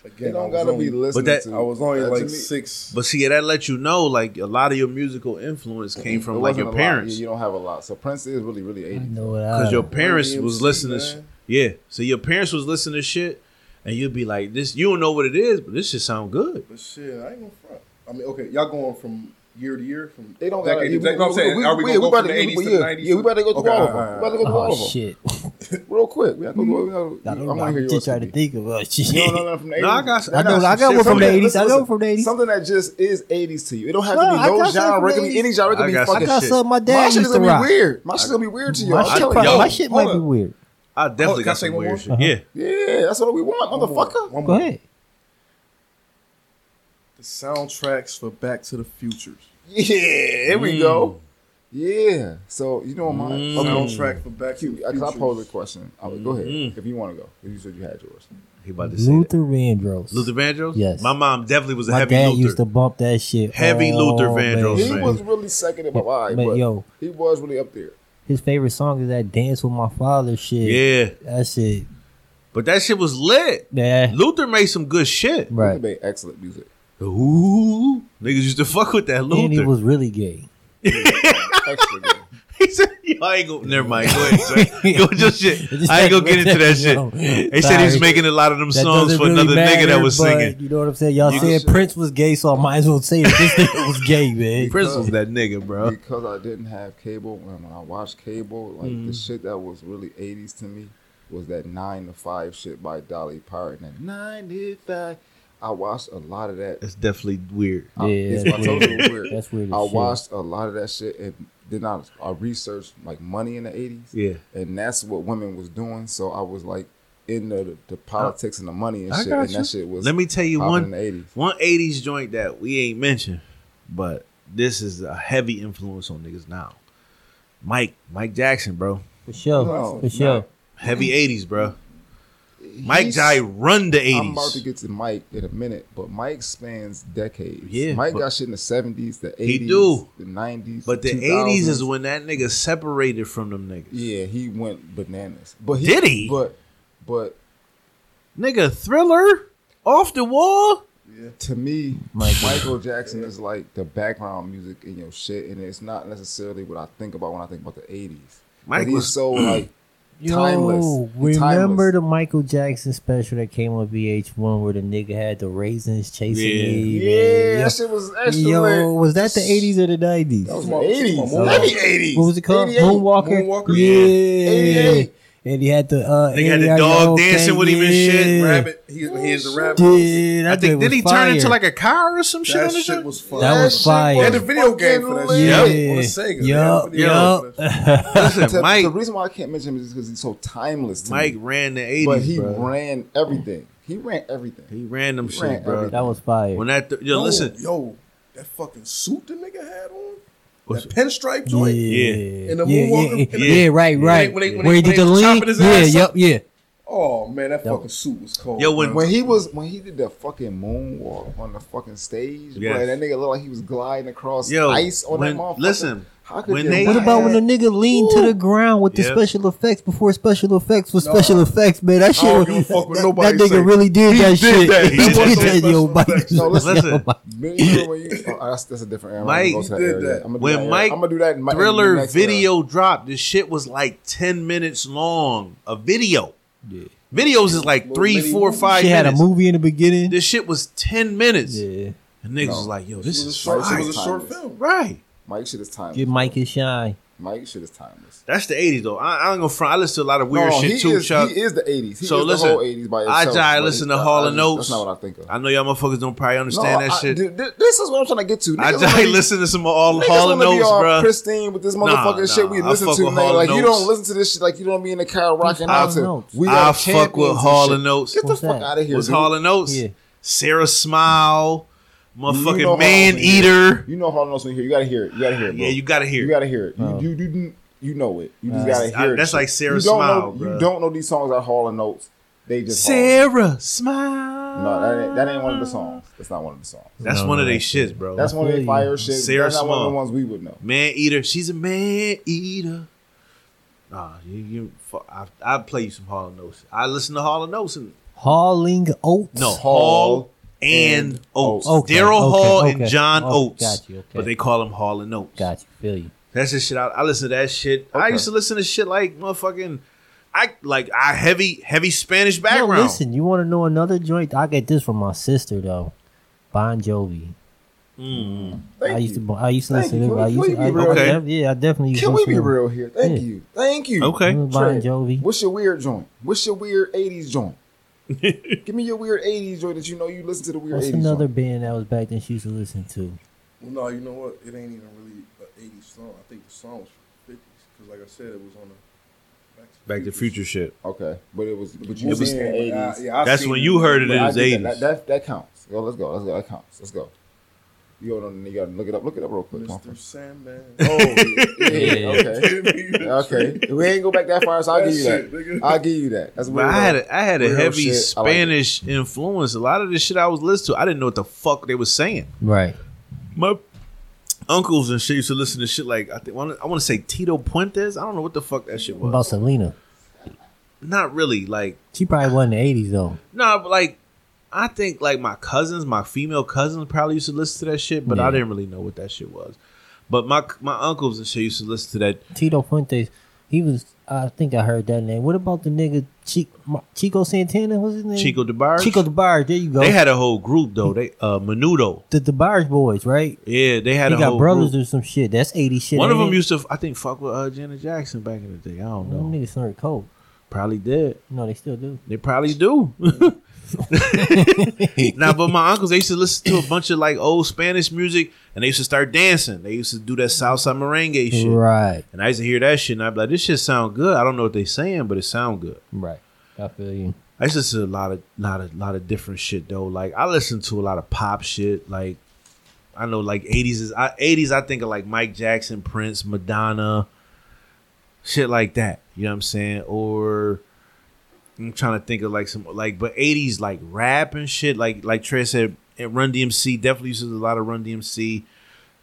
[SPEAKER 3] Again,
[SPEAKER 4] It
[SPEAKER 3] I
[SPEAKER 4] don't
[SPEAKER 3] was
[SPEAKER 4] gotta
[SPEAKER 3] only-
[SPEAKER 4] be listening
[SPEAKER 1] that-
[SPEAKER 4] to.
[SPEAKER 3] I was only
[SPEAKER 4] that to
[SPEAKER 3] like
[SPEAKER 4] me-
[SPEAKER 3] six.
[SPEAKER 1] But see, that let you know like a lot of your musical influence came
[SPEAKER 4] It
[SPEAKER 1] from like
[SPEAKER 4] wasn't
[SPEAKER 1] your
[SPEAKER 4] a lot.
[SPEAKER 1] parents
[SPEAKER 4] Yeah, you don't have a lot. So Prince is really really
[SPEAKER 2] I
[SPEAKER 4] eighty.
[SPEAKER 2] know what I.
[SPEAKER 1] because your parents was
[SPEAKER 3] DMC,
[SPEAKER 1] listening. To sh-
[SPEAKER 3] man.
[SPEAKER 1] yeah, so your parents was listening to shit, and you'd be like, "This, you don't know what it is, but this shit sound good."
[SPEAKER 3] But shit, I ain't gonna front. I mean, okay, y'all going from year to year from
[SPEAKER 4] They don't gotta-
[SPEAKER 3] decade to decade. No, I'm saying,
[SPEAKER 4] we-
[SPEAKER 3] are we
[SPEAKER 4] we-
[SPEAKER 3] gonna
[SPEAKER 4] we
[SPEAKER 3] go
[SPEAKER 4] about
[SPEAKER 3] from
[SPEAKER 4] to-
[SPEAKER 3] the eighties to
[SPEAKER 4] yeah,
[SPEAKER 3] the nineties?
[SPEAKER 4] Yeah, we about to go through
[SPEAKER 3] Okay,
[SPEAKER 4] all of
[SPEAKER 3] alright,
[SPEAKER 4] them. We about to go through all
[SPEAKER 2] Oh
[SPEAKER 4] of them.
[SPEAKER 2] shit!
[SPEAKER 4] Real quick, we gotta go through. we gotta-
[SPEAKER 2] I
[SPEAKER 4] I
[SPEAKER 2] don't
[SPEAKER 4] want
[SPEAKER 2] know.
[SPEAKER 4] to hear
[SPEAKER 2] I'm just
[SPEAKER 4] yours.
[SPEAKER 2] trying to
[SPEAKER 4] Stevie.
[SPEAKER 2] think about shit.
[SPEAKER 4] You don't know nothing from the
[SPEAKER 1] *laughs* No, I
[SPEAKER 4] 80s?
[SPEAKER 1] got,
[SPEAKER 2] I know. I got
[SPEAKER 1] shit
[SPEAKER 2] one
[SPEAKER 1] from
[SPEAKER 2] from the
[SPEAKER 1] that.
[SPEAKER 2] eighties. I
[SPEAKER 4] Listen,
[SPEAKER 2] know from the eighties.
[SPEAKER 4] Something that just is 80s to you. It don't have
[SPEAKER 2] No,
[SPEAKER 4] to be
[SPEAKER 2] I
[SPEAKER 4] no
[SPEAKER 2] got something from
[SPEAKER 4] genre. It can
[SPEAKER 2] the
[SPEAKER 4] be any genre. It
[SPEAKER 1] I
[SPEAKER 4] can be
[SPEAKER 1] got
[SPEAKER 2] I
[SPEAKER 4] fucking
[SPEAKER 1] something
[SPEAKER 2] got
[SPEAKER 1] shit.
[SPEAKER 2] something my
[SPEAKER 4] My
[SPEAKER 2] dad
[SPEAKER 4] shit
[SPEAKER 2] used
[SPEAKER 4] is
[SPEAKER 2] to
[SPEAKER 4] gonna
[SPEAKER 2] rock.
[SPEAKER 4] be weird. My shit's gonna be weird to you.
[SPEAKER 2] My
[SPEAKER 4] I'm
[SPEAKER 2] shit,
[SPEAKER 4] telling
[SPEAKER 2] probably-
[SPEAKER 4] you.
[SPEAKER 2] my
[SPEAKER 1] yo,
[SPEAKER 2] shit
[SPEAKER 3] hold
[SPEAKER 2] might be
[SPEAKER 3] up.
[SPEAKER 2] weird.
[SPEAKER 1] I
[SPEAKER 3] Oh,
[SPEAKER 1] definitely
[SPEAKER 3] can I
[SPEAKER 1] got
[SPEAKER 3] say
[SPEAKER 1] some
[SPEAKER 3] one
[SPEAKER 1] weird
[SPEAKER 3] more?
[SPEAKER 1] shit.
[SPEAKER 2] Uh-huh.
[SPEAKER 1] Yeah,
[SPEAKER 4] Yeah, that's what we want,
[SPEAKER 3] One more,
[SPEAKER 4] motherfucker.
[SPEAKER 3] one
[SPEAKER 2] Go
[SPEAKER 3] more.
[SPEAKER 2] ahead.
[SPEAKER 3] The soundtracks for Back to the Futures.
[SPEAKER 4] Yeah, here we
[SPEAKER 1] Mm.
[SPEAKER 4] go. Yeah. So you know what mine?
[SPEAKER 1] Mm.
[SPEAKER 4] Okay.
[SPEAKER 3] Soundtrack for Back to
[SPEAKER 4] Q,
[SPEAKER 3] the
[SPEAKER 4] I, 'cause I
[SPEAKER 3] Futures.
[SPEAKER 4] posed a question. I would, go ahead
[SPEAKER 2] Mm-hmm.
[SPEAKER 1] Mm.
[SPEAKER 4] if you want to go. If you said you had yours.
[SPEAKER 1] he about to say
[SPEAKER 2] Luther
[SPEAKER 1] Luther,
[SPEAKER 2] Vandross.
[SPEAKER 1] Luther Vandross.
[SPEAKER 2] Yes.
[SPEAKER 1] my mom definitely was a
[SPEAKER 2] my
[SPEAKER 1] heavy
[SPEAKER 2] dad
[SPEAKER 1] Luther.
[SPEAKER 2] used to bump that shit.
[SPEAKER 1] Heavy
[SPEAKER 2] all
[SPEAKER 1] Luther
[SPEAKER 2] day.
[SPEAKER 1] Vandross,
[SPEAKER 4] He
[SPEAKER 1] man.
[SPEAKER 4] was really second in my eye,
[SPEAKER 2] Man,
[SPEAKER 4] but
[SPEAKER 2] yo.
[SPEAKER 4] he was really up there.
[SPEAKER 2] His favorite song is that "Dance with My Father" shit.
[SPEAKER 1] yeah,
[SPEAKER 2] That shit.
[SPEAKER 1] but that shit was lit.
[SPEAKER 2] Yeah.
[SPEAKER 1] Luther made some good shit.
[SPEAKER 4] Right.
[SPEAKER 2] Right.
[SPEAKER 4] He made excellent music.
[SPEAKER 1] Ooh, niggas used to fuck with that Luther.
[SPEAKER 2] And he was really gay.
[SPEAKER 4] Excellent.
[SPEAKER 2] *laughs*
[SPEAKER 4] music.
[SPEAKER 1] *laughs* He said, "Yo, I ain't gonna. Never mind. Go ahead. son. Go just shit.
[SPEAKER 2] Just
[SPEAKER 1] I ain't gonna
[SPEAKER 2] like-
[SPEAKER 1] get into
[SPEAKER 2] *laughs*
[SPEAKER 1] that shit."
[SPEAKER 2] No.
[SPEAKER 1] They said he was
[SPEAKER 2] Sorry.
[SPEAKER 1] making a lot of them
[SPEAKER 2] That
[SPEAKER 1] songs
[SPEAKER 2] doesn't
[SPEAKER 1] for
[SPEAKER 2] really
[SPEAKER 1] another nigga that
[SPEAKER 2] matter,
[SPEAKER 1] was
[SPEAKER 2] but
[SPEAKER 1] singing.
[SPEAKER 2] *laughs* You know what I'm saying? Y'all
[SPEAKER 4] You-
[SPEAKER 2] said Prince was gay, so I might as well say that
[SPEAKER 1] *laughs*
[SPEAKER 2] this nigga was gay, man.
[SPEAKER 1] Prince was that nigga, bro.
[SPEAKER 4] because I didn't have cable when, when I watched cable, like
[SPEAKER 2] Mm-hmm.
[SPEAKER 4] the shit that was really eighties to me was that nine to five shit by Dolly Parton. And nine to five. I watched a lot of that.
[SPEAKER 1] That's definitely weird.
[SPEAKER 4] I-
[SPEAKER 2] Yeah,
[SPEAKER 4] it's-
[SPEAKER 2] that's
[SPEAKER 4] I told you
[SPEAKER 2] weird.
[SPEAKER 4] it was weird.
[SPEAKER 2] That's weird. as
[SPEAKER 4] I
[SPEAKER 2] shit.
[SPEAKER 4] watched a lot of that shit and then I, I researched like money in the eighties.
[SPEAKER 1] Yeah,
[SPEAKER 4] And that's what women was doing. So I was like in the, the politics and the money and
[SPEAKER 1] I
[SPEAKER 4] shit.
[SPEAKER 1] got
[SPEAKER 4] And
[SPEAKER 1] you.
[SPEAKER 4] that shit was
[SPEAKER 1] let me tell you
[SPEAKER 4] popping
[SPEAKER 1] one
[SPEAKER 4] in the eighties.
[SPEAKER 1] one '80s joint that we ain't mentioned, but this is a heavy influence on niggas now. Mike, Mike Jackson, bro.
[SPEAKER 2] For sure.
[SPEAKER 4] No,
[SPEAKER 2] for sure.
[SPEAKER 1] Heavy '80s, bro. Mike
[SPEAKER 4] he's-
[SPEAKER 1] Jai run the
[SPEAKER 4] I'm about to
[SPEAKER 1] eighties.
[SPEAKER 4] get to Mike in a minute, but Mike spans decades.
[SPEAKER 1] Yeah,
[SPEAKER 4] Mike
[SPEAKER 1] but-
[SPEAKER 4] got shit in the 70s, the 80s,
[SPEAKER 1] He do.
[SPEAKER 4] the 90s,
[SPEAKER 1] But the
[SPEAKER 4] 2000s.
[SPEAKER 1] eighties is when that nigga separated from them niggas.
[SPEAKER 4] Yeah, he went bananas. But he,
[SPEAKER 1] Did he?
[SPEAKER 4] But but
[SPEAKER 1] Nigga, Thriller, off the wall.
[SPEAKER 4] to me,
[SPEAKER 2] Michael.
[SPEAKER 4] Michael Jackson is like the background music in your shit, and it's not necessarily what I think about when I think about the '80s. But
[SPEAKER 1] Mike
[SPEAKER 4] he's
[SPEAKER 1] was *clears throat*
[SPEAKER 4] so like
[SPEAKER 2] Yo,
[SPEAKER 4] timeless. He
[SPEAKER 2] remember
[SPEAKER 4] timeless.
[SPEAKER 2] the Michael Jackson special that came on VH1 where the nigga had the raisins chasing
[SPEAKER 1] Yeah.
[SPEAKER 2] Eve?
[SPEAKER 4] yeah,
[SPEAKER 2] and-
[SPEAKER 4] that shit was extra.
[SPEAKER 2] Yo,
[SPEAKER 4] lit.
[SPEAKER 2] was that the 80s or the 90s?
[SPEAKER 4] That was
[SPEAKER 3] my-
[SPEAKER 4] the '80s.
[SPEAKER 3] my
[SPEAKER 4] Maybe '80s.
[SPEAKER 2] what was it called?
[SPEAKER 4] 88.
[SPEAKER 2] Moonwalker?
[SPEAKER 3] Moonwalker,
[SPEAKER 2] Yeah.
[SPEAKER 4] 88.
[SPEAKER 2] And he had the uh,
[SPEAKER 1] They had the
[SPEAKER 2] Ariana
[SPEAKER 1] dog
[SPEAKER 2] Grande,
[SPEAKER 1] dancing with him and shit,
[SPEAKER 2] yeah.
[SPEAKER 3] Rabbit. He, he is the rabbit.
[SPEAKER 2] Dude, that
[SPEAKER 1] I think
[SPEAKER 2] did
[SPEAKER 1] did he turn into like a car or some shit on
[SPEAKER 3] That
[SPEAKER 1] the *laughs*
[SPEAKER 3] shit
[SPEAKER 1] shit?
[SPEAKER 3] was fun.
[SPEAKER 2] That was
[SPEAKER 4] shit
[SPEAKER 2] fire.
[SPEAKER 4] was
[SPEAKER 3] They had a video game for that
[SPEAKER 4] fucking
[SPEAKER 3] shit.
[SPEAKER 2] yeah.
[SPEAKER 1] Yep.
[SPEAKER 3] On the Sega. They had a
[SPEAKER 2] Yup,
[SPEAKER 3] video game
[SPEAKER 2] yup.
[SPEAKER 3] for that shit.
[SPEAKER 1] Listen,
[SPEAKER 4] To-
[SPEAKER 1] Mike,
[SPEAKER 4] The reason why I can't mention him is because he's so timeless. To
[SPEAKER 1] Mike
[SPEAKER 4] me.
[SPEAKER 1] ran the
[SPEAKER 4] but he
[SPEAKER 1] eighties, bro.
[SPEAKER 4] ran everything. He ran everything.
[SPEAKER 1] he ran them
[SPEAKER 4] he
[SPEAKER 1] shit,
[SPEAKER 2] *laughs*
[SPEAKER 4] ran
[SPEAKER 1] bro.
[SPEAKER 4] everything.
[SPEAKER 2] That was fire.
[SPEAKER 1] When that, th- yo,
[SPEAKER 3] Yo,
[SPEAKER 1] listen,
[SPEAKER 3] yo, that fucking suit the nigga had on,
[SPEAKER 1] What's-
[SPEAKER 3] that pinstripe
[SPEAKER 2] yeah.
[SPEAKER 3] joint.
[SPEAKER 2] Yeah.
[SPEAKER 3] In the
[SPEAKER 2] yeah,
[SPEAKER 3] moonwalker-
[SPEAKER 2] yeah,
[SPEAKER 3] in the-
[SPEAKER 2] yeah, right,
[SPEAKER 3] they-
[SPEAKER 2] right.
[SPEAKER 3] when they- when
[SPEAKER 2] Where he
[SPEAKER 3] they-
[SPEAKER 2] did the
[SPEAKER 3] when they
[SPEAKER 2] link?
[SPEAKER 3] chopping his
[SPEAKER 2] Yeah,
[SPEAKER 3] ass
[SPEAKER 2] yep,
[SPEAKER 3] up.
[SPEAKER 2] yeah.
[SPEAKER 3] Oh man, that
[SPEAKER 2] Yo.
[SPEAKER 3] fucking suit was cold.
[SPEAKER 1] Yo, when-
[SPEAKER 3] bro.
[SPEAKER 4] When he was when he did the fucking moonwalk on the fucking stage,
[SPEAKER 1] Yes.
[SPEAKER 4] bro, that nigga looked like he was gliding across
[SPEAKER 1] Yo,
[SPEAKER 4] ice on
[SPEAKER 1] when-
[SPEAKER 4] that motherfucker.
[SPEAKER 1] listen,
[SPEAKER 4] how could
[SPEAKER 1] when
[SPEAKER 4] you
[SPEAKER 1] they-
[SPEAKER 4] not
[SPEAKER 2] What about when the
[SPEAKER 4] have-
[SPEAKER 2] nigga leaned to the ground with the
[SPEAKER 1] Yep.
[SPEAKER 2] special effects before special effects was special effects, man? That shit,
[SPEAKER 3] don't
[SPEAKER 2] was-
[SPEAKER 3] give a fuck what
[SPEAKER 2] that,
[SPEAKER 3] nobody
[SPEAKER 2] that nigga
[SPEAKER 3] say.
[SPEAKER 2] really did that shit.
[SPEAKER 3] that.
[SPEAKER 2] *laughs* He
[SPEAKER 1] He did
[SPEAKER 2] did that,
[SPEAKER 3] that.
[SPEAKER 2] yo, Mike.
[SPEAKER 4] No, listen.
[SPEAKER 2] *laughs* Yo, Mike.
[SPEAKER 1] *coughs*
[SPEAKER 4] Remember when you- oh, that's, that's a different era.
[SPEAKER 1] Mike
[SPEAKER 3] did that.
[SPEAKER 1] When Mike
[SPEAKER 4] I'm gonna do that. In my, in the
[SPEAKER 1] Thriller
[SPEAKER 4] next era.
[SPEAKER 1] video dropped. This shit was like ten minutes long. A video. Videos is like
[SPEAKER 3] Little
[SPEAKER 1] three,
[SPEAKER 3] mini
[SPEAKER 1] four,
[SPEAKER 3] movies.
[SPEAKER 1] five
[SPEAKER 2] She had a
[SPEAKER 1] minutes.
[SPEAKER 2] movie in the beginning.
[SPEAKER 1] This shit was ten minutes.
[SPEAKER 2] Yeah.
[SPEAKER 1] And niggas
[SPEAKER 4] No.
[SPEAKER 1] was like, yo,
[SPEAKER 3] it
[SPEAKER 1] this
[SPEAKER 3] was a
[SPEAKER 1] is
[SPEAKER 3] short,
[SPEAKER 1] fire.
[SPEAKER 3] it was a short
[SPEAKER 4] Timeless.
[SPEAKER 3] film.
[SPEAKER 1] Right.
[SPEAKER 4] Mike shit is timeless.
[SPEAKER 2] Get Mike his shine.
[SPEAKER 4] Mike shit is timeless.
[SPEAKER 1] That's the eighties though. I, I ain't gonna front. I listen to a lot of weird
[SPEAKER 4] No, he
[SPEAKER 1] shit too,
[SPEAKER 4] is,
[SPEAKER 1] Chuck.
[SPEAKER 4] He is the 80s. He
[SPEAKER 1] So
[SPEAKER 4] is
[SPEAKER 1] listen,
[SPEAKER 4] the whole 80s by
[SPEAKER 1] I
[SPEAKER 4] itself.
[SPEAKER 1] die,
[SPEAKER 4] but
[SPEAKER 1] listen
[SPEAKER 4] he-
[SPEAKER 1] to Hall and
[SPEAKER 4] just-
[SPEAKER 1] Oates.
[SPEAKER 4] That's not what I think of.
[SPEAKER 1] I know y'all motherfuckers don't probably understand that
[SPEAKER 4] I-
[SPEAKER 1] shit.
[SPEAKER 4] th- th- this is what I'm trying to get to.
[SPEAKER 1] I *laughs*
[SPEAKER 4] Niggas
[SPEAKER 1] just
[SPEAKER 4] wanna be-
[SPEAKER 1] listen to some all
[SPEAKER 4] niggas
[SPEAKER 1] Hall and
[SPEAKER 4] wanna be
[SPEAKER 1] Oates,
[SPEAKER 4] all
[SPEAKER 1] bro.
[SPEAKER 4] Pristine with this motherfucking
[SPEAKER 1] Nah,
[SPEAKER 4] shit we
[SPEAKER 1] nah, I
[SPEAKER 4] listen
[SPEAKER 1] fuck
[SPEAKER 4] to.
[SPEAKER 1] with
[SPEAKER 4] nigga.
[SPEAKER 1] Hall
[SPEAKER 4] Like
[SPEAKER 1] and
[SPEAKER 4] you don't
[SPEAKER 1] Oates.
[SPEAKER 4] listen to this shit. Like you don't be in the car rocking
[SPEAKER 2] Hall
[SPEAKER 4] out
[SPEAKER 2] and
[SPEAKER 4] to.
[SPEAKER 2] Oates.
[SPEAKER 4] We
[SPEAKER 1] I
[SPEAKER 4] are
[SPEAKER 1] fuck with
[SPEAKER 4] champions
[SPEAKER 1] Hall
[SPEAKER 4] shit.
[SPEAKER 1] and Oates.
[SPEAKER 4] Get the
[SPEAKER 2] What's
[SPEAKER 4] fuck
[SPEAKER 2] that?
[SPEAKER 4] out of here.
[SPEAKER 1] Was
[SPEAKER 4] dude.
[SPEAKER 1] Hall and Oates,
[SPEAKER 2] Yeah.
[SPEAKER 1] Sarah Smile, motherfucking
[SPEAKER 4] You know Hall
[SPEAKER 1] man
[SPEAKER 4] and Oates.
[SPEAKER 1] eater.
[SPEAKER 4] You know Hall and Oates when you hear. it. You gotta hear it. You gotta hear it. Bro.
[SPEAKER 1] Yeah, you gotta hear.
[SPEAKER 4] You
[SPEAKER 1] it.
[SPEAKER 4] gotta hear it. You you didn't. You know it. You just
[SPEAKER 2] Oh. Nah,
[SPEAKER 4] gotta
[SPEAKER 1] I-
[SPEAKER 4] hear it.
[SPEAKER 1] that's like Sarah
[SPEAKER 4] you don't
[SPEAKER 1] Smile,
[SPEAKER 4] Know,
[SPEAKER 1] bruh.
[SPEAKER 4] you don't know these songs at Hall and Oates. They just. Hall and Oates.
[SPEAKER 1] Sarah Smile.
[SPEAKER 4] No, that ain't, that ain't one of the songs. That's not one of the songs.
[SPEAKER 1] That's
[SPEAKER 2] No,
[SPEAKER 1] one of
[SPEAKER 2] no,
[SPEAKER 1] their
[SPEAKER 2] that's
[SPEAKER 1] shits, bro.
[SPEAKER 4] That's one of
[SPEAKER 2] feel
[SPEAKER 4] the
[SPEAKER 2] you.
[SPEAKER 4] fire shit.
[SPEAKER 1] Sarah
[SPEAKER 4] That's not one of
[SPEAKER 1] Small.
[SPEAKER 4] the ones we would know.
[SPEAKER 1] man eater. She's a man eater. Nah, you, you fuck, I I play you some Hall and Oates. I listen to Hall and Oates and
[SPEAKER 2] Hauling oats.
[SPEAKER 1] no
[SPEAKER 4] Hall
[SPEAKER 1] Hall and
[SPEAKER 4] and
[SPEAKER 1] Oates.
[SPEAKER 2] Oates. Okay,
[SPEAKER 1] Daryl
[SPEAKER 2] okay,
[SPEAKER 1] Hall and
[SPEAKER 2] okay.
[SPEAKER 1] John
[SPEAKER 2] Oh,
[SPEAKER 1] Oates,
[SPEAKER 2] got you, okay.
[SPEAKER 1] but they call him Hall and Oates.
[SPEAKER 2] Got you. Feel you.
[SPEAKER 1] That's the shit. I, I listen to that shit. I
[SPEAKER 4] Okay.
[SPEAKER 1] used to listen to shit like motherfucking. I like I heavy heavy Spanish
[SPEAKER 2] Yo,
[SPEAKER 1] background.
[SPEAKER 2] listen, you want to know another joint? I get this from my sister though, Bon Jovi.
[SPEAKER 1] Mm.
[SPEAKER 4] Thank
[SPEAKER 2] I used
[SPEAKER 4] you.
[SPEAKER 2] to, I used to
[SPEAKER 4] Thank
[SPEAKER 2] listen
[SPEAKER 4] you.
[SPEAKER 2] to.
[SPEAKER 4] Can
[SPEAKER 2] I
[SPEAKER 4] we-
[SPEAKER 2] used
[SPEAKER 4] can
[SPEAKER 2] to,
[SPEAKER 4] we
[SPEAKER 2] I,
[SPEAKER 4] be real
[SPEAKER 2] I
[SPEAKER 1] here?
[SPEAKER 2] def- yeah, I definitely used
[SPEAKER 4] Can
[SPEAKER 2] to.
[SPEAKER 4] we be
[SPEAKER 2] listen to
[SPEAKER 4] real here? Thank
[SPEAKER 2] Yeah.
[SPEAKER 4] you. Thank you.
[SPEAKER 1] Okay.
[SPEAKER 2] Bon
[SPEAKER 4] Trey,
[SPEAKER 2] Jovi.
[SPEAKER 4] What's your weird joint? What's your weird 80s
[SPEAKER 1] *laughs*
[SPEAKER 4] joint? Give me your weird 80s joint that you know you listen to the weird
[SPEAKER 2] What's
[SPEAKER 4] 80s
[SPEAKER 2] another
[SPEAKER 4] joint.
[SPEAKER 2] band that was back then she used to listen to?
[SPEAKER 3] Well, no, you know what? It ain't even really an '80s song. I think the song was from the '50s because, like I said, it was on the
[SPEAKER 1] Back to future shit.
[SPEAKER 4] Okay. But it was but you
[SPEAKER 3] You
[SPEAKER 4] was
[SPEAKER 3] was,
[SPEAKER 4] in the 80s.
[SPEAKER 3] yeah, I
[SPEAKER 1] That's
[SPEAKER 3] seen
[SPEAKER 1] when you heard it
[SPEAKER 4] But
[SPEAKER 1] in
[SPEAKER 4] I
[SPEAKER 1] his
[SPEAKER 4] get that.
[SPEAKER 1] eighties.
[SPEAKER 4] That, that, that counts. Yo, let's go. Let's go. That counts. Let's go. You hold on, you gotta look it up. Look it up real quick.
[SPEAKER 3] Mr.
[SPEAKER 1] *laughs*
[SPEAKER 4] Mr.
[SPEAKER 3] Sandman.
[SPEAKER 4] Oh, yeah, okay. Okay. We ain't go back that far, so I'll give you
[SPEAKER 3] That
[SPEAKER 4] that.
[SPEAKER 3] shit, nigga.
[SPEAKER 4] I'll give you that. That's
[SPEAKER 1] But
[SPEAKER 4] weird.
[SPEAKER 1] I had a, I had a
[SPEAKER 4] Real
[SPEAKER 1] heavy
[SPEAKER 4] shit. I like it.
[SPEAKER 1] Spanish influence. A lot of the shit I was listening to, I didn't know what the fuck they was saying.
[SPEAKER 2] Right.
[SPEAKER 1] My uncles and shit used to listen to shit like I think I want to say Tito Puentes. I don't know what the fuck that shit
[SPEAKER 2] What about
[SPEAKER 1] was.
[SPEAKER 2] Selena?
[SPEAKER 1] Not really like
[SPEAKER 2] She probably wasn't in the 80s though.
[SPEAKER 1] No, but like I think like my cousins, my female cousins probably used to listen to that shit, but I
[SPEAKER 2] Yeah.
[SPEAKER 1] didn't really know what that shit was. But my my uncles and shit used to listen to that.
[SPEAKER 2] Tito Fuentes, he was. I think I heard that name. What about the nigga Chico, Chico Santana? What's his name?
[SPEAKER 1] Chico DeBarge.
[SPEAKER 2] Chico DeBarge. There you go.
[SPEAKER 1] They had a whole group though. They uh Menudo.
[SPEAKER 2] the DeBarge boys, right?
[SPEAKER 1] Yeah, they had
[SPEAKER 2] He
[SPEAKER 1] a
[SPEAKER 2] got
[SPEAKER 1] whole
[SPEAKER 2] brothers
[SPEAKER 1] group.
[SPEAKER 2] or some shit. That's 80 shit.
[SPEAKER 1] One of
[SPEAKER 2] ain't
[SPEAKER 1] them
[SPEAKER 2] it?
[SPEAKER 1] used to I think fuck with uh, Janet Jackson back in the day. I don't
[SPEAKER 2] Them
[SPEAKER 1] know.
[SPEAKER 2] niggas snort coke.
[SPEAKER 1] Probably did.
[SPEAKER 2] No, they still
[SPEAKER 1] *laughs*
[SPEAKER 2] do.
[SPEAKER 1] They probably do. now, but my uncles, they used to listen to a bunch of like old Spanish music and they used to start dancing. They used to do that salsa merengue shit.
[SPEAKER 2] Right,
[SPEAKER 1] And I used to hear that shit, and I'd be like, "This shit sound good. I don't know what they saying, but it sound good."
[SPEAKER 2] right. I feel you.
[SPEAKER 1] I used to listen to a lot of, lot of, lot of different shit though. Like I listen to a lot of pop shit. Like I know, like eighties is eighties. I think of like Mike Jackson, Prince, Madonna, shit like that. You know what I'm saying? Or I'm trying to think of like some like but 80s like rap and shit like like Trey said and Run DMC definitely uses a lot of Run DMC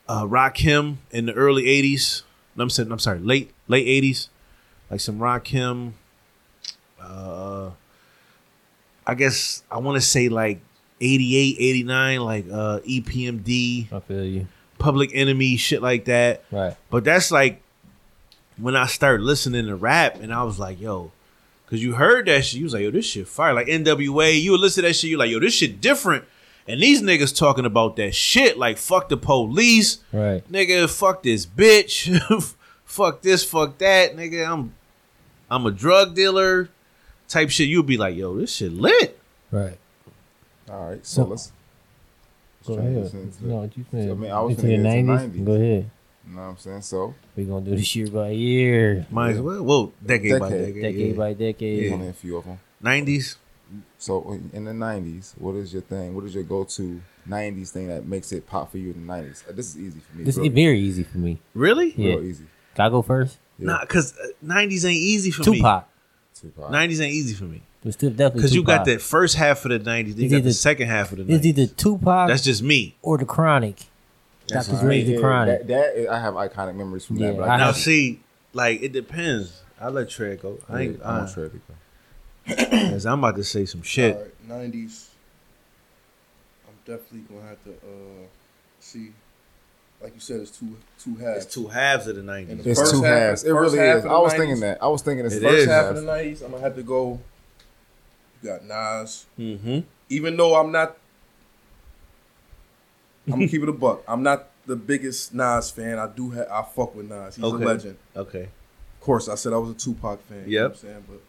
[SPEAKER 1] uh Rock Him in the early 80s No, I'm saying I'm sorry late late 80s like some Rock Him uh I guess I want to say like 88 89 like uh EPMD
[SPEAKER 2] I feel you.
[SPEAKER 1] Public Enemy shit like that
[SPEAKER 2] Right.
[SPEAKER 1] but that's like when I started listening to rap, and I was like, yo, because you heard that shit, you was like, yo, this shit fire. Like NWA, you would listen to that shit, you like, yo, this shit different. And these niggas talking about that shit, like fuck the police,
[SPEAKER 2] Right.
[SPEAKER 1] nigga, fuck this bitch, *laughs* fuck this, fuck that, nigga. I'm, I'm a drug dealer, type shit. You'd be like, yo, this shit lit.
[SPEAKER 2] Right.
[SPEAKER 4] All right, so
[SPEAKER 2] So-
[SPEAKER 4] let's.
[SPEAKER 2] Go
[SPEAKER 4] Trying to
[SPEAKER 2] ahead.
[SPEAKER 4] listen to-
[SPEAKER 2] No, what you saying?
[SPEAKER 4] I mean, I was
[SPEAKER 2] into
[SPEAKER 4] gonna
[SPEAKER 2] the
[SPEAKER 4] get into
[SPEAKER 2] 90s?
[SPEAKER 4] 90s.
[SPEAKER 2] Go ahead.
[SPEAKER 4] You know what I'm saying? So
[SPEAKER 2] we going to do this year by year,
[SPEAKER 1] Might as well. Well, decade, by
[SPEAKER 4] Decade.
[SPEAKER 1] decade.
[SPEAKER 2] decade by decade.
[SPEAKER 4] only a few of them.
[SPEAKER 1] Nineties.
[SPEAKER 4] So in- in the '90s, what is your thing? What is your go-to '90s thing that makes it pop for you in the '90s? Uh, This is easy for me.
[SPEAKER 2] This
[SPEAKER 4] real,
[SPEAKER 2] is very easy for me.
[SPEAKER 1] Really?
[SPEAKER 2] Yeah.
[SPEAKER 4] real easy.
[SPEAKER 2] Can I go first?
[SPEAKER 4] Yeah.
[SPEAKER 1] Nah, cause uh, nineties ain't easy for me.
[SPEAKER 2] Tupac.
[SPEAKER 4] Tupac.
[SPEAKER 1] Nineties ain't easy for me.
[SPEAKER 2] It's still definitely
[SPEAKER 1] Because you got the
[SPEAKER 2] Tupac.
[SPEAKER 1] first half of the nineties, then you
[SPEAKER 2] It's
[SPEAKER 1] got the
[SPEAKER 2] either-
[SPEAKER 1] second half of the
[SPEAKER 2] It's
[SPEAKER 1] nineties.
[SPEAKER 2] either Tupac
[SPEAKER 1] That's just me.
[SPEAKER 2] or the Chronic. That's
[SPEAKER 4] All
[SPEAKER 2] just
[SPEAKER 4] right,
[SPEAKER 2] made the
[SPEAKER 4] yeah,
[SPEAKER 2] Chronic.
[SPEAKER 4] That, that is- I have iconic memories from
[SPEAKER 2] Yeah,
[SPEAKER 4] that. But
[SPEAKER 2] I
[SPEAKER 4] I,
[SPEAKER 1] Now
[SPEAKER 2] have-
[SPEAKER 4] can't-
[SPEAKER 1] see, like it depends. I let Trey go. I ain't. I,
[SPEAKER 4] I'm on Trey, bro.
[SPEAKER 1] cause I'm about to say some shit.
[SPEAKER 3] Nineties. I'm definitely gonna have to uh, see. Like you said, it's two two halves.
[SPEAKER 1] It's two halves of the
[SPEAKER 3] And
[SPEAKER 1] nineties.
[SPEAKER 3] the
[SPEAKER 4] It's
[SPEAKER 3] first
[SPEAKER 4] two
[SPEAKER 3] half-
[SPEAKER 4] halves. It
[SPEAKER 3] first
[SPEAKER 4] really
[SPEAKER 3] half
[SPEAKER 4] is.
[SPEAKER 3] of
[SPEAKER 4] I
[SPEAKER 3] the
[SPEAKER 4] was
[SPEAKER 3] 90s.
[SPEAKER 4] thinking that. I was thinking it's
[SPEAKER 1] It
[SPEAKER 4] first
[SPEAKER 1] is.
[SPEAKER 3] First half
[SPEAKER 4] half.
[SPEAKER 3] of the nineties, I'm gonna have to go. You got Nas.
[SPEAKER 1] Mm-hmm.
[SPEAKER 3] Even though I'm not,
[SPEAKER 1] *laughs*
[SPEAKER 3] I'm gonna keep it a buck. I'm not the biggest Nas fan. I do have I fuck with Nas. He's
[SPEAKER 1] Okay.
[SPEAKER 3] a legend.
[SPEAKER 1] Okay.
[SPEAKER 3] Of course, I said I was a Tupac fan. You know
[SPEAKER 1] Yep.
[SPEAKER 3] what I'm saying, but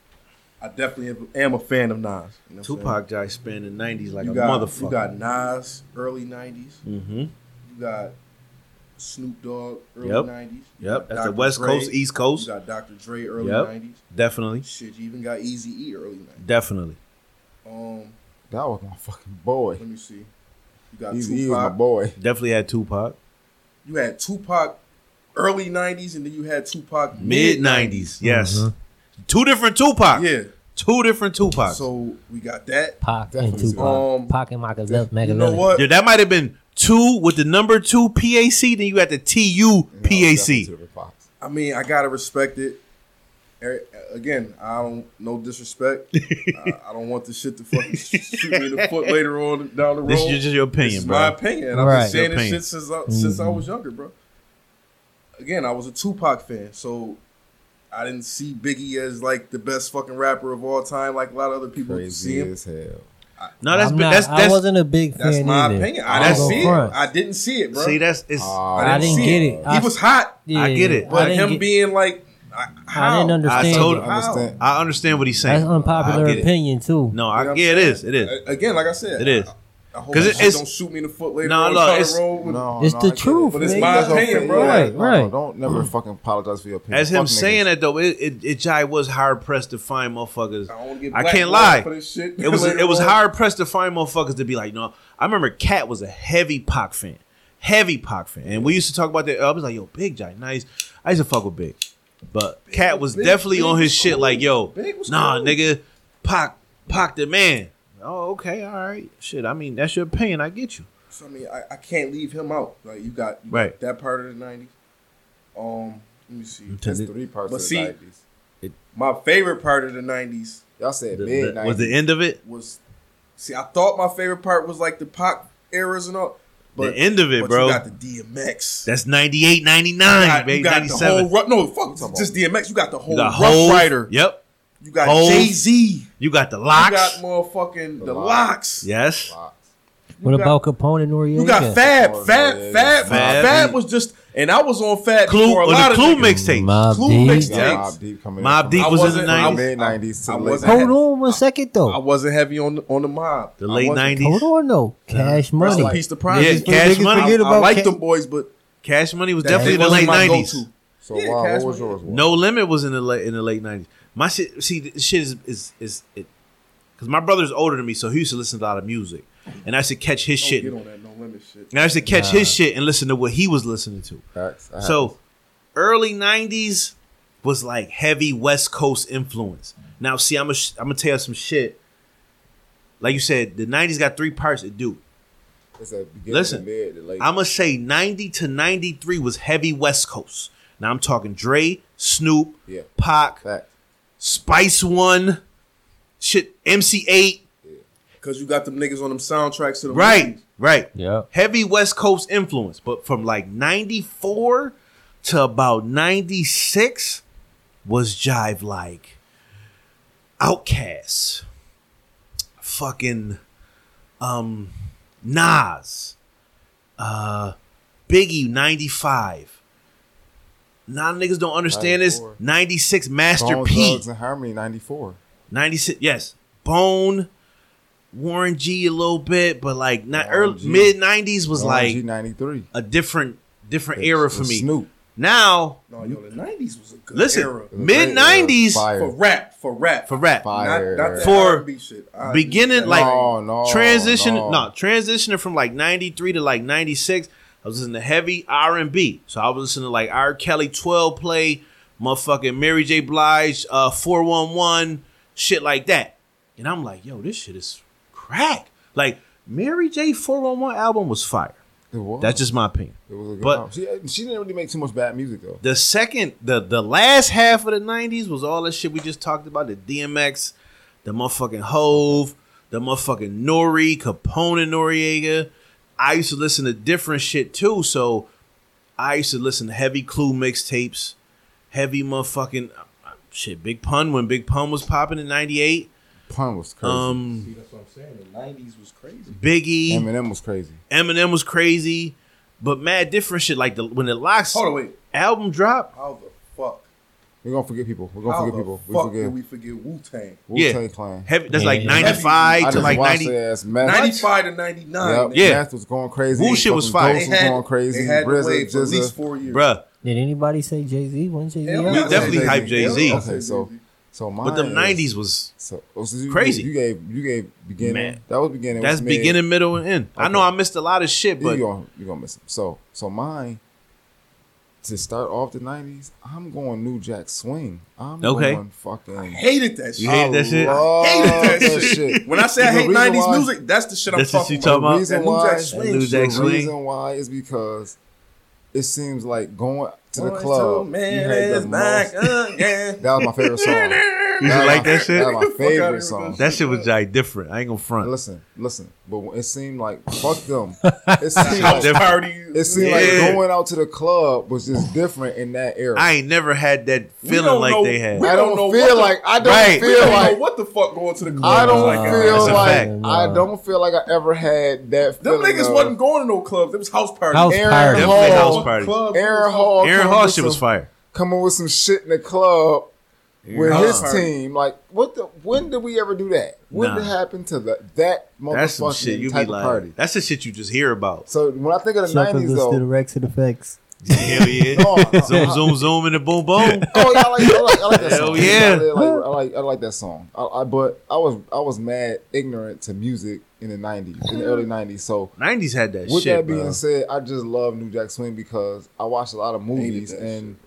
[SPEAKER 3] I definitely am- am a fan of Nas. You know what I'm saying?
[SPEAKER 1] Tupac Jai spanned the nineties like
[SPEAKER 3] you
[SPEAKER 1] a
[SPEAKER 3] got,
[SPEAKER 1] motherfucker.
[SPEAKER 3] You got Nas, early '90s.
[SPEAKER 1] mm-hmm.
[SPEAKER 3] You got Snoop Dogg, early
[SPEAKER 1] Yep.
[SPEAKER 3] '90s. You
[SPEAKER 1] Yep.
[SPEAKER 3] got
[SPEAKER 1] That's the
[SPEAKER 3] Dr.
[SPEAKER 1] West
[SPEAKER 3] Dre.
[SPEAKER 1] Coast, East
[SPEAKER 3] You
[SPEAKER 1] Coast.
[SPEAKER 3] got Dr. Dre, early
[SPEAKER 1] Yep.
[SPEAKER 3] '90s.
[SPEAKER 1] Definitely.
[SPEAKER 3] Shit, you even got Easy E, early '90s.
[SPEAKER 1] Definitely.
[SPEAKER 3] Um,
[SPEAKER 4] That was my fucking boy.
[SPEAKER 3] let me see. You got
[SPEAKER 4] He's, he was my
[SPEAKER 3] Tupac.
[SPEAKER 4] boy.
[SPEAKER 1] Definitely had Tupac.
[SPEAKER 3] you had Tupac, early '90s, and then you had Tupac
[SPEAKER 1] Mid nineties. Yes.
[SPEAKER 2] Mm-hmm.
[SPEAKER 1] Two different Tupac.
[SPEAKER 3] Yeah.
[SPEAKER 1] Two different Tupac.
[SPEAKER 3] So we got that.
[SPEAKER 2] Pac and
[SPEAKER 4] Definitely.
[SPEAKER 2] Tupac.
[SPEAKER 3] Um,
[SPEAKER 2] Pac and Machiavelli.
[SPEAKER 3] You know what?
[SPEAKER 1] Yeah, that might have been two with the number two PAC. Then you got the TU
[SPEAKER 4] You know, definitely
[SPEAKER 1] PAC.
[SPEAKER 4] to the Fox.
[SPEAKER 3] I mean, I gotta respect it. Er- Again, I don't
[SPEAKER 1] *laughs*
[SPEAKER 3] no disrespect. I, I don't want this shit to fucking *laughs* shoot me in the foot later on down the road.
[SPEAKER 1] This is just your
[SPEAKER 3] This
[SPEAKER 1] opinion,
[SPEAKER 3] is
[SPEAKER 1] bro.
[SPEAKER 3] my opinion. and I've
[SPEAKER 2] Right.
[SPEAKER 3] been
[SPEAKER 1] Your
[SPEAKER 3] saying this
[SPEAKER 1] opinion. Mm-hmm.
[SPEAKER 3] shit since I, since I was younger, bro. Again, I was a Tupac fan, so I didn't see Biggie as like the best fucking rapper of all time, like a lot of other people see
[SPEAKER 4] Crazy
[SPEAKER 3] him.
[SPEAKER 4] as hell.
[SPEAKER 1] no, that's
[SPEAKER 2] I'm not,
[SPEAKER 1] that's
[SPEAKER 2] I
[SPEAKER 1] that's
[SPEAKER 2] wasn't a big fan.
[SPEAKER 3] That's my
[SPEAKER 2] either.
[SPEAKER 3] opinion. I,
[SPEAKER 1] I
[SPEAKER 3] didn't
[SPEAKER 1] was
[SPEAKER 3] see
[SPEAKER 2] front.
[SPEAKER 3] it. I didn't see it, bro.
[SPEAKER 1] see that's it's
[SPEAKER 4] Ah,
[SPEAKER 3] I
[SPEAKER 2] I
[SPEAKER 3] didn't,
[SPEAKER 2] didn't
[SPEAKER 3] see
[SPEAKER 2] get
[SPEAKER 3] it.
[SPEAKER 2] it.
[SPEAKER 3] He
[SPEAKER 2] I-
[SPEAKER 3] was hot,
[SPEAKER 1] I get it.
[SPEAKER 3] but
[SPEAKER 2] I didn't
[SPEAKER 3] him
[SPEAKER 2] get-
[SPEAKER 3] being like, I,
[SPEAKER 2] I
[SPEAKER 3] how?
[SPEAKER 2] didn't understand.
[SPEAKER 1] I told-
[SPEAKER 2] it.
[SPEAKER 1] I
[SPEAKER 4] understand.
[SPEAKER 1] I understand what he's saying.
[SPEAKER 2] That's unpopular
[SPEAKER 1] I get it.
[SPEAKER 2] opinion too.
[SPEAKER 1] No,
[SPEAKER 3] You know
[SPEAKER 1] I,
[SPEAKER 3] what
[SPEAKER 1] yeah,
[SPEAKER 3] I'm
[SPEAKER 1] it is. It
[SPEAKER 3] Uh,
[SPEAKER 1] is.
[SPEAKER 3] again, like I said,
[SPEAKER 1] It is.
[SPEAKER 3] I, I hope
[SPEAKER 1] 'Cause
[SPEAKER 3] that
[SPEAKER 1] it-
[SPEAKER 3] shit
[SPEAKER 1] it's-
[SPEAKER 3] don't shoot me in the foot later.
[SPEAKER 1] Nah,
[SPEAKER 3] on
[SPEAKER 1] look,
[SPEAKER 3] down the
[SPEAKER 1] it's-
[SPEAKER 3] road with-
[SPEAKER 4] No,
[SPEAKER 2] It's
[SPEAKER 4] no,
[SPEAKER 2] the
[SPEAKER 4] I get it.
[SPEAKER 2] truth,
[SPEAKER 3] But it's
[SPEAKER 2] nigga.
[SPEAKER 3] my
[SPEAKER 4] That's okay,
[SPEAKER 3] opinion,
[SPEAKER 4] yeah,
[SPEAKER 3] bro.
[SPEAKER 2] Right,
[SPEAKER 4] no,
[SPEAKER 2] right. Mm.
[SPEAKER 4] Don't never fucking apologize for your opinion.
[SPEAKER 1] As him
[SPEAKER 4] Fuck
[SPEAKER 1] saying
[SPEAKER 4] niggas.
[SPEAKER 1] that though, it it, it Jai was hard pressed to find motherfuckers.
[SPEAKER 3] I, don't wanna get
[SPEAKER 1] I can't
[SPEAKER 3] blackballed
[SPEAKER 1] lie.
[SPEAKER 3] For this shit
[SPEAKER 1] It was
[SPEAKER 3] *laughs* later
[SPEAKER 1] it was
[SPEAKER 3] on.
[SPEAKER 1] hard pressed to find motherfuckers to be like, no. I remember Cat was a heavy Pac fan, heavy Pac fan, and we used to talk about that. I was like, yo, Big Jai, nice. I used to fuck with Big, but Cat was
[SPEAKER 3] Big-
[SPEAKER 1] definitely
[SPEAKER 3] Big
[SPEAKER 1] on his
[SPEAKER 3] was
[SPEAKER 1] shit.
[SPEAKER 3] cool.
[SPEAKER 1] Like, yo,
[SPEAKER 3] Big was
[SPEAKER 1] nah,
[SPEAKER 3] cool.
[SPEAKER 1] nigga, Pac, Pac the man. Oh, okay, all right, shit. I mean, that's your opinion. I get you.
[SPEAKER 3] So, I mean, I, I can't leave him out. Like you got you got
[SPEAKER 1] Right.
[SPEAKER 3] that part of the '90s. Um, let me see.
[SPEAKER 4] That's three parts
[SPEAKER 3] But
[SPEAKER 4] of the
[SPEAKER 3] see-
[SPEAKER 4] 90s.
[SPEAKER 3] My favorite part of the '90s
[SPEAKER 4] Y'all said
[SPEAKER 1] The-
[SPEAKER 4] mid
[SPEAKER 1] the- was
[SPEAKER 4] 90s.
[SPEAKER 1] the end of it?
[SPEAKER 3] was. See, I thought my favorite part was like the pop eras and all, but
[SPEAKER 1] the end of it,
[SPEAKER 3] but
[SPEAKER 1] bro.
[SPEAKER 3] you got the DMX.
[SPEAKER 1] That's 98, 99,
[SPEAKER 3] you got,
[SPEAKER 1] baby.
[SPEAKER 3] you got the
[SPEAKER 1] 97.
[SPEAKER 3] whole Ru- no fuck
[SPEAKER 4] talking
[SPEAKER 3] just DMX. You got the whole
[SPEAKER 1] you got
[SPEAKER 3] Rough
[SPEAKER 1] Hov.
[SPEAKER 3] Rider.
[SPEAKER 1] Yep.
[SPEAKER 3] You got
[SPEAKER 1] Hov.
[SPEAKER 3] Jay Z.
[SPEAKER 1] You got the
[SPEAKER 3] You
[SPEAKER 1] locks.
[SPEAKER 3] got motherfucking the,
[SPEAKER 4] The
[SPEAKER 3] locks.
[SPEAKER 1] yes.
[SPEAKER 4] Lots.
[SPEAKER 2] What
[SPEAKER 3] you got-
[SPEAKER 2] about Capone and Noriega?
[SPEAKER 3] You got Fab,
[SPEAKER 4] Oh,
[SPEAKER 3] Fab,
[SPEAKER 4] yeah, yeah.
[SPEAKER 3] Fab, Fab,
[SPEAKER 1] Fab.
[SPEAKER 3] was just, and I was on Fab
[SPEAKER 1] Clue
[SPEAKER 3] for a
[SPEAKER 1] or
[SPEAKER 3] lot
[SPEAKER 1] the
[SPEAKER 3] of
[SPEAKER 1] Clue
[SPEAKER 3] niggas.
[SPEAKER 1] mixtape.
[SPEAKER 2] Mob
[SPEAKER 3] Clue
[SPEAKER 2] Deep.
[SPEAKER 3] mixed
[SPEAKER 4] Yeah,
[SPEAKER 3] tapes.
[SPEAKER 4] Mob Deep coming
[SPEAKER 1] Mob
[SPEAKER 4] in.
[SPEAKER 1] Deep
[SPEAKER 3] I
[SPEAKER 1] was in the
[SPEAKER 3] wasn't- I
[SPEAKER 1] 90s.
[SPEAKER 3] was-
[SPEAKER 4] Mid 90s to
[SPEAKER 3] I
[SPEAKER 4] the late
[SPEAKER 3] wasn't-
[SPEAKER 4] 90s.
[SPEAKER 2] Hold on one second
[SPEAKER 3] I
[SPEAKER 2] though.
[SPEAKER 3] wasn't heavy on the, on the mob.
[SPEAKER 1] Oh. The
[SPEAKER 3] I
[SPEAKER 1] late
[SPEAKER 3] wasn't.
[SPEAKER 1] 90s.
[SPEAKER 2] Hold on though. Cash
[SPEAKER 3] Rest
[SPEAKER 2] money.
[SPEAKER 3] in peace to Prodigy.
[SPEAKER 1] Yeah, Cash
[SPEAKER 2] Niggas
[SPEAKER 1] Money.
[SPEAKER 2] forget
[SPEAKER 3] I, I
[SPEAKER 2] about
[SPEAKER 3] like
[SPEAKER 2] Ca-
[SPEAKER 3] them boys, but
[SPEAKER 1] Cash Money was
[SPEAKER 3] that
[SPEAKER 1] definitely
[SPEAKER 3] definitely
[SPEAKER 1] the
[SPEAKER 3] wasn't
[SPEAKER 1] late
[SPEAKER 3] my
[SPEAKER 1] 90s.
[SPEAKER 3] go-to.
[SPEAKER 4] So,
[SPEAKER 3] Yeah,
[SPEAKER 4] wow,
[SPEAKER 3] Cash
[SPEAKER 4] what was
[SPEAKER 3] Money.
[SPEAKER 4] yours? Walt?
[SPEAKER 1] No Limit was in the late in the late 90s. My shit see the shit is is is cuz my brother's older than me, so he used to listen to a lot of music. And I used to catch his
[SPEAKER 3] Don't
[SPEAKER 1] shit.
[SPEAKER 3] get
[SPEAKER 1] And
[SPEAKER 3] on that no limit shit.
[SPEAKER 1] I used to catch his shit and listen to what he was listening to.
[SPEAKER 4] Facts. I had-
[SPEAKER 1] So early nineties was like heavy West Coast influence. Now, see, I'm gonna I'm gonna tell you some shit. Like you said, the '90s got three parts to do.
[SPEAKER 4] It's that beginning,
[SPEAKER 1] Listen,
[SPEAKER 4] the mid, the late.
[SPEAKER 1] I'm gonna say 90 to 93 was heavy West Coast. Now I'm talking Dre, Snoop,
[SPEAKER 4] Yeah.
[SPEAKER 1] Pac,
[SPEAKER 4] fact.
[SPEAKER 1] Spice One, shit, MC8.
[SPEAKER 3] Cause you got them niggas on them soundtracks to the
[SPEAKER 1] Right,
[SPEAKER 3] movies.
[SPEAKER 1] right.
[SPEAKER 2] Yep.
[SPEAKER 1] Heavy West Coast influence, but from like 94 to about 96 was jive like Outkast, fucking um Nas, uh Biggie 95. Nah, niggas don't understand this.
[SPEAKER 4] 94.
[SPEAKER 1] 96 Master
[SPEAKER 4] Bone
[SPEAKER 1] P.
[SPEAKER 4] Thugs and Harmony '94.
[SPEAKER 1] 96 yes bone warren g a little bit but like not
[SPEAKER 4] Warren
[SPEAKER 1] early
[SPEAKER 4] G.
[SPEAKER 1] mid 90s was
[SPEAKER 4] G
[SPEAKER 1] like
[SPEAKER 4] '93.
[SPEAKER 1] a different different era for me
[SPEAKER 4] Snoop.
[SPEAKER 1] now
[SPEAKER 3] No, yo, the nineties was a good
[SPEAKER 1] listen
[SPEAKER 3] era
[SPEAKER 4] It was
[SPEAKER 1] mid
[SPEAKER 4] great era.
[SPEAKER 1] 90s
[SPEAKER 4] Fire.
[SPEAKER 3] for rap, for rap,
[SPEAKER 1] for rap
[SPEAKER 4] Fire.
[SPEAKER 3] Not, not the
[SPEAKER 1] For
[SPEAKER 3] R&B shit. I-
[SPEAKER 1] beginning
[SPEAKER 3] that-
[SPEAKER 1] like
[SPEAKER 4] No, no,
[SPEAKER 1] transition
[SPEAKER 4] no.
[SPEAKER 1] no. transitioning from like 93 to like 96 i was listening to heavy r&b so i was listening to like r kelly 12 play motherfucking mary j blige uh 411 shit like that and i'm like yo this shit is crack like mary j 411 album was fire
[SPEAKER 4] It was.
[SPEAKER 1] that's just my opinion
[SPEAKER 4] It was a good
[SPEAKER 1] but-
[SPEAKER 4] album. She, she didn't really make too much bad music though.
[SPEAKER 1] the second the the last half of the 90s was all that shit we just talked about the DMX the motherfucking Hove the motherfucking Nori Capone and Noriega I used to listen to different shit too so I used to listen to heavy clue mixtapes heavy motherfucking uh, shit Big Pun when Big Pun was popping in 98
[SPEAKER 4] Pun was crazy.
[SPEAKER 1] um E.
[SPEAKER 3] See, that's what I'm saying. The nineties was crazy.
[SPEAKER 1] Biggie
[SPEAKER 4] Eminem was crazy.
[SPEAKER 1] Eminem was crazy but mad different shit like the when the locks
[SPEAKER 3] Hold on, wait.
[SPEAKER 1] album dropped
[SPEAKER 3] How the fuck?
[SPEAKER 4] We're gonna forget people. We're gonna
[SPEAKER 3] How
[SPEAKER 4] forget
[SPEAKER 3] the
[SPEAKER 4] people. We
[SPEAKER 3] fuck did
[SPEAKER 4] forget.
[SPEAKER 3] we forget Wu Tang?
[SPEAKER 4] Wu Tang
[SPEAKER 1] Yeah.
[SPEAKER 4] Clan.
[SPEAKER 1] heavy that's like
[SPEAKER 2] Yeah.
[SPEAKER 1] 95
[SPEAKER 4] I
[SPEAKER 1] to
[SPEAKER 4] just
[SPEAKER 1] like
[SPEAKER 4] watched
[SPEAKER 1] 90
[SPEAKER 4] their ass mess.
[SPEAKER 3] Ninety five to ninety nine.
[SPEAKER 4] Yep.
[SPEAKER 1] Yeah.
[SPEAKER 4] Meth was going crazy.
[SPEAKER 1] Wu shit was
[SPEAKER 4] Fucking
[SPEAKER 1] fire.
[SPEAKER 4] Ghost
[SPEAKER 3] They
[SPEAKER 4] was
[SPEAKER 3] had,
[SPEAKER 4] going crazy.
[SPEAKER 3] They had to
[SPEAKER 4] Rizza,
[SPEAKER 3] wait for at
[SPEAKER 4] Jizza.
[SPEAKER 3] least four years.
[SPEAKER 1] bruh
[SPEAKER 2] Did anybody say Jay Z? When Jay Z?
[SPEAKER 3] Hell
[SPEAKER 1] We
[SPEAKER 3] yeah.
[SPEAKER 1] definitely
[SPEAKER 3] Hell
[SPEAKER 1] hyped
[SPEAKER 3] yeah.
[SPEAKER 1] Jay-Z.
[SPEAKER 3] Hell yeah.
[SPEAKER 4] Okay, so so mine
[SPEAKER 1] But the
[SPEAKER 4] is-
[SPEAKER 1] nineties was
[SPEAKER 4] So, oh, so you,
[SPEAKER 1] Crazy.
[SPEAKER 4] You gave you gave beginning.
[SPEAKER 1] Man.
[SPEAKER 4] That was beginning.
[SPEAKER 1] that's
[SPEAKER 4] was mid.
[SPEAKER 1] beginning, middle, and end. I know
[SPEAKER 4] Okay.
[SPEAKER 1] I missed a lot of shit, but
[SPEAKER 4] you gonna you gonna miss him. So so mine to start off the nineties. I'm going New Jack Swing. I'm
[SPEAKER 1] Okay.
[SPEAKER 4] going fucking.
[SPEAKER 3] I hated that shit.
[SPEAKER 1] You hate that shit?
[SPEAKER 4] love
[SPEAKER 3] hated that
[SPEAKER 4] that Oh, shit.
[SPEAKER 3] When I say I
[SPEAKER 4] The
[SPEAKER 3] hate
[SPEAKER 4] reason
[SPEAKER 3] nineties
[SPEAKER 4] why-
[SPEAKER 3] music, that's the shit I'm
[SPEAKER 1] That's what
[SPEAKER 3] talking
[SPEAKER 1] you talking
[SPEAKER 3] about.
[SPEAKER 1] about?
[SPEAKER 4] reason
[SPEAKER 3] That New
[SPEAKER 4] why
[SPEAKER 3] Jack Swing
[SPEAKER 1] New
[SPEAKER 3] shit.
[SPEAKER 1] Jack
[SPEAKER 4] the
[SPEAKER 1] Swing.
[SPEAKER 4] reason why is because it seems like going to the
[SPEAKER 3] Boy,
[SPEAKER 4] club.
[SPEAKER 3] so
[SPEAKER 4] you had
[SPEAKER 3] man
[SPEAKER 4] the
[SPEAKER 3] is back
[SPEAKER 4] most-
[SPEAKER 3] again.
[SPEAKER 4] *laughs* That was my favorite
[SPEAKER 3] *laughs*
[SPEAKER 4] song.
[SPEAKER 1] you
[SPEAKER 4] That was
[SPEAKER 1] like
[SPEAKER 4] my-
[SPEAKER 1] that shit?
[SPEAKER 4] That was my
[SPEAKER 3] Get the fuck outta here
[SPEAKER 4] favorite
[SPEAKER 3] with
[SPEAKER 4] song.
[SPEAKER 1] That shit was like different. I ain't gonna front.
[SPEAKER 4] Listen, listen, but it seemed like
[SPEAKER 1] *laughs*
[SPEAKER 4] fuck them. It seemed like,
[SPEAKER 1] Different.
[SPEAKER 4] it seemed
[SPEAKER 1] Yeah.
[SPEAKER 4] like going out to the club was just different in that era.
[SPEAKER 1] I ain't never had that feeling
[SPEAKER 3] don't
[SPEAKER 1] like
[SPEAKER 3] know-
[SPEAKER 1] they had.
[SPEAKER 3] we-
[SPEAKER 4] I
[SPEAKER 3] don't
[SPEAKER 4] don't,
[SPEAKER 3] know what
[SPEAKER 4] feel
[SPEAKER 3] the-
[SPEAKER 4] like I don't
[SPEAKER 1] Right. Oh
[SPEAKER 3] We
[SPEAKER 4] feel
[SPEAKER 3] don't know
[SPEAKER 4] like
[SPEAKER 3] what the fuck going to the club.
[SPEAKER 4] I don't
[SPEAKER 3] like that.
[SPEAKER 4] feel
[SPEAKER 1] That's a
[SPEAKER 4] like
[SPEAKER 1] fact.
[SPEAKER 4] I don't feel like I ever had that.
[SPEAKER 3] Them
[SPEAKER 4] Feeling
[SPEAKER 3] niggas
[SPEAKER 4] of
[SPEAKER 3] wasn't going to no clubs. It was house parties.
[SPEAKER 2] House
[SPEAKER 4] Aaron
[SPEAKER 2] party.
[SPEAKER 1] Definitely
[SPEAKER 4] Hall.
[SPEAKER 1] house parties.
[SPEAKER 3] Club.
[SPEAKER 4] Aaron Hall.
[SPEAKER 1] Aaron
[SPEAKER 4] coming
[SPEAKER 1] Hall
[SPEAKER 4] with
[SPEAKER 1] shit was
[SPEAKER 4] some-
[SPEAKER 1] fire.
[SPEAKER 4] Coming with some shit in the club with
[SPEAKER 3] Hall.
[SPEAKER 4] his team. Like what? The, when did we ever do that? When
[SPEAKER 1] Nah.
[SPEAKER 4] did it happen to the, that
[SPEAKER 1] That's some
[SPEAKER 4] motherfucking
[SPEAKER 1] shit you be
[SPEAKER 4] type of
[SPEAKER 1] like.
[SPEAKER 4] party?
[SPEAKER 1] That's the shit you just hear
[SPEAKER 4] *laughs*
[SPEAKER 1] about.
[SPEAKER 4] So when I think of the
[SPEAKER 2] Suckers
[SPEAKER 4] nineties,
[SPEAKER 2] listen
[SPEAKER 4] though,
[SPEAKER 2] to the Rex and Effects.
[SPEAKER 1] Hell yeah!
[SPEAKER 4] No, no,
[SPEAKER 1] zoom,
[SPEAKER 4] I-
[SPEAKER 1] zoom, zoom, and the boom, boom.
[SPEAKER 4] *laughs* Oh yeah, I like, I like, I like that
[SPEAKER 1] Hell
[SPEAKER 4] song.
[SPEAKER 1] yeah.
[SPEAKER 4] I like, I like, I like that song. I, I, but I was I was mad ignorant to music in the '90s, in the early '90s. So
[SPEAKER 1] Nineties had that
[SPEAKER 4] with
[SPEAKER 1] shit.
[SPEAKER 4] that being
[SPEAKER 1] bro.
[SPEAKER 4] said, I just love New Jack Swing because I watched a lot of movies and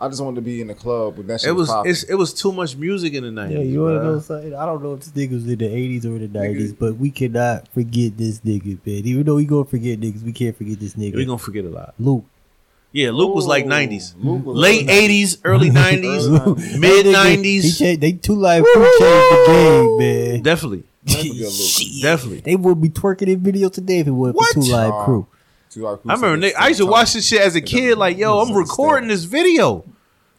[SPEAKER 4] I just wanted to be in the club when that shit
[SPEAKER 1] it was
[SPEAKER 4] popping.
[SPEAKER 1] it's, it was too much music in the nineties.
[SPEAKER 2] Yeah, you want to know something? I don't know if this nigga was in the 80s or in the 90s, but we cannot forget this nigga, man. Even though we gonna forget niggas, we can't forget this nigga.
[SPEAKER 1] We gonna forget a lot.
[SPEAKER 2] Luke.
[SPEAKER 1] Yeah, Luke was like
[SPEAKER 4] Ooh,
[SPEAKER 1] nineties,
[SPEAKER 4] Luke was
[SPEAKER 1] late
[SPEAKER 4] like
[SPEAKER 1] eighties, early
[SPEAKER 2] *laughs*
[SPEAKER 4] *laughs*
[SPEAKER 1] nineties, mid
[SPEAKER 2] He
[SPEAKER 1] nineties.
[SPEAKER 2] changed, they two life crew changed the game, man.
[SPEAKER 1] Definitely,
[SPEAKER 4] That's a good look.
[SPEAKER 1] Shit. definitely.
[SPEAKER 2] They would be twerking in video today if it wasn't
[SPEAKER 1] What?
[SPEAKER 2] for two live
[SPEAKER 4] Nah.
[SPEAKER 2] crew.
[SPEAKER 4] Two Live Crew
[SPEAKER 1] I remember
[SPEAKER 4] said
[SPEAKER 1] Nick, I used to
[SPEAKER 4] same
[SPEAKER 1] watch
[SPEAKER 4] time.
[SPEAKER 1] this shit as a kid. Like, yo, I'm recording this video.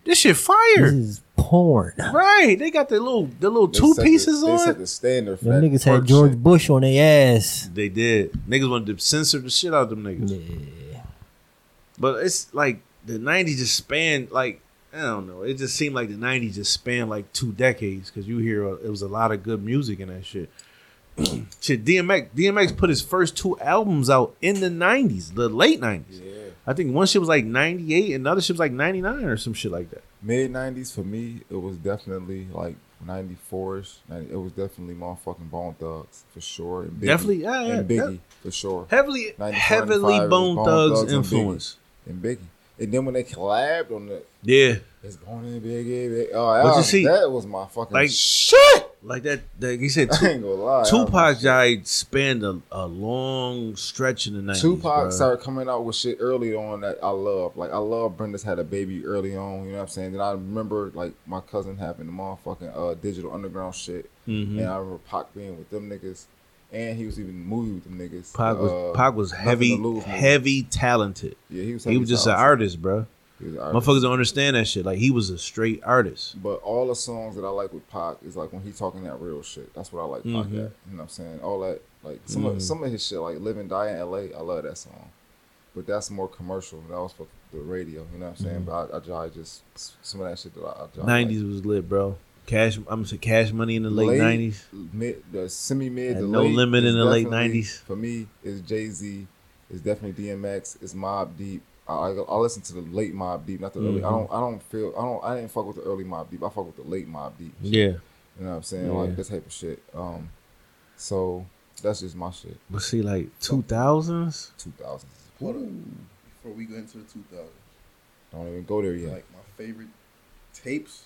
[SPEAKER 1] This shit
[SPEAKER 2] This
[SPEAKER 1] fire.
[SPEAKER 2] is porn.
[SPEAKER 1] Right? They got the little the little
[SPEAKER 4] They
[SPEAKER 1] two
[SPEAKER 4] set the-
[SPEAKER 1] pieces
[SPEAKER 4] They set
[SPEAKER 1] on.
[SPEAKER 4] the standard for
[SPEAKER 2] Them
[SPEAKER 4] that
[SPEAKER 2] niggas had
[SPEAKER 4] twerk
[SPEAKER 2] George
[SPEAKER 4] shit.
[SPEAKER 2] Bush on their ass.
[SPEAKER 1] They did. Niggas wanted to censor the shit out of them niggas. But it's like the '90s just spanned like I don't know. It just seemed like the '90s just spanned like two decades because you hear uh, it was a lot of good music in that shit. *clears throat* shit, DMX DMX put his first two albums out in the '90s, the late '90s. I think one shit was like '98, and the other shit was like '99 or some shit like that.
[SPEAKER 4] mid nineties for me, it was definitely like ninety four ish. It was definitely motherfucking Bone Thugs for sure. And Biggie,
[SPEAKER 1] Definitely, yeah, yeah,
[SPEAKER 4] and Biggie for sure.
[SPEAKER 1] Heavily,
[SPEAKER 4] 94,
[SPEAKER 1] heavily
[SPEAKER 4] 95,
[SPEAKER 1] Bone
[SPEAKER 4] Bone
[SPEAKER 1] Thugs
[SPEAKER 4] Thugs and
[SPEAKER 1] influence.
[SPEAKER 4] And Biggie, And then when they collabed on the
[SPEAKER 1] Yeah,
[SPEAKER 4] it's going in big, big, big. Oh, that,
[SPEAKER 1] But you
[SPEAKER 4] was,
[SPEAKER 1] see,
[SPEAKER 4] that was my fucking
[SPEAKER 1] like-
[SPEAKER 4] shit. *laughs*
[SPEAKER 1] like that. Like he said,
[SPEAKER 4] I
[SPEAKER 1] Tu-
[SPEAKER 4] ain't gonna lie.
[SPEAKER 1] Tupac died. Spanned a, a long stretch in the nineties.
[SPEAKER 4] Tupac
[SPEAKER 1] bruh.
[SPEAKER 4] started coming out with shit early on that I love. Like I love Brenda's had a baby early on, you know what I'm saying? Then I remember like my cousin having the motherfucking uh, digital underground shit.
[SPEAKER 1] Mhm.
[SPEAKER 4] And I remember Pac being with them niggas. And he was even in the movie with them niggas.
[SPEAKER 1] Pac was
[SPEAKER 4] Uh,
[SPEAKER 1] Pac was
[SPEAKER 4] Nothing to
[SPEAKER 1] heavy,
[SPEAKER 4] Lose movie.
[SPEAKER 1] heavy talented.
[SPEAKER 4] Yeah, he was
[SPEAKER 1] He was just an
[SPEAKER 4] talented.
[SPEAKER 1] artist, bro.
[SPEAKER 4] He was an artist.
[SPEAKER 1] Motherfuckers don't understand that shit. Like he was a straight artist.
[SPEAKER 4] But all the songs that I like with Pac is like when he talking that real shit. That's what I like Pac at.
[SPEAKER 1] Mhm.
[SPEAKER 4] You know what I'm saying? All that like some
[SPEAKER 1] Mm.
[SPEAKER 4] of some of his shit like Live and Die in LA, I love that song. But that's more commercial. That was for the radio, you know what I'm saying? But I, I jive just some of that shit that I, I jive like.
[SPEAKER 1] Mm-hmm. Nineties was lit, bro. Cash, I'm saying cash money in the late nineties.
[SPEAKER 4] mid the semi mid, the
[SPEAKER 1] And No
[SPEAKER 4] late
[SPEAKER 1] Limit
[SPEAKER 4] is
[SPEAKER 1] in the late
[SPEAKER 4] definitely-
[SPEAKER 1] 90s.
[SPEAKER 4] For me, is Jay Z, is definitely DMX, is Mob Deep. I, I, I listen to the late Mob Deep, not the early. I
[SPEAKER 1] Mm-hmm.
[SPEAKER 4] don't I don't feel I don't I didn't fuck with the early Mob Deep. I fuck with the late Mob Deep.
[SPEAKER 1] Yeah,
[SPEAKER 4] You know what I'm saying? Like that type of shit. Um, so that's just my shit.
[SPEAKER 1] but see, like two thousands.
[SPEAKER 4] Two thousands.
[SPEAKER 3] Hold up. Before we go into the 2000s,
[SPEAKER 4] Don't even go there yet.
[SPEAKER 3] like my favorite tapes,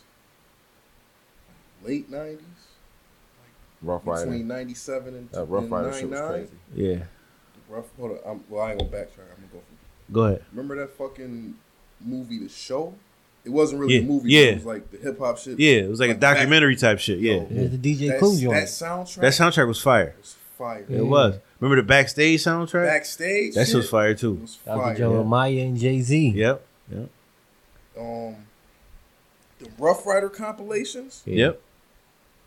[SPEAKER 3] late 90s,
[SPEAKER 4] Rough
[SPEAKER 3] between
[SPEAKER 4] Rider.
[SPEAKER 3] 97 and,
[SPEAKER 4] That
[SPEAKER 3] and
[SPEAKER 4] Rough Rider shit was
[SPEAKER 3] 99.
[SPEAKER 4] crazy.
[SPEAKER 1] Yeah,
[SPEAKER 3] Rough, hold on. I'm, well, I ain't gonna backtrack. I'm gonna go from.
[SPEAKER 1] go ahead.
[SPEAKER 3] Remember that fucking movie, The Show? It wasn't really
[SPEAKER 1] Yeah,
[SPEAKER 3] a movie.
[SPEAKER 1] yeah.
[SPEAKER 3] It was like the hip hop shit.
[SPEAKER 1] Yeah, it was like a
[SPEAKER 3] Like back- Oh,
[SPEAKER 1] documentary type shit. Yeah,
[SPEAKER 3] Yo,
[SPEAKER 2] There's the DJ
[SPEAKER 3] That,
[SPEAKER 2] Clue
[SPEAKER 3] that
[SPEAKER 2] joint.
[SPEAKER 3] soundtrack.
[SPEAKER 1] that soundtrack was fire.
[SPEAKER 3] was fire.
[SPEAKER 2] Yeah.
[SPEAKER 1] It was. Remember the backstage soundtrack?
[SPEAKER 3] Backstage.
[SPEAKER 1] that shit was fire
[SPEAKER 3] It
[SPEAKER 1] too.
[SPEAKER 3] was
[SPEAKER 2] Dr.
[SPEAKER 3] fire.
[SPEAKER 2] Joe Maya and Jay Z.
[SPEAKER 1] Yep. Yep.
[SPEAKER 3] Um, the Rough Rider compilations.
[SPEAKER 1] Yep.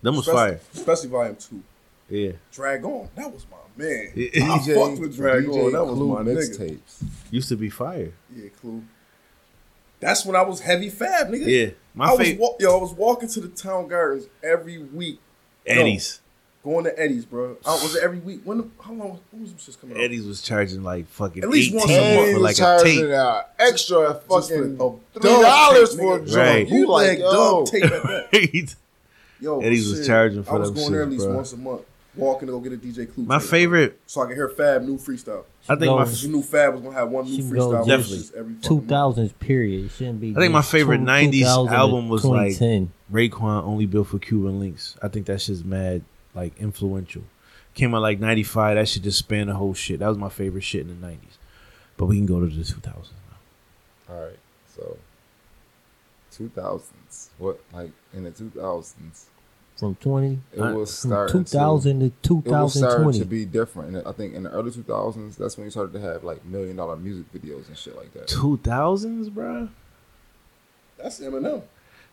[SPEAKER 1] Them was
[SPEAKER 3] especially,
[SPEAKER 1] fire.
[SPEAKER 3] Especially Volume Two.
[SPEAKER 1] Yeah.
[SPEAKER 3] Drag On. That was my
[SPEAKER 1] *laughs*
[SPEAKER 3] man.
[SPEAKER 1] It
[SPEAKER 3] I fucked with Drag
[SPEAKER 1] E
[SPEAKER 3] On. That was
[SPEAKER 4] Clue
[SPEAKER 3] my nigga.
[SPEAKER 4] mixtapes.
[SPEAKER 1] used to be fire.
[SPEAKER 3] Yeah, Clue. That's when I was heavy fab, nigga.
[SPEAKER 1] Yeah. My
[SPEAKER 3] I was
[SPEAKER 1] favorite
[SPEAKER 3] wa- yo, I was walking to the town gardens every week,
[SPEAKER 1] Eddie's.
[SPEAKER 3] going to Eddie's, bro. I was it every week. When the, how long? When was this shit coming? out?
[SPEAKER 1] Eddie's was charging like fucking
[SPEAKER 3] At least
[SPEAKER 1] 18
[SPEAKER 3] once a
[SPEAKER 1] a
[SPEAKER 3] month.
[SPEAKER 1] month for like a tape.
[SPEAKER 4] extra
[SPEAKER 3] Just
[SPEAKER 4] fucking
[SPEAKER 3] for a
[SPEAKER 4] three dollars for a
[SPEAKER 3] nigga.
[SPEAKER 4] joint.
[SPEAKER 1] Right.
[SPEAKER 4] You like
[SPEAKER 3] Bootleg
[SPEAKER 4] yo?
[SPEAKER 3] dub tape at
[SPEAKER 1] *laughs*
[SPEAKER 3] that. Yo,
[SPEAKER 1] Eddie's was
[SPEAKER 3] shit,
[SPEAKER 1] charging for
[SPEAKER 3] I was
[SPEAKER 1] them
[SPEAKER 3] going there at
[SPEAKER 1] shits,
[SPEAKER 3] least
[SPEAKER 1] bro.
[SPEAKER 3] once a month, walking to go get a DJ Clue.
[SPEAKER 1] My
[SPEAKER 3] tape,
[SPEAKER 1] favorite,
[SPEAKER 3] so I could hear Fab new freestyle.
[SPEAKER 1] I think my,
[SPEAKER 2] No.
[SPEAKER 3] You knew Fab was gonna have one new
[SPEAKER 2] She
[SPEAKER 3] freestyle.
[SPEAKER 2] goes
[SPEAKER 1] Definitely.
[SPEAKER 3] just every fucking
[SPEAKER 2] Two
[SPEAKER 3] month.
[SPEAKER 2] thousands period It shouldn't be.
[SPEAKER 1] I think my
[SPEAKER 2] just
[SPEAKER 1] favorite
[SPEAKER 2] two-
[SPEAKER 1] 90s
[SPEAKER 2] 2000 to
[SPEAKER 1] album was like-
[SPEAKER 2] 2010.
[SPEAKER 1] Raekwon only built for Cuban links. I think that shit's mad, like influential. Came out like '95. That shit just spanned the whole shit. That was my favorite shit in the '90s. But we can go to the 2000s.
[SPEAKER 4] All right, so two thousands. What like in the two thousands?
[SPEAKER 2] from twenty
[SPEAKER 4] It
[SPEAKER 1] Uh,
[SPEAKER 4] was
[SPEAKER 2] from
[SPEAKER 4] starting
[SPEAKER 2] two
[SPEAKER 4] to-
[SPEAKER 2] thousand to two
[SPEAKER 4] it was
[SPEAKER 2] thousand
[SPEAKER 4] starting to
[SPEAKER 2] twenty.
[SPEAKER 4] be different. And I think in the early 2000s, that's when you started to have like million dollar music videos and shit like that.
[SPEAKER 1] 2000s, bro.
[SPEAKER 3] That's Eminem.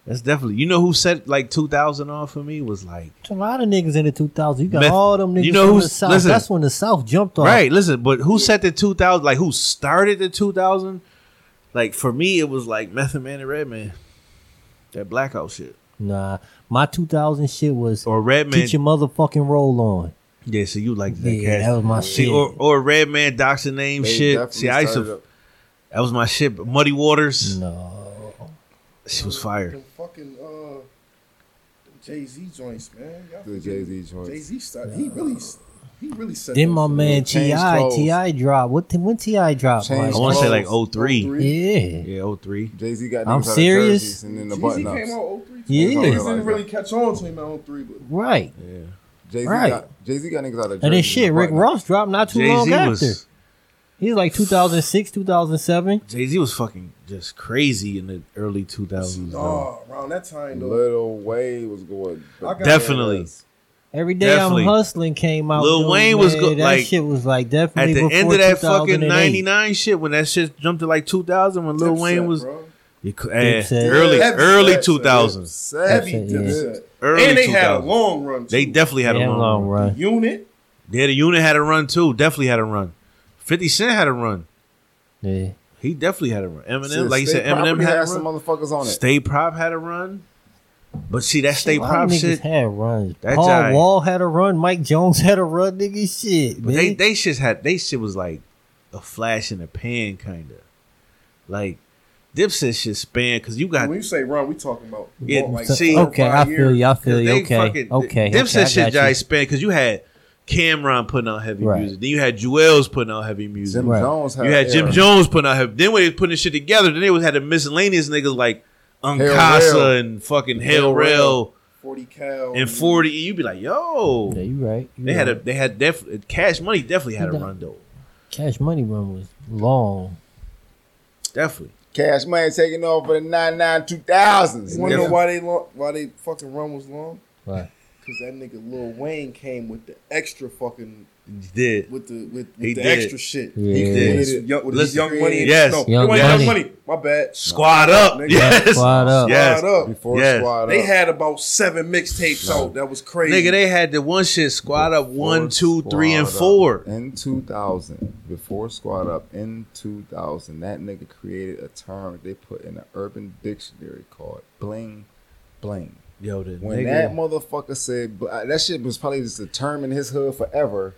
[SPEAKER 1] That's definitely. You know who set like 2000 off for me was like
[SPEAKER 2] A lot of niggas in the two thousand. You got
[SPEAKER 1] Meth-
[SPEAKER 2] all them niggas
[SPEAKER 1] You know
[SPEAKER 2] from the
[SPEAKER 1] who's-
[SPEAKER 2] south.
[SPEAKER 1] listen.
[SPEAKER 2] That's when the south jumped off.
[SPEAKER 1] right. Listen, but who set the 2000? Like who started the 2000? Like for me, it was like Method Man and Redman. That blackout shit
[SPEAKER 2] Nah, my two thousand shit was
[SPEAKER 1] or Redman.
[SPEAKER 2] teach your motherfucking roll on.
[SPEAKER 1] Yeah, so you like that?
[SPEAKER 2] Yeah,
[SPEAKER 1] cat.
[SPEAKER 2] that was my
[SPEAKER 1] See,
[SPEAKER 2] shit.
[SPEAKER 1] or or Redman Doctor Name
[SPEAKER 4] They
[SPEAKER 1] shit.
[SPEAKER 4] definitely
[SPEAKER 1] See, I used
[SPEAKER 4] started
[SPEAKER 1] to.
[SPEAKER 4] up-
[SPEAKER 1] That was my shit. But Muddy
[SPEAKER 2] Mm.
[SPEAKER 1] Waters.
[SPEAKER 2] No,
[SPEAKER 1] She was fire.
[SPEAKER 3] Them fucking uh, Jay Z joints, man. Y'all
[SPEAKER 4] the Jay Z joint.
[SPEAKER 3] Jay Z started. He really, he really set.
[SPEAKER 2] then
[SPEAKER 3] that
[SPEAKER 2] my
[SPEAKER 3] shit.
[SPEAKER 2] man Ti
[SPEAKER 4] Change clothes.
[SPEAKER 2] Ti dropped. What t- when Ti dropped?
[SPEAKER 4] Change
[SPEAKER 2] Like,
[SPEAKER 1] I want to say like
[SPEAKER 4] Close.
[SPEAKER 1] 03.
[SPEAKER 3] Oh,
[SPEAKER 2] yeah,
[SPEAKER 1] Yeah, 03.
[SPEAKER 4] Jay Z
[SPEAKER 2] I'm
[SPEAKER 4] got. niggas out of
[SPEAKER 2] serious?
[SPEAKER 4] jerseys And then the
[SPEAKER 3] Jay Z
[SPEAKER 4] button
[SPEAKER 3] came
[SPEAKER 4] ups.
[SPEAKER 3] out 03.
[SPEAKER 2] Yeah.
[SPEAKER 3] Niggas
[SPEAKER 4] Like
[SPEAKER 3] didn't
[SPEAKER 4] that.
[SPEAKER 3] really catch on to him in 03, but
[SPEAKER 2] right.
[SPEAKER 1] Yeah.
[SPEAKER 4] Jay Z
[SPEAKER 2] Right.
[SPEAKER 4] got. Jay Z got niggas out of.
[SPEAKER 2] And then
[SPEAKER 4] jerseys
[SPEAKER 2] shit, Rick
[SPEAKER 4] button-ups.
[SPEAKER 2] Ross dropped not too
[SPEAKER 1] Jay
[SPEAKER 2] long
[SPEAKER 1] Z
[SPEAKER 2] after.
[SPEAKER 1] was
[SPEAKER 2] He was like 2006, 2007.
[SPEAKER 1] Jay Z was fucking just crazy in the early 2000s. bro.
[SPEAKER 3] nah, around that time though.
[SPEAKER 4] Little Wayne was going.
[SPEAKER 3] I got-
[SPEAKER 1] Definitely.
[SPEAKER 2] Every day
[SPEAKER 1] Definitely.
[SPEAKER 2] I'm hustling came out.
[SPEAKER 1] Lil
[SPEAKER 2] dude,
[SPEAKER 1] Wayne was
[SPEAKER 2] man.
[SPEAKER 1] good,
[SPEAKER 2] That
[SPEAKER 1] like,
[SPEAKER 2] shit was like
[SPEAKER 1] At
[SPEAKER 2] definitely
[SPEAKER 1] the end
[SPEAKER 2] before
[SPEAKER 1] of that fucking
[SPEAKER 2] 99.
[SPEAKER 1] 99 shit, when that shit jumped to like 2000, when Lil
[SPEAKER 3] Dipset,
[SPEAKER 1] Wayne was.
[SPEAKER 3] bro.
[SPEAKER 1] You cou- eh,
[SPEAKER 2] Dipset.
[SPEAKER 1] early
[SPEAKER 3] Dipset.
[SPEAKER 1] early
[SPEAKER 3] Dipset.
[SPEAKER 1] 2000s.
[SPEAKER 3] heavy
[SPEAKER 2] Dipset, yeah.
[SPEAKER 3] Dipset.
[SPEAKER 1] Early
[SPEAKER 3] and they had a
[SPEAKER 1] 2000s.
[SPEAKER 3] long run. Too.
[SPEAKER 1] They definitely had a long, run.
[SPEAKER 2] run.
[SPEAKER 3] unit.
[SPEAKER 1] Yeah, the unit had a run too. Definitely had a run. 50 Cent had a run.
[SPEAKER 2] Yeah.
[SPEAKER 1] He definitely had a run. Eminem,
[SPEAKER 4] Shit,
[SPEAKER 1] like you
[SPEAKER 4] State
[SPEAKER 1] said, Eminem
[SPEAKER 4] Property
[SPEAKER 1] had a
[SPEAKER 4] some
[SPEAKER 1] run.
[SPEAKER 4] motherfuckers on it.
[SPEAKER 1] Stay Prop had a run. But see, that Stay
[SPEAKER 2] a lot of
[SPEAKER 1] Prop
[SPEAKER 2] niggas
[SPEAKER 1] shit,
[SPEAKER 2] had runs.
[SPEAKER 1] That
[SPEAKER 2] Paul
[SPEAKER 1] giant-
[SPEAKER 2] Wall had a run. Mike Jones *laughs* had a run. Nigga, shit.
[SPEAKER 1] but
[SPEAKER 2] Man.
[SPEAKER 1] they, they shit had, they shit was like a flash in the pan, kind of. Like, Dipset shit span, because you got
[SPEAKER 3] When you say run, we talking about
[SPEAKER 1] Yeah,
[SPEAKER 3] yeah, like
[SPEAKER 1] see-
[SPEAKER 3] four or
[SPEAKER 2] okay,
[SPEAKER 3] five
[SPEAKER 2] I feel
[SPEAKER 3] years.
[SPEAKER 2] you. I feel you.
[SPEAKER 1] they
[SPEAKER 2] Okay,
[SPEAKER 1] fucking
[SPEAKER 2] okay.
[SPEAKER 1] Dipset
[SPEAKER 2] okay, I
[SPEAKER 1] shit
[SPEAKER 2] got you.
[SPEAKER 1] giant span because you had Cameron putting out heavy
[SPEAKER 2] Right.
[SPEAKER 1] music. Then you had Jewels putting out heavy music.
[SPEAKER 4] Jim
[SPEAKER 2] Right.
[SPEAKER 4] Jones had
[SPEAKER 1] You had Jim
[SPEAKER 4] era.
[SPEAKER 1] Jones putting out heavy. Then when they was putting this shit together, then they was had the miscellaneous niggas like
[SPEAKER 4] Rail.
[SPEAKER 1] Uncasa and fucking Hail
[SPEAKER 3] Hail
[SPEAKER 1] Rail
[SPEAKER 3] Forty cal
[SPEAKER 1] and Forty. You'd be like, yo,
[SPEAKER 2] Yeah, you right. you
[SPEAKER 1] they had a
[SPEAKER 2] right.
[SPEAKER 1] they had def- Cash Money definitely had a
[SPEAKER 2] Yeah.
[SPEAKER 1] run though,
[SPEAKER 2] cash money run was long.
[SPEAKER 1] definitely.
[SPEAKER 4] Cash Money taking off for the nine nine two thousands.
[SPEAKER 3] You wanna know why they long, why they fucking run was long?
[SPEAKER 2] Right.
[SPEAKER 3] Cause that nigga Lil Wayne came with the extra fucking
[SPEAKER 1] Did
[SPEAKER 3] with the with,
[SPEAKER 1] He
[SPEAKER 3] with the
[SPEAKER 1] did.
[SPEAKER 3] extra shit.
[SPEAKER 2] Yeah.
[SPEAKER 3] He
[SPEAKER 1] did.
[SPEAKER 3] did. With his young, with his
[SPEAKER 1] Listen.
[SPEAKER 3] young money. and-
[SPEAKER 1] Yes.
[SPEAKER 3] no,
[SPEAKER 2] Young
[SPEAKER 3] it wasn't
[SPEAKER 2] Money.
[SPEAKER 3] young money. My bad.
[SPEAKER 1] squad up?
[SPEAKER 3] Nigga.
[SPEAKER 1] Yes,
[SPEAKER 2] Squad up.
[SPEAKER 1] Yes.
[SPEAKER 3] Squad up.
[SPEAKER 4] Before
[SPEAKER 1] Yes.
[SPEAKER 4] Squad
[SPEAKER 3] They
[SPEAKER 4] Up.
[SPEAKER 3] had about seven mixtapes out. That was crazy.
[SPEAKER 1] Nigga, they had the one shit squad up one, two,
[SPEAKER 4] Before
[SPEAKER 1] three, and
[SPEAKER 4] Squad Up.
[SPEAKER 1] four.
[SPEAKER 4] In 2000, before Squad Up, in 2000, that nigga created a term they put in the Urban Dictionary called bling bling.
[SPEAKER 1] Yo, the
[SPEAKER 4] When
[SPEAKER 1] nigga-
[SPEAKER 4] that motherfucker said, bl- uh, that shit was probably just a term in his hood forever.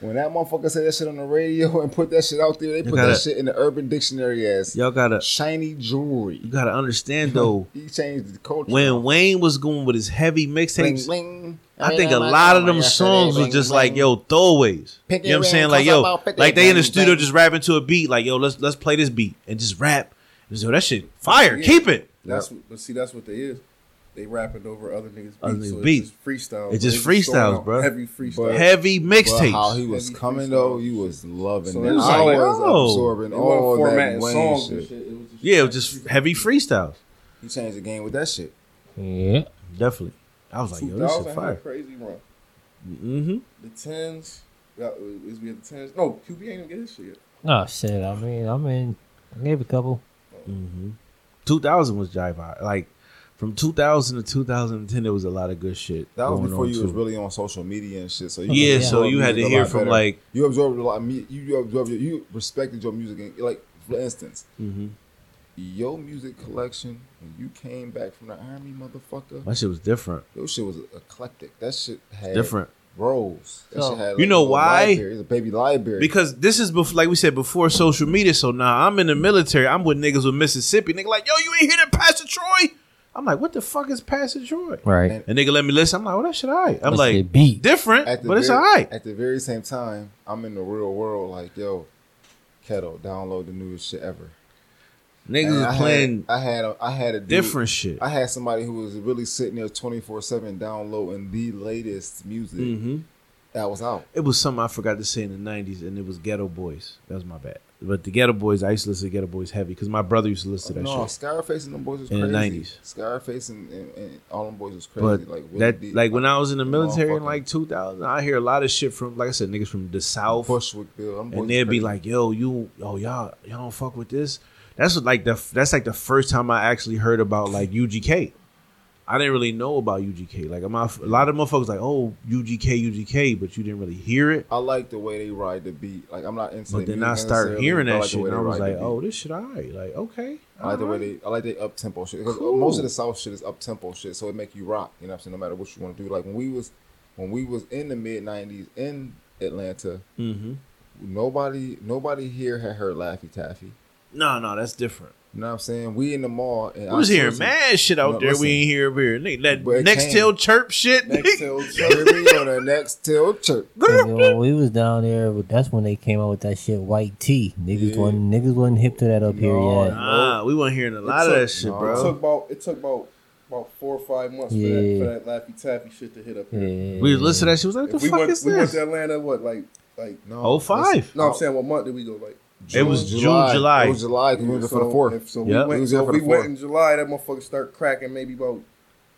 [SPEAKER 4] When that motherfucker said that shit on the radio *laughs* and put that shit out there, they put
[SPEAKER 1] gotta-
[SPEAKER 4] that shit in the Urban Dictionary as
[SPEAKER 1] y'all gotta
[SPEAKER 4] shiny
[SPEAKER 1] you
[SPEAKER 4] jewelry.
[SPEAKER 1] gotta understand though.
[SPEAKER 4] He changed the culture.
[SPEAKER 1] When Wayne was going with his heavy
[SPEAKER 4] Bling,
[SPEAKER 1] mixtapes,
[SPEAKER 4] bling.
[SPEAKER 1] I think a lot of them songs were
[SPEAKER 4] was
[SPEAKER 1] just like yo throwaways. You know what I'm saying? Like yo, like they in the studio just rapping to a beat. Like yo, let's let's play this beat and just rap. And so that shit fire.
[SPEAKER 3] Yeah.
[SPEAKER 1] Keep it.
[SPEAKER 3] That's what, but see, that's what they is. They rapping over other niggas' beats.
[SPEAKER 1] Other niggas'
[SPEAKER 3] so
[SPEAKER 1] beats.
[SPEAKER 3] It's just freestyle.
[SPEAKER 1] It's just freestyles, bruh.
[SPEAKER 3] Heavy freestyle.
[SPEAKER 4] But-
[SPEAKER 1] Heavy
[SPEAKER 4] But how he
[SPEAKER 1] mixtapes.
[SPEAKER 4] was
[SPEAKER 3] Heavy
[SPEAKER 4] coming
[SPEAKER 3] freestyle.
[SPEAKER 4] though, you was loving
[SPEAKER 3] So
[SPEAKER 4] that.
[SPEAKER 3] it was
[SPEAKER 4] I
[SPEAKER 3] like,
[SPEAKER 4] was
[SPEAKER 1] oh.
[SPEAKER 4] absorbing
[SPEAKER 3] They
[SPEAKER 4] all
[SPEAKER 3] wasn't
[SPEAKER 4] that
[SPEAKER 3] formatting
[SPEAKER 4] Wayne
[SPEAKER 3] songs and
[SPEAKER 4] shit.
[SPEAKER 3] shit. It was just
[SPEAKER 1] Yeah, it was just heavy freestyles.
[SPEAKER 4] He changed the game with that shit.
[SPEAKER 2] Yeah.
[SPEAKER 1] Definitely. I was like, yo, this
[SPEAKER 3] 2000
[SPEAKER 1] shit
[SPEAKER 3] had a
[SPEAKER 1] fire.
[SPEAKER 3] crazy run.
[SPEAKER 1] Mm-hmm.
[SPEAKER 3] The tens. Yeah, is we at the tens? No, QB ain't even get his shit. yet.
[SPEAKER 2] Oh shit. I mean, I mean, I gave a couple.
[SPEAKER 1] Mm-hmm. 2000 was Jive High. Like from 2000 to 2010, there was a lot of good shit.
[SPEAKER 4] That was
[SPEAKER 1] going
[SPEAKER 4] before
[SPEAKER 1] on,
[SPEAKER 4] you
[SPEAKER 1] too.
[SPEAKER 4] was really on social media and shit. So you
[SPEAKER 1] Yeah,
[SPEAKER 4] absorbed
[SPEAKER 1] so you had
[SPEAKER 4] music
[SPEAKER 1] to
[SPEAKER 4] a
[SPEAKER 1] hear
[SPEAKER 4] lot
[SPEAKER 1] from
[SPEAKER 4] better.
[SPEAKER 1] like
[SPEAKER 4] you absorbed a lot. Of me, you absorbed. Your, you respected your music. And, like for instance,
[SPEAKER 1] mhm.
[SPEAKER 4] your music collection when you came back from the army, motherfucker.
[SPEAKER 1] my shit was different.
[SPEAKER 4] Your shit was eclectic. That shit had
[SPEAKER 1] Different.
[SPEAKER 4] roles. That
[SPEAKER 2] So-
[SPEAKER 4] shit had,
[SPEAKER 1] You know
[SPEAKER 4] a little
[SPEAKER 1] why?
[SPEAKER 4] Library. It's a baby library.
[SPEAKER 1] Because this is before, like we said before, social media. So now I'm in the military. I'm with niggas with Mississippi. Nigga, like, yo, you ain't hear that Pastor Troy? I'm like, what the fuck is Pastor Troy?
[SPEAKER 2] Right.
[SPEAKER 4] And-
[SPEAKER 1] And nigga let me listen. I'm like, oh, that shit all right. I'm
[SPEAKER 2] That
[SPEAKER 1] like,
[SPEAKER 2] shit beat.
[SPEAKER 1] different,
[SPEAKER 4] at the
[SPEAKER 1] but it's
[SPEAKER 4] very,
[SPEAKER 1] all right.
[SPEAKER 4] At the very same time, I'm in the real world. Like, yo, Kettle, download the newest shit ever. And
[SPEAKER 1] Niggas
[SPEAKER 4] I
[SPEAKER 1] was playing
[SPEAKER 4] Had, I had a, I had a dude-
[SPEAKER 1] different shit.
[SPEAKER 4] I had somebody who was really sitting there 24 seven downloading the latest music
[SPEAKER 1] hmm
[SPEAKER 4] that was out.
[SPEAKER 1] It was something I forgot to say in the 90s, and it was Ghetto Boys. That was my bad. But the Ghetto Boys, I used to listen to Ghetto Boys heavy because my brother used to listen to that
[SPEAKER 4] no,
[SPEAKER 1] shit.
[SPEAKER 4] Scarface and them boys was
[SPEAKER 1] In
[SPEAKER 4] crazy.
[SPEAKER 1] the 90s.
[SPEAKER 4] Scarface and, and, and all them boys was crazy.
[SPEAKER 1] But
[SPEAKER 4] like Willie
[SPEAKER 1] that,
[SPEAKER 4] D,
[SPEAKER 1] like when I was in the
[SPEAKER 4] Motherfucker.
[SPEAKER 1] military in like 2000, I hear a lot of shit from, like I said, niggas from the South.
[SPEAKER 4] Bushwick Bill, them boys
[SPEAKER 1] and they'd
[SPEAKER 4] was
[SPEAKER 1] be
[SPEAKER 4] crazy.
[SPEAKER 1] like, "Yo, you, oh y'all, y'all don't fuck with this." That's what, like the that's like the first time I actually heard about like UGK. I didn't really know about UGK. Like I'm off, a lot of motherfuckers like, "Oh, UGK, UGK," but you didn't really hear it.
[SPEAKER 4] I like the way they ride the beat. Like I'm not into.
[SPEAKER 1] But
[SPEAKER 4] the
[SPEAKER 1] then
[SPEAKER 4] music
[SPEAKER 1] I started
[SPEAKER 4] necessarily,
[SPEAKER 1] hearing
[SPEAKER 4] but I
[SPEAKER 1] that
[SPEAKER 4] like the
[SPEAKER 1] shit,
[SPEAKER 4] way
[SPEAKER 1] and
[SPEAKER 4] they
[SPEAKER 1] I was
[SPEAKER 4] ride the
[SPEAKER 1] like,
[SPEAKER 4] beat.
[SPEAKER 1] "Oh, this shit, alright." Like, okay,
[SPEAKER 4] I like the way
[SPEAKER 1] alright.
[SPEAKER 4] they I like they up tempo shit because
[SPEAKER 1] Cool.
[SPEAKER 4] most of the south shit is up tempo shit, so it make you rock. You know what I'm saying? No matter what you want to do, like when we was when we was in the mid '90s in Atlanta,
[SPEAKER 1] Mhm.
[SPEAKER 4] nobody nobody here had heard Laffy Taffy.
[SPEAKER 1] No, no, that's different.
[SPEAKER 4] You know what I'm saying? We in the mall and
[SPEAKER 1] We was
[SPEAKER 4] I
[SPEAKER 1] hearing mad shit out
[SPEAKER 4] No,
[SPEAKER 1] there.
[SPEAKER 4] listen.
[SPEAKER 1] we ain't hear over here. Nigga, that
[SPEAKER 4] But it
[SPEAKER 1] next
[SPEAKER 4] came.
[SPEAKER 1] tail chirp shit.
[SPEAKER 3] Next
[SPEAKER 1] nigga. *laughs*
[SPEAKER 3] till
[SPEAKER 4] Here we on the next till church.
[SPEAKER 2] Cause, yo, when we was down there, but that's when they came out with that shit, white tea. Niggas
[SPEAKER 4] Yeah.
[SPEAKER 2] wasn't niggas wasn't hip to that up here
[SPEAKER 4] No,
[SPEAKER 2] yet.
[SPEAKER 4] no.
[SPEAKER 1] Nah, we weren't hearing a lot of
[SPEAKER 3] took-
[SPEAKER 1] that shit,
[SPEAKER 4] no,
[SPEAKER 1] bro.
[SPEAKER 3] It took about it took about about four or five months
[SPEAKER 2] Yeah.
[SPEAKER 3] for, that, for that Laffy Taffy shit to hit up here.
[SPEAKER 2] Yeah.
[SPEAKER 1] we listened to that shit. Was like, "The
[SPEAKER 3] If we
[SPEAKER 1] fuck
[SPEAKER 3] went,
[SPEAKER 1] is
[SPEAKER 3] we went
[SPEAKER 1] this?"
[SPEAKER 3] to Atlanta. What like like?
[SPEAKER 1] Oh five.
[SPEAKER 3] No, I'm saying what month did we go? Like
[SPEAKER 1] It was June, July.
[SPEAKER 4] It was July. 'cause We went
[SPEAKER 3] so,
[SPEAKER 4] for the fourth.
[SPEAKER 3] if- So
[SPEAKER 1] Yeah.
[SPEAKER 3] we
[SPEAKER 4] We
[SPEAKER 3] went.
[SPEAKER 4] was
[SPEAKER 3] So
[SPEAKER 4] there
[SPEAKER 3] if
[SPEAKER 4] for
[SPEAKER 3] we
[SPEAKER 4] the
[SPEAKER 3] went
[SPEAKER 4] fourth.
[SPEAKER 3] in July. That motherfucker start cracking maybe about
[SPEAKER 1] Them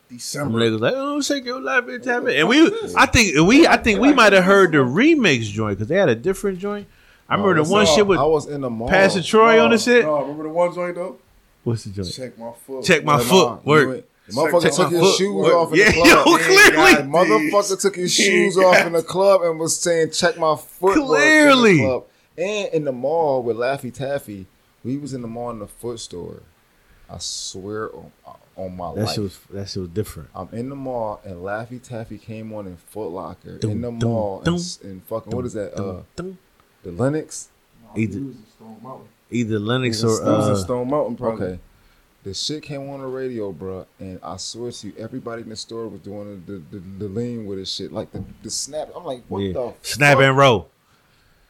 [SPEAKER 3] December.
[SPEAKER 1] niggas like, oh, shake your life and tap it. And we, I think we, I think we might have heard the remix joint because they had a different joint. I remember the
[SPEAKER 4] No,
[SPEAKER 1] one
[SPEAKER 4] I-
[SPEAKER 1] shit with
[SPEAKER 4] Oh, I was in the mall.
[SPEAKER 1] Pastor Troy on the shit.
[SPEAKER 3] No, remember the one joint though?
[SPEAKER 1] *laughs* What's the joint?
[SPEAKER 3] Check my foot.
[SPEAKER 1] Check my
[SPEAKER 4] Nah,
[SPEAKER 1] foot.
[SPEAKER 4] you
[SPEAKER 1] Work.
[SPEAKER 4] went- the Motherfucker
[SPEAKER 3] Check my
[SPEAKER 4] took his
[SPEAKER 1] foot.
[SPEAKER 4] shoes
[SPEAKER 1] Work.
[SPEAKER 4] off in
[SPEAKER 1] Yeah, *laughs*
[SPEAKER 4] the club.
[SPEAKER 1] yo,
[SPEAKER 4] That
[SPEAKER 1] clearly.
[SPEAKER 4] motherfucker took his shoes off in the club and was saying, "Check my footwork."
[SPEAKER 1] Clearly.
[SPEAKER 4] in the club. and in the mall with Laffy Taffy, we was in the mall in the foot store. I swear on, on my
[SPEAKER 1] That
[SPEAKER 4] life,
[SPEAKER 1] shit was, that shit was different.
[SPEAKER 4] I'm in the mall and Laffy Taffy came on in Foot Locker
[SPEAKER 1] Dum,
[SPEAKER 4] in the
[SPEAKER 1] dum,
[SPEAKER 4] mall
[SPEAKER 1] dum,
[SPEAKER 4] and, s- and fucking what is that? Uh,
[SPEAKER 1] Dun.
[SPEAKER 4] the Linux.
[SPEAKER 1] Either,
[SPEAKER 3] Stone Mountain.
[SPEAKER 1] either Lennox or
[SPEAKER 4] It was
[SPEAKER 3] It was in
[SPEAKER 1] uh,
[SPEAKER 3] Stone Mountain, probably.
[SPEAKER 4] Okay, The shit came on the radio, bro, and I swear to you, everybody in the store was doing the the, the, the lean with this shit, like the, the snap. I'm like, what
[SPEAKER 2] Yeah.
[SPEAKER 4] the
[SPEAKER 1] Snap
[SPEAKER 4] fuck?
[SPEAKER 1] and roll.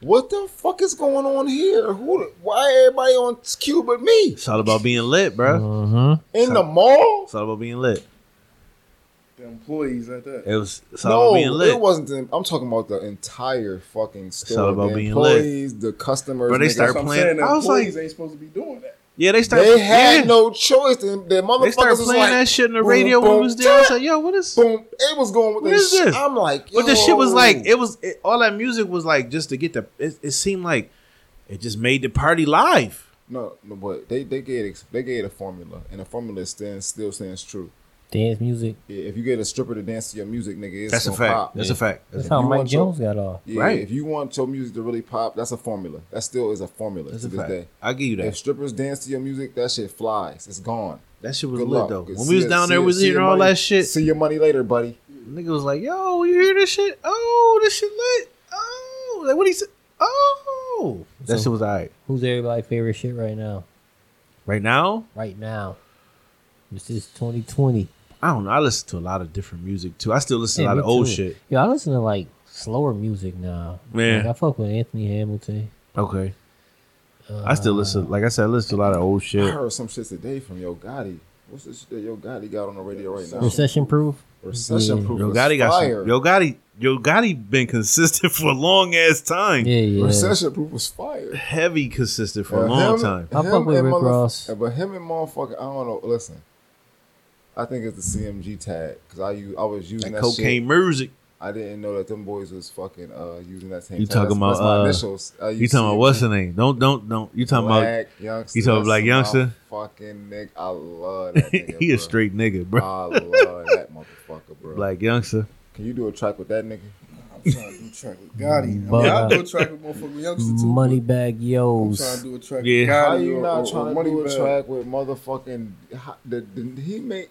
[SPEAKER 4] What the fuck is going on here? Who? the- Why everybody on Q but me
[SPEAKER 1] It's all about being lit,
[SPEAKER 4] Uh-huh.
[SPEAKER 1] bro.
[SPEAKER 2] Mm-hmm.
[SPEAKER 4] in the mall?
[SPEAKER 1] It's all about being lit.
[SPEAKER 3] The employees at that.
[SPEAKER 1] It was it's all about
[SPEAKER 4] No,
[SPEAKER 1] being lit.
[SPEAKER 4] it wasn't. the- I'm talking about the entire fucking store.
[SPEAKER 1] all about
[SPEAKER 4] the
[SPEAKER 1] being lit.
[SPEAKER 4] employees, the customers.
[SPEAKER 1] Bro, they
[SPEAKER 4] nigga.
[SPEAKER 1] start
[SPEAKER 3] That's what I'm
[SPEAKER 1] playing-
[SPEAKER 3] saying. The
[SPEAKER 1] I was like-
[SPEAKER 3] employees ain't supposed to be doing that.
[SPEAKER 1] yeah, they started.
[SPEAKER 4] They had
[SPEAKER 1] yeah.
[SPEAKER 4] no choice. The, the motherfuckers
[SPEAKER 1] They started
[SPEAKER 4] was
[SPEAKER 1] playing
[SPEAKER 4] like,
[SPEAKER 1] that shit in the
[SPEAKER 4] boom,
[SPEAKER 1] radio when
[SPEAKER 4] boom,
[SPEAKER 1] we was there. I was
[SPEAKER 4] tap.
[SPEAKER 1] like, yo, what is?
[SPEAKER 4] boom. It was going with
[SPEAKER 1] What
[SPEAKER 4] this.
[SPEAKER 1] is this?
[SPEAKER 4] shit. I'm like, yo.
[SPEAKER 1] But the shit was like it was it, all that music was like just to get the. It, it seemed like it just made the party live.
[SPEAKER 4] no, no, but they they gave ex- they gave a formula, and the formula stands still stands true.
[SPEAKER 2] Dance music.
[SPEAKER 4] Yeah, if you get a stripper to dance to your music, nigga, it's
[SPEAKER 1] That's a
[SPEAKER 4] gonna
[SPEAKER 1] fact.
[SPEAKER 4] pop.
[SPEAKER 1] That's a fact. That's
[SPEAKER 2] That's
[SPEAKER 1] a
[SPEAKER 4] you
[SPEAKER 2] how Mike
[SPEAKER 4] want
[SPEAKER 2] Jones got off.
[SPEAKER 4] Yeah,
[SPEAKER 1] Right.
[SPEAKER 4] if you want your music to really pop, that's a formula. That still is a formula
[SPEAKER 1] That's
[SPEAKER 4] to
[SPEAKER 1] a
[SPEAKER 4] this
[SPEAKER 1] fact.
[SPEAKER 4] day.
[SPEAKER 1] I'll give you
[SPEAKER 4] If
[SPEAKER 1] that.
[SPEAKER 4] strippers dance to your music, that shit flies. It's gone.
[SPEAKER 1] That shit was
[SPEAKER 4] Good
[SPEAKER 1] lit
[SPEAKER 4] luck.
[SPEAKER 1] though. When
[SPEAKER 4] See
[SPEAKER 1] we was
[SPEAKER 4] ya-
[SPEAKER 1] down
[SPEAKER 4] see
[SPEAKER 1] there,
[SPEAKER 4] ya-
[SPEAKER 1] we was
[SPEAKER 4] see ya
[SPEAKER 1] hearing all
[SPEAKER 4] money-
[SPEAKER 1] that shit.
[SPEAKER 4] See your money later, buddy.
[SPEAKER 1] Nigga was like, yo, you hear this shit? Oh, this shit lit. Oh, like what he said. Oh, that
[SPEAKER 2] So-
[SPEAKER 1] shit was alright.
[SPEAKER 2] Who's everybody's favorite shit right now?
[SPEAKER 1] Right now,
[SPEAKER 2] Right now. This is 2020.
[SPEAKER 1] I don't know. I listen to a lot of different music too. I still listen
[SPEAKER 2] Yeah,
[SPEAKER 1] to a lot
[SPEAKER 2] me
[SPEAKER 1] of old
[SPEAKER 2] too.
[SPEAKER 1] shit.
[SPEAKER 2] Yo, I listen to like slower music now.
[SPEAKER 1] Yeah.
[SPEAKER 2] Like, I fuck with Anthony Hamilton.
[SPEAKER 1] Okay, I still listen. Like I said, I listen to a lot of old
[SPEAKER 4] I
[SPEAKER 1] shit.
[SPEAKER 4] heard some shit today from Yo Gotti. What's this shit that Yo Gotti got on the radio right
[SPEAKER 1] Oh.
[SPEAKER 4] now?
[SPEAKER 2] Recession proof.
[SPEAKER 4] Recession proof.
[SPEAKER 1] Yo
[SPEAKER 4] Yo
[SPEAKER 1] Gotti got
[SPEAKER 4] fire.
[SPEAKER 1] some, Yo Gotti Yo Gotti been consistent *laughs* for a long ass time.
[SPEAKER 2] Yeah, yeah.
[SPEAKER 4] Recession proof was fire.
[SPEAKER 1] Heavy consistent for a
[SPEAKER 4] Uh,
[SPEAKER 1] long
[SPEAKER 4] him-
[SPEAKER 1] time.
[SPEAKER 2] I
[SPEAKER 4] him
[SPEAKER 2] fuck with
[SPEAKER 4] and
[SPEAKER 2] Rick
[SPEAKER 4] motherf-
[SPEAKER 2] Ross.
[SPEAKER 4] uh, But him and motherfucker, I don't know. Listen, I think it's the CMG tag because I use, I was using
[SPEAKER 1] That
[SPEAKER 4] that, shit.
[SPEAKER 1] cocaine music.
[SPEAKER 4] I didn't know that them boys was fucking uh, using that same.
[SPEAKER 1] You
[SPEAKER 4] tag.
[SPEAKER 1] talking
[SPEAKER 4] That's- that's
[SPEAKER 1] about,
[SPEAKER 4] my
[SPEAKER 1] uh,
[SPEAKER 4] initials? I
[SPEAKER 1] You
[SPEAKER 4] use
[SPEAKER 1] talking about
[SPEAKER 4] CMG.
[SPEAKER 1] what's the name? Don't don't don't. You talking about
[SPEAKER 4] black youngster?
[SPEAKER 1] you talking about black
[SPEAKER 4] That's my
[SPEAKER 1] youngster?
[SPEAKER 4] Fucking nigga, I love that.
[SPEAKER 1] *laughs*
[SPEAKER 4] Nigga,
[SPEAKER 1] he a
[SPEAKER 4] bruh.
[SPEAKER 1] straight nigga, bro.
[SPEAKER 4] I love that motherfucker, bro.
[SPEAKER 1] Black youngster.
[SPEAKER 4] Can you do a track with that nigga?
[SPEAKER 3] I'm trying to do a track with Gotti. I
[SPEAKER 2] But,
[SPEAKER 3] mean, I'll
[SPEAKER 2] uh,
[SPEAKER 3] do a track with motherfucking youngster too.
[SPEAKER 2] Money bag
[SPEAKER 3] but I'm trying to
[SPEAKER 2] yo's.
[SPEAKER 3] do a track
[SPEAKER 1] Yeah.
[SPEAKER 3] with Gotti.
[SPEAKER 4] How you
[SPEAKER 3] or-
[SPEAKER 4] not
[SPEAKER 3] or-
[SPEAKER 4] trying
[SPEAKER 3] or
[SPEAKER 4] to do a
[SPEAKER 3] Moneybagg?
[SPEAKER 4] track with motherfucking ho- the, the,
[SPEAKER 1] *laughs*
[SPEAKER 4] he make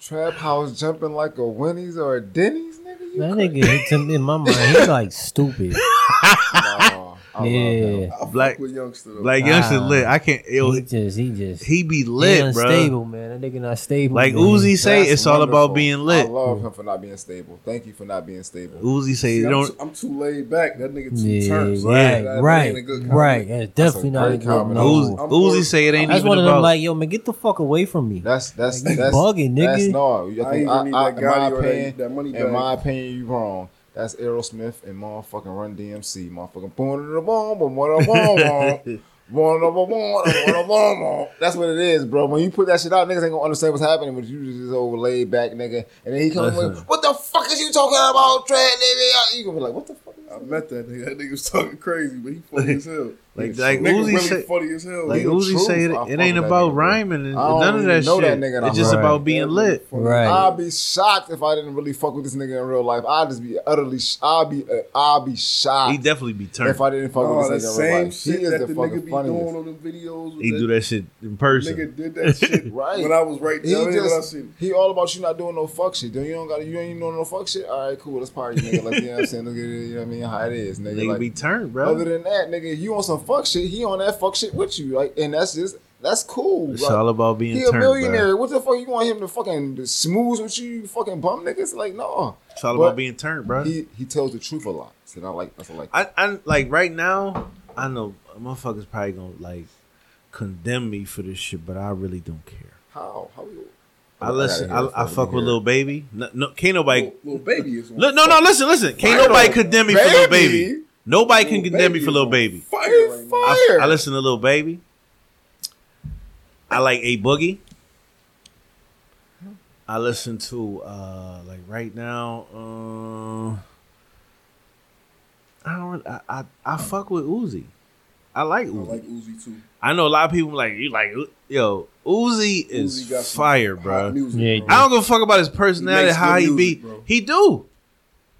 [SPEAKER 4] trap house jumping like a Winnie's or a Denny's nigga? You
[SPEAKER 2] That
[SPEAKER 4] crazy.
[SPEAKER 2] nigga hit him in my mind. He's like stupid.
[SPEAKER 4] Nah,
[SPEAKER 1] *laughs*
[SPEAKER 4] I love
[SPEAKER 2] yeah.
[SPEAKER 3] I fuck
[SPEAKER 1] Black-
[SPEAKER 3] with youngster though.
[SPEAKER 1] Black youngster
[SPEAKER 2] Nah.
[SPEAKER 1] lit. I can't. *laughs* Yo,
[SPEAKER 2] He just, he just.
[SPEAKER 1] he be
[SPEAKER 2] he
[SPEAKER 1] lit, bro.
[SPEAKER 2] unstable, man. That nigga not stable.
[SPEAKER 1] Like
[SPEAKER 2] man.
[SPEAKER 1] Uzi say,
[SPEAKER 4] That's
[SPEAKER 1] it's all about
[SPEAKER 4] wonderful.
[SPEAKER 1] being lit.
[SPEAKER 4] I love him for not being stable. Thank you for not being stable.
[SPEAKER 1] Uzi say,
[SPEAKER 3] See,
[SPEAKER 1] you
[SPEAKER 3] I'm,
[SPEAKER 1] don't.
[SPEAKER 3] too, I'm too laid back. That nigga too
[SPEAKER 2] Yeah,
[SPEAKER 3] turned.
[SPEAKER 2] right,
[SPEAKER 3] That- that ain't a
[SPEAKER 2] right,
[SPEAKER 3] good
[SPEAKER 2] right.
[SPEAKER 3] combination.
[SPEAKER 2] That's definitely not a
[SPEAKER 4] great
[SPEAKER 2] good
[SPEAKER 4] comment.
[SPEAKER 1] Uzi,
[SPEAKER 2] no.
[SPEAKER 3] I'm
[SPEAKER 1] Uzi
[SPEAKER 3] more-
[SPEAKER 1] say it ain't
[SPEAKER 2] That's
[SPEAKER 1] even
[SPEAKER 2] one of them
[SPEAKER 1] about.
[SPEAKER 2] like, yo, man, get the fuck away from me.
[SPEAKER 4] That's that's
[SPEAKER 2] Like, you
[SPEAKER 4] that's
[SPEAKER 2] bugging,
[SPEAKER 4] That's
[SPEAKER 2] nigga.
[SPEAKER 4] no. I
[SPEAKER 3] I
[SPEAKER 4] think,
[SPEAKER 3] ain't
[SPEAKER 4] I,
[SPEAKER 3] even
[SPEAKER 4] I,
[SPEAKER 3] need
[SPEAKER 4] in
[SPEAKER 3] that
[SPEAKER 4] my
[SPEAKER 3] Gotti or that-
[SPEAKER 4] opinion,
[SPEAKER 3] that money
[SPEAKER 4] in
[SPEAKER 3] bag.
[SPEAKER 4] my opinion, you wrong. That's Aerosmith and motherfucking Run DMC. Motherfucking boom da boom boom boom boom boom. Boom, da, boom, boom, da, boom, da, boom, boom. That's what it is, bro. When you put that shit out, niggas ain't gonna understand what's happening. But you just old laid back, nigga. And then he comes with,
[SPEAKER 2] *laughs*
[SPEAKER 1] Listen.
[SPEAKER 4] "What the fuck is you talking about, Trey, nigga?" You gonna be like, "What the fuck?" Is
[SPEAKER 3] I
[SPEAKER 4] that?
[SPEAKER 3] met that nigga. *laughs* That nigga was talking crazy, but he
[SPEAKER 1] *laughs*
[SPEAKER 3] funny as hell.
[SPEAKER 1] Like,
[SPEAKER 4] Nigga,
[SPEAKER 1] like
[SPEAKER 3] nigga
[SPEAKER 1] Uzi
[SPEAKER 3] really
[SPEAKER 1] say,
[SPEAKER 3] funny as hell.
[SPEAKER 1] like
[SPEAKER 4] Real
[SPEAKER 1] Uzi
[SPEAKER 4] truth,
[SPEAKER 1] say, it, it
[SPEAKER 4] I fuck
[SPEAKER 1] ain't
[SPEAKER 4] with that
[SPEAKER 1] about
[SPEAKER 4] nigga, bro.
[SPEAKER 1] rhyming and
[SPEAKER 4] I don't
[SPEAKER 1] none of
[SPEAKER 4] even
[SPEAKER 1] that
[SPEAKER 4] know
[SPEAKER 1] shit.
[SPEAKER 4] that nigga,
[SPEAKER 1] it's just
[SPEAKER 2] I'm
[SPEAKER 1] about
[SPEAKER 2] right.
[SPEAKER 1] being lit.
[SPEAKER 2] Right.
[SPEAKER 4] I'd be shocked if I didn't really fuck with this nigga in real life. I'd just be utterly. Sh- I'd be. Uh, I'd be shocked.
[SPEAKER 1] He definitely be turned.
[SPEAKER 4] if I didn't fuck
[SPEAKER 3] Oh, that
[SPEAKER 4] with this nigga in real
[SPEAKER 3] same
[SPEAKER 4] life. He
[SPEAKER 3] shit
[SPEAKER 4] is
[SPEAKER 3] that
[SPEAKER 4] the,
[SPEAKER 3] the nigga
[SPEAKER 4] fucking
[SPEAKER 3] be doing
[SPEAKER 4] funniest.
[SPEAKER 3] on them videos. with
[SPEAKER 1] He do that shit in person.
[SPEAKER 3] Nigga did that
[SPEAKER 4] *laughs*
[SPEAKER 3] shit
[SPEAKER 4] Right.
[SPEAKER 3] when I was right
[SPEAKER 4] He
[SPEAKER 3] down there. When I
[SPEAKER 4] just
[SPEAKER 3] seen
[SPEAKER 4] he all about you not doing no fuck shit. Then you don't got you ain't doing no fuck shit. All right, cool. Let's party, nigga. Let's you know what I'm saying. Let's get it, you know what I mean. How it is, nigga.
[SPEAKER 1] Nigga
[SPEAKER 4] Like,
[SPEAKER 1] be turned, bro.
[SPEAKER 4] other than that, nigga, you on some fuck shit. He on that fuck shit with you, like, and that's just that's cool.
[SPEAKER 1] it's
[SPEAKER 4] like,
[SPEAKER 1] all about being
[SPEAKER 4] he a
[SPEAKER 1] turned,
[SPEAKER 4] millionaire.
[SPEAKER 1] bro.
[SPEAKER 4] What the fuck you want him to fucking smooth with you? You fucking bum niggas. Like, no.
[SPEAKER 1] It's all
[SPEAKER 4] But
[SPEAKER 1] about being turned, bro.
[SPEAKER 4] He he tells the truth a lot. So I like that's what I like.
[SPEAKER 1] I, I like right now. I know motherfuckers probably gonna like condemn me for this shit, but I really don't care.
[SPEAKER 4] How how you?
[SPEAKER 1] I listen. I,
[SPEAKER 4] gotta hear it
[SPEAKER 1] I
[SPEAKER 4] before
[SPEAKER 1] fuck
[SPEAKER 4] we
[SPEAKER 1] with
[SPEAKER 4] hear
[SPEAKER 1] little baby. No, no can't nobody.
[SPEAKER 3] little, little baby is on
[SPEAKER 1] Look, no, no. Listen, listen. Can't
[SPEAKER 4] Fire.
[SPEAKER 1] nobody condemn me for little baby.
[SPEAKER 4] Baby?
[SPEAKER 1] Nobody can
[SPEAKER 3] Lil
[SPEAKER 1] condemn me
[SPEAKER 3] Baby
[SPEAKER 1] for
[SPEAKER 3] is
[SPEAKER 1] little
[SPEAKER 3] on
[SPEAKER 1] baby.
[SPEAKER 3] Fire,
[SPEAKER 4] He
[SPEAKER 3] right now.
[SPEAKER 1] I,
[SPEAKER 4] fire.
[SPEAKER 1] I listen to little baby. I like a boogie. I listen to uh like right now. Um, I don't. I, I I fuck with Uzi. I like
[SPEAKER 3] I
[SPEAKER 1] Uzi.
[SPEAKER 3] like Uzi too.
[SPEAKER 1] I know a lot of people like you like U- yo Uzi is
[SPEAKER 3] Uzi got some
[SPEAKER 1] fire,
[SPEAKER 3] hot
[SPEAKER 1] bro.
[SPEAKER 3] Music,
[SPEAKER 2] Yeah, he
[SPEAKER 3] bro.
[SPEAKER 1] I don't give a fuck about his personality,
[SPEAKER 3] makes
[SPEAKER 1] how
[SPEAKER 3] good
[SPEAKER 1] he
[SPEAKER 3] music,
[SPEAKER 1] be.
[SPEAKER 3] bro.
[SPEAKER 1] He do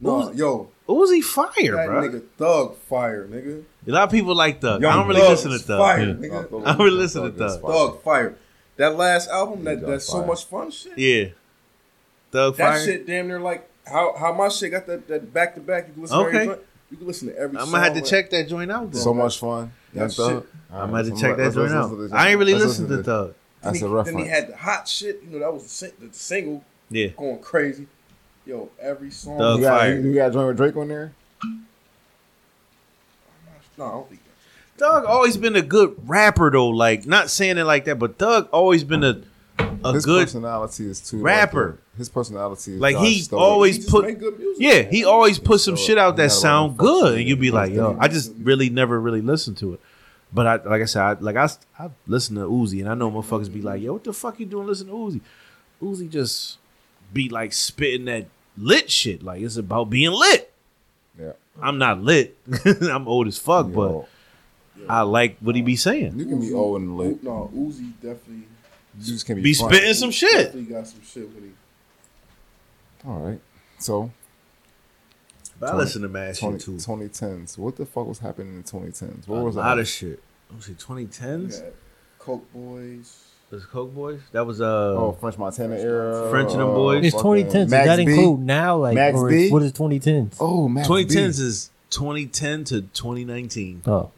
[SPEAKER 3] Nah, yo,
[SPEAKER 1] Uzi fire,
[SPEAKER 3] that
[SPEAKER 1] bro.
[SPEAKER 3] nigga thug fire, nigga.
[SPEAKER 1] A lot of people like Thug. I
[SPEAKER 3] Young
[SPEAKER 1] don't really
[SPEAKER 3] Thug
[SPEAKER 1] listen to
[SPEAKER 3] is
[SPEAKER 1] Thug.
[SPEAKER 3] Fire,
[SPEAKER 1] Yeah.
[SPEAKER 4] it.
[SPEAKER 3] nigga.
[SPEAKER 1] I would listen to
[SPEAKER 4] Thug is
[SPEAKER 1] Thug.
[SPEAKER 4] fire.
[SPEAKER 3] Thug fire. That last album, that
[SPEAKER 4] Thug
[SPEAKER 3] that's so
[SPEAKER 4] Fire.
[SPEAKER 3] much fun shit.
[SPEAKER 1] Yeah, Thug
[SPEAKER 3] That
[SPEAKER 1] fire.
[SPEAKER 3] shit damn near like how how my shit got that that back to back. You can listen to
[SPEAKER 1] Okay.
[SPEAKER 3] every joint. You can listen to every.
[SPEAKER 1] I'm
[SPEAKER 3] song,
[SPEAKER 1] gonna have to
[SPEAKER 3] like-
[SPEAKER 1] check that joint out. Though.
[SPEAKER 4] So much fun.
[SPEAKER 3] That
[SPEAKER 4] Young Thug.
[SPEAKER 3] shit.
[SPEAKER 1] I'm gonna have to check that joint out. I ain't really listened to Thug.
[SPEAKER 3] Then,
[SPEAKER 4] That's
[SPEAKER 3] he,
[SPEAKER 4] a rough
[SPEAKER 3] then
[SPEAKER 4] one.
[SPEAKER 3] he had the hot shit. You know, that was the, sing- the single
[SPEAKER 1] Yeah.
[SPEAKER 3] going crazy. Yo, every song.
[SPEAKER 1] Thug
[SPEAKER 4] You got,
[SPEAKER 1] Fire.
[SPEAKER 4] you, you got a joint with Drake on there?
[SPEAKER 3] No, I don't think that.
[SPEAKER 1] Thug always been a good rapper though. Like not saying it like that, but Thug always been a a
[SPEAKER 4] His
[SPEAKER 1] good
[SPEAKER 4] personality is too
[SPEAKER 1] rapper.
[SPEAKER 4] His personality is
[SPEAKER 1] Like,
[SPEAKER 4] Josh
[SPEAKER 1] he
[SPEAKER 4] Stone.
[SPEAKER 1] always-
[SPEAKER 3] He just
[SPEAKER 1] put-
[SPEAKER 3] make good music.
[SPEAKER 1] yeah. He always put some
[SPEAKER 4] So,
[SPEAKER 1] shit out
[SPEAKER 4] you
[SPEAKER 1] that
[SPEAKER 4] gotta
[SPEAKER 1] sound
[SPEAKER 4] let him function
[SPEAKER 1] good, and
[SPEAKER 4] in
[SPEAKER 1] you'd
[SPEAKER 4] it.
[SPEAKER 1] be like, yo,
[SPEAKER 4] That's
[SPEAKER 1] I just really never really listened to it. But I like I said, I, like I I listen to Uzi, and I know motherfuckers be like, yo, what the fuck you doing? Listen to Uzi. Uzi just be like spitting that lit shit. Like it's about being lit.
[SPEAKER 4] Yeah.
[SPEAKER 1] I'm not lit. *laughs* I'm old as fuck,
[SPEAKER 4] You
[SPEAKER 1] but
[SPEAKER 4] know,
[SPEAKER 1] I like what he be saying.
[SPEAKER 4] you can be
[SPEAKER 3] Uzi-
[SPEAKER 4] old and late.
[SPEAKER 3] No, Uzi definitely,
[SPEAKER 4] You just can be
[SPEAKER 1] Be
[SPEAKER 4] fun.
[SPEAKER 1] spitting some shit.
[SPEAKER 3] definitely got some shit when he.
[SPEAKER 4] All right. So
[SPEAKER 1] But I listen to mad
[SPEAKER 4] Tony,
[SPEAKER 1] shit too.
[SPEAKER 4] 2010s. What the fuck was happening in 2010s?
[SPEAKER 1] a
[SPEAKER 4] What was
[SPEAKER 1] lot
[SPEAKER 4] that?
[SPEAKER 1] of Oh, shit. Let me see, 2010s.
[SPEAKER 3] Yeah. Coke Boys.
[SPEAKER 1] Was Coke Boys? That was uh
[SPEAKER 4] Oh, French Montana era.
[SPEAKER 1] French and them
[SPEAKER 4] uh,
[SPEAKER 1] boys.
[SPEAKER 2] It's
[SPEAKER 4] fucking
[SPEAKER 2] 2010. Does
[SPEAKER 4] Max
[SPEAKER 2] that
[SPEAKER 4] B.
[SPEAKER 2] include now? Like,
[SPEAKER 4] Max
[SPEAKER 2] or
[SPEAKER 4] B?
[SPEAKER 2] what is 2010?
[SPEAKER 4] Oh, Max
[SPEAKER 1] 2010s
[SPEAKER 4] B.
[SPEAKER 1] is 2010 to 2019.
[SPEAKER 2] Oh,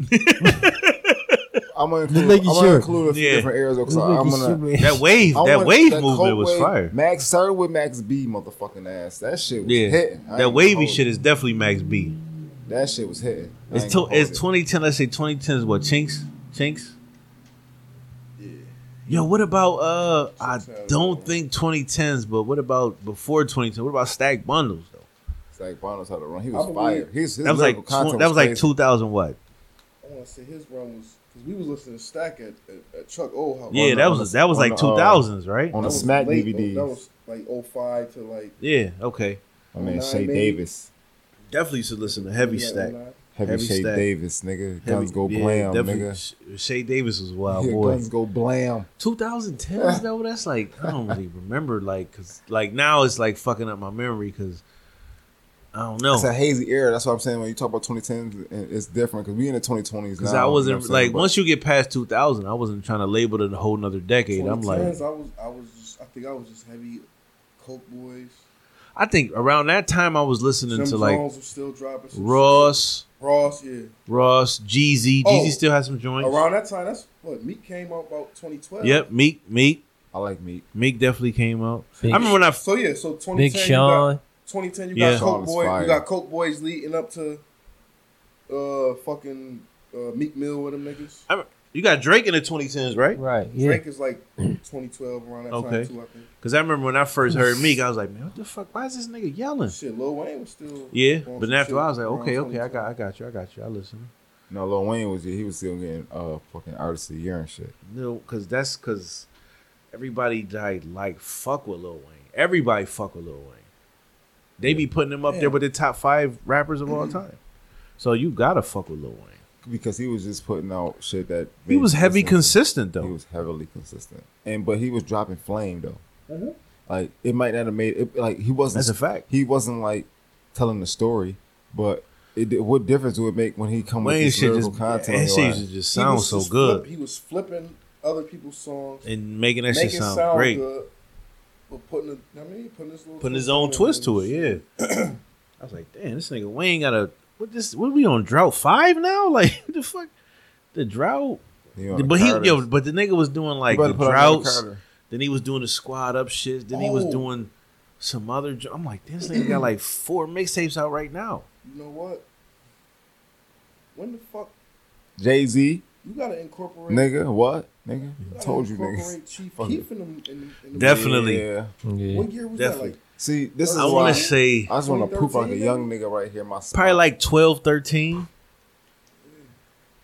[SPEAKER 4] I'm gonna
[SPEAKER 2] Just
[SPEAKER 4] include, I'm
[SPEAKER 2] making
[SPEAKER 4] gonna
[SPEAKER 2] sure.
[SPEAKER 4] include a few
[SPEAKER 1] Yeah.
[SPEAKER 4] different eras.
[SPEAKER 2] Just
[SPEAKER 4] So
[SPEAKER 2] *laughs*
[SPEAKER 4] I'm
[SPEAKER 2] making
[SPEAKER 4] gonna.
[SPEAKER 2] sure, man.
[SPEAKER 1] That wave,
[SPEAKER 4] *laughs* I wanna-
[SPEAKER 1] that wave
[SPEAKER 4] Coke
[SPEAKER 1] movement was
[SPEAKER 4] wave-
[SPEAKER 1] fire.
[SPEAKER 4] Max started with Max B, motherfucking ass. That shit was
[SPEAKER 1] Yeah,
[SPEAKER 4] hitting. I ain't
[SPEAKER 1] that
[SPEAKER 4] gonna
[SPEAKER 1] wavy
[SPEAKER 4] hold
[SPEAKER 1] shit
[SPEAKER 4] it.
[SPEAKER 1] is definitely Max B.
[SPEAKER 4] That shit was hitting. I
[SPEAKER 1] It's
[SPEAKER 4] ain't
[SPEAKER 1] to,
[SPEAKER 4] gonna
[SPEAKER 1] it's
[SPEAKER 4] hold it.
[SPEAKER 1] 2010. Let's say 2010 is what chinks chinks. Yo, what about uh? I don't think 2010s, but what about before 2010? What about stack bundles though?
[SPEAKER 4] Zach Bonos had a run. He
[SPEAKER 3] I
[SPEAKER 4] was
[SPEAKER 3] believe-
[SPEAKER 4] fire. His, his
[SPEAKER 1] That was like
[SPEAKER 4] lyrical
[SPEAKER 1] tw-
[SPEAKER 4] content
[SPEAKER 1] that was like
[SPEAKER 4] crazy.
[SPEAKER 1] 2000 what?
[SPEAKER 3] I want to say his run was because we was listening to Stack at, at, at Chuck O house.
[SPEAKER 1] Yeah,
[SPEAKER 4] the-
[SPEAKER 1] that
[SPEAKER 4] on
[SPEAKER 1] was
[SPEAKER 4] the-
[SPEAKER 1] that was
[SPEAKER 4] on
[SPEAKER 1] like
[SPEAKER 4] the, uh,
[SPEAKER 1] 2000s, right?
[SPEAKER 4] on
[SPEAKER 3] That
[SPEAKER 4] the
[SPEAKER 3] was
[SPEAKER 4] Smack
[SPEAKER 3] late,
[SPEAKER 4] DVDs.
[SPEAKER 3] That was like 05 to like
[SPEAKER 1] Yeah, okay.
[SPEAKER 4] I mean,
[SPEAKER 3] Nah,
[SPEAKER 4] Shay
[SPEAKER 3] man.
[SPEAKER 4] Davis,
[SPEAKER 1] Definitely should listen to Heavy
[SPEAKER 3] yeah,
[SPEAKER 1] Stack.
[SPEAKER 3] 09.
[SPEAKER 4] heavy,
[SPEAKER 1] Heavy
[SPEAKER 4] Shay
[SPEAKER 1] Stack.
[SPEAKER 4] Davis, nigga.
[SPEAKER 1] Heavy-
[SPEAKER 4] Guns go
[SPEAKER 1] yeah,
[SPEAKER 4] blam,
[SPEAKER 1] definitely
[SPEAKER 4] nigga.
[SPEAKER 1] Sh- Shay Davis was a wild
[SPEAKER 4] yeah,
[SPEAKER 1] boy.
[SPEAKER 4] guns go blam.
[SPEAKER 1] 2010s though, that's like I don't really remember. Like, cause like now it's like fucking up my memory because I don't know.
[SPEAKER 4] It's a hazy era. That's what I'm saying. When you talk about 2010s, and it's different because we in the 2020s now.
[SPEAKER 1] Because I wasn't like
[SPEAKER 4] once.
[SPEAKER 1] once you get past 2000, I wasn't trying to label it a whole nother decade. I'm like,
[SPEAKER 3] 2010s, I was, I was just, I think I was just heavy Coke Boys.
[SPEAKER 1] I think around that time I was listening
[SPEAKER 3] Jim
[SPEAKER 1] to like
[SPEAKER 3] Jones was still dropping some
[SPEAKER 1] Ross,
[SPEAKER 3] shit. Ross, yeah.
[SPEAKER 1] Ross, Jeezy.
[SPEAKER 3] Oh,
[SPEAKER 1] Jeezy still has some joints.
[SPEAKER 3] Around that time, that's what Meek came out about 2012.
[SPEAKER 1] yep, Meek, Meek,
[SPEAKER 4] I like meat.
[SPEAKER 1] Meek definitely came out.
[SPEAKER 2] Big-
[SPEAKER 1] I remember when I
[SPEAKER 3] So yeah, so 2010,
[SPEAKER 2] Big
[SPEAKER 3] you
[SPEAKER 2] Sean.
[SPEAKER 3] got 2010, you
[SPEAKER 1] Yeah.
[SPEAKER 3] got
[SPEAKER 4] Sean
[SPEAKER 3] Coke
[SPEAKER 4] was
[SPEAKER 3] Boy,
[SPEAKER 4] fire.
[SPEAKER 3] you got Coke Boys leading up to, uh, fucking uh, Meek Mill with them niggas.
[SPEAKER 1] you got Drake in the 2010s, right?
[SPEAKER 2] Right. Yeah.
[SPEAKER 3] Drake is like *clears throat* 2012 around that
[SPEAKER 1] Okay.
[SPEAKER 3] time too. I think.
[SPEAKER 1] Because I remember when I first heard Meek, I was like, man, what the fuck? Why is this nigga yelling?
[SPEAKER 3] Shit, Lil Wayne was still.
[SPEAKER 1] Yeah,
[SPEAKER 3] on
[SPEAKER 1] but
[SPEAKER 3] some
[SPEAKER 1] then after
[SPEAKER 3] shit
[SPEAKER 1] a while, I was like,
[SPEAKER 3] around
[SPEAKER 1] okay, okay, I
[SPEAKER 3] 2012.
[SPEAKER 1] got, I got you, I got you, I listen.
[SPEAKER 4] No, Lil Wayne was he was still getting uh fucking artist of the year and shit.
[SPEAKER 1] No, because that's because everybody died like fuck with Lil Wayne. Everybody fuck with Lil Wayne. They be putting him up
[SPEAKER 3] Yeah. Mm-hmm.
[SPEAKER 1] there with the top five rappers of all time. So you gotta fuck with Lil Wayne.
[SPEAKER 4] Because he was just putting out shit that
[SPEAKER 1] He was heavy
[SPEAKER 4] consistent.
[SPEAKER 1] consistent
[SPEAKER 4] He
[SPEAKER 1] though.
[SPEAKER 4] was heavily consistent, and but he was dropping flame though. Like it might not have made it. Like he wasn't.
[SPEAKER 1] Mm-hmm. That's a fact.
[SPEAKER 4] He wasn't like telling the story, but it, did- what difference would it make when he come with
[SPEAKER 1] Wayne
[SPEAKER 4] this
[SPEAKER 1] shit
[SPEAKER 4] lyrical
[SPEAKER 1] just,
[SPEAKER 4] content?
[SPEAKER 1] his
[SPEAKER 4] Like,
[SPEAKER 1] shit used to just
[SPEAKER 3] He
[SPEAKER 1] sound
[SPEAKER 3] was
[SPEAKER 1] so
[SPEAKER 3] just
[SPEAKER 1] good
[SPEAKER 3] flip- he was flipping other people's songs,
[SPEAKER 1] and making that
[SPEAKER 3] making
[SPEAKER 1] shit sound,
[SPEAKER 3] sound
[SPEAKER 1] great,
[SPEAKER 3] good, but putting a, I mean, putting his little
[SPEAKER 1] putting his own
[SPEAKER 3] on
[SPEAKER 1] twist to it.
[SPEAKER 3] and
[SPEAKER 1] Yeah,
[SPEAKER 4] *clears throat*
[SPEAKER 1] I was like, damn, this nigga Wayne got a what? This what we on drought five now? *laughs* Like what the fuck, the drought.
[SPEAKER 4] you know, Oh, the
[SPEAKER 1] but he
[SPEAKER 4] Carters.
[SPEAKER 1] yo,
[SPEAKER 4] You
[SPEAKER 1] but the nigga was doing like
[SPEAKER 4] better
[SPEAKER 1] the
[SPEAKER 4] put out another
[SPEAKER 1] droughts.
[SPEAKER 4] Carter.
[SPEAKER 1] Then he was doing the squad up shit. Then he was
[SPEAKER 3] Oh.
[SPEAKER 1] doing some other. jo- I'm like, this nigga got like four mixtapes out right now.
[SPEAKER 3] You know what? When the fuck
[SPEAKER 4] Jay Z,
[SPEAKER 3] you gotta incorporate?
[SPEAKER 4] nigga, what, nigga?
[SPEAKER 3] you gotta
[SPEAKER 4] Told you, niggas.
[SPEAKER 3] incorporate Chief
[SPEAKER 4] Fuck
[SPEAKER 3] Keef in them. In, in them
[SPEAKER 1] Definitely.
[SPEAKER 4] Yeah.
[SPEAKER 2] Yeah. Mm.
[SPEAKER 3] What year was
[SPEAKER 1] Definitely.
[SPEAKER 4] See, this is
[SPEAKER 1] I
[SPEAKER 4] why
[SPEAKER 1] want to say
[SPEAKER 4] I just want to poop like a
[SPEAKER 3] 2013,
[SPEAKER 4] young nigga right here myself.
[SPEAKER 1] probably like 12, 13.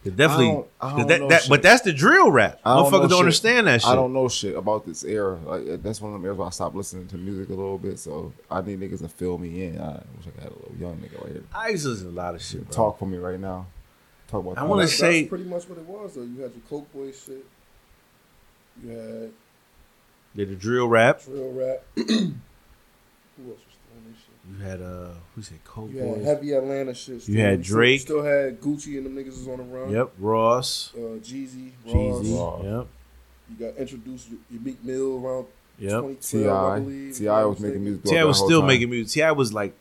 [SPEAKER 1] 'Cause Definitely.
[SPEAKER 4] I don't- I
[SPEAKER 1] 'cause
[SPEAKER 4] don't know
[SPEAKER 1] that, that,
[SPEAKER 4] shit.
[SPEAKER 1] but that's the drill rap.
[SPEAKER 4] I don't
[SPEAKER 1] Motherfuckers
[SPEAKER 4] know
[SPEAKER 1] don't
[SPEAKER 4] shit.
[SPEAKER 1] understand that shit.
[SPEAKER 4] I don't know shit about this era. Like that's one of them eras where I stopped listening to music a little bit. So I need niggas to fill me in. I wish I had a little young nigga right here.
[SPEAKER 1] I used to listen to a lot of shit. Bro.
[SPEAKER 4] Talk for me right now. Talk about.
[SPEAKER 1] I
[SPEAKER 4] that.
[SPEAKER 1] wanna
[SPEAKER 3] like?
[SPEAKER 1] Let's say-
[SPEAKER 3] that's pretty much what it was. Though you had your Coke Boy shit, you had
[SPEAKER 1] Yeah, the drill rap.
[SPEAKER 3] drill rap. *clears throat* Who else was doing this shit?
[SPEAKER 1] You had uh, who said Cold
[SPEAKER 3] You had
[SPEAKER 1] Boys.
[SPEAKER 3] heavy Atlanta shit.
[SPEAKER 1] You had
[SPEAKER 3] still-
[SPEAKER 1] Drake.
[SPEAKER 3] Still had Gucci and them niggas was on the run.
[SPEAKER 1] Yep, Ross,
[SPEAKER 3] Uh, Jeezy, Ross.
[SPEAKER 1] Jeezy.
[SPEAKER 4] Ross.
[SPEAKER 1] Yep,
[SPEAKER 3] You got introduced your, your Meek Mill around
[SPEAKER 1] yep.
[SPEAKER 3] 2012, I
[SPEAKER 4] Ti.
[SPEAKER 3] believe.
[SPEAKER 4] Ti was making music.
[SPEAKER 1] Ti
[SPEAKER 4] that
[SPEAKER 1] was
[SPEAKER 4] whole
[SPEAKER 1] still
[SPEAKER 4] time.
[SPEAKER 1] making music. Ti was like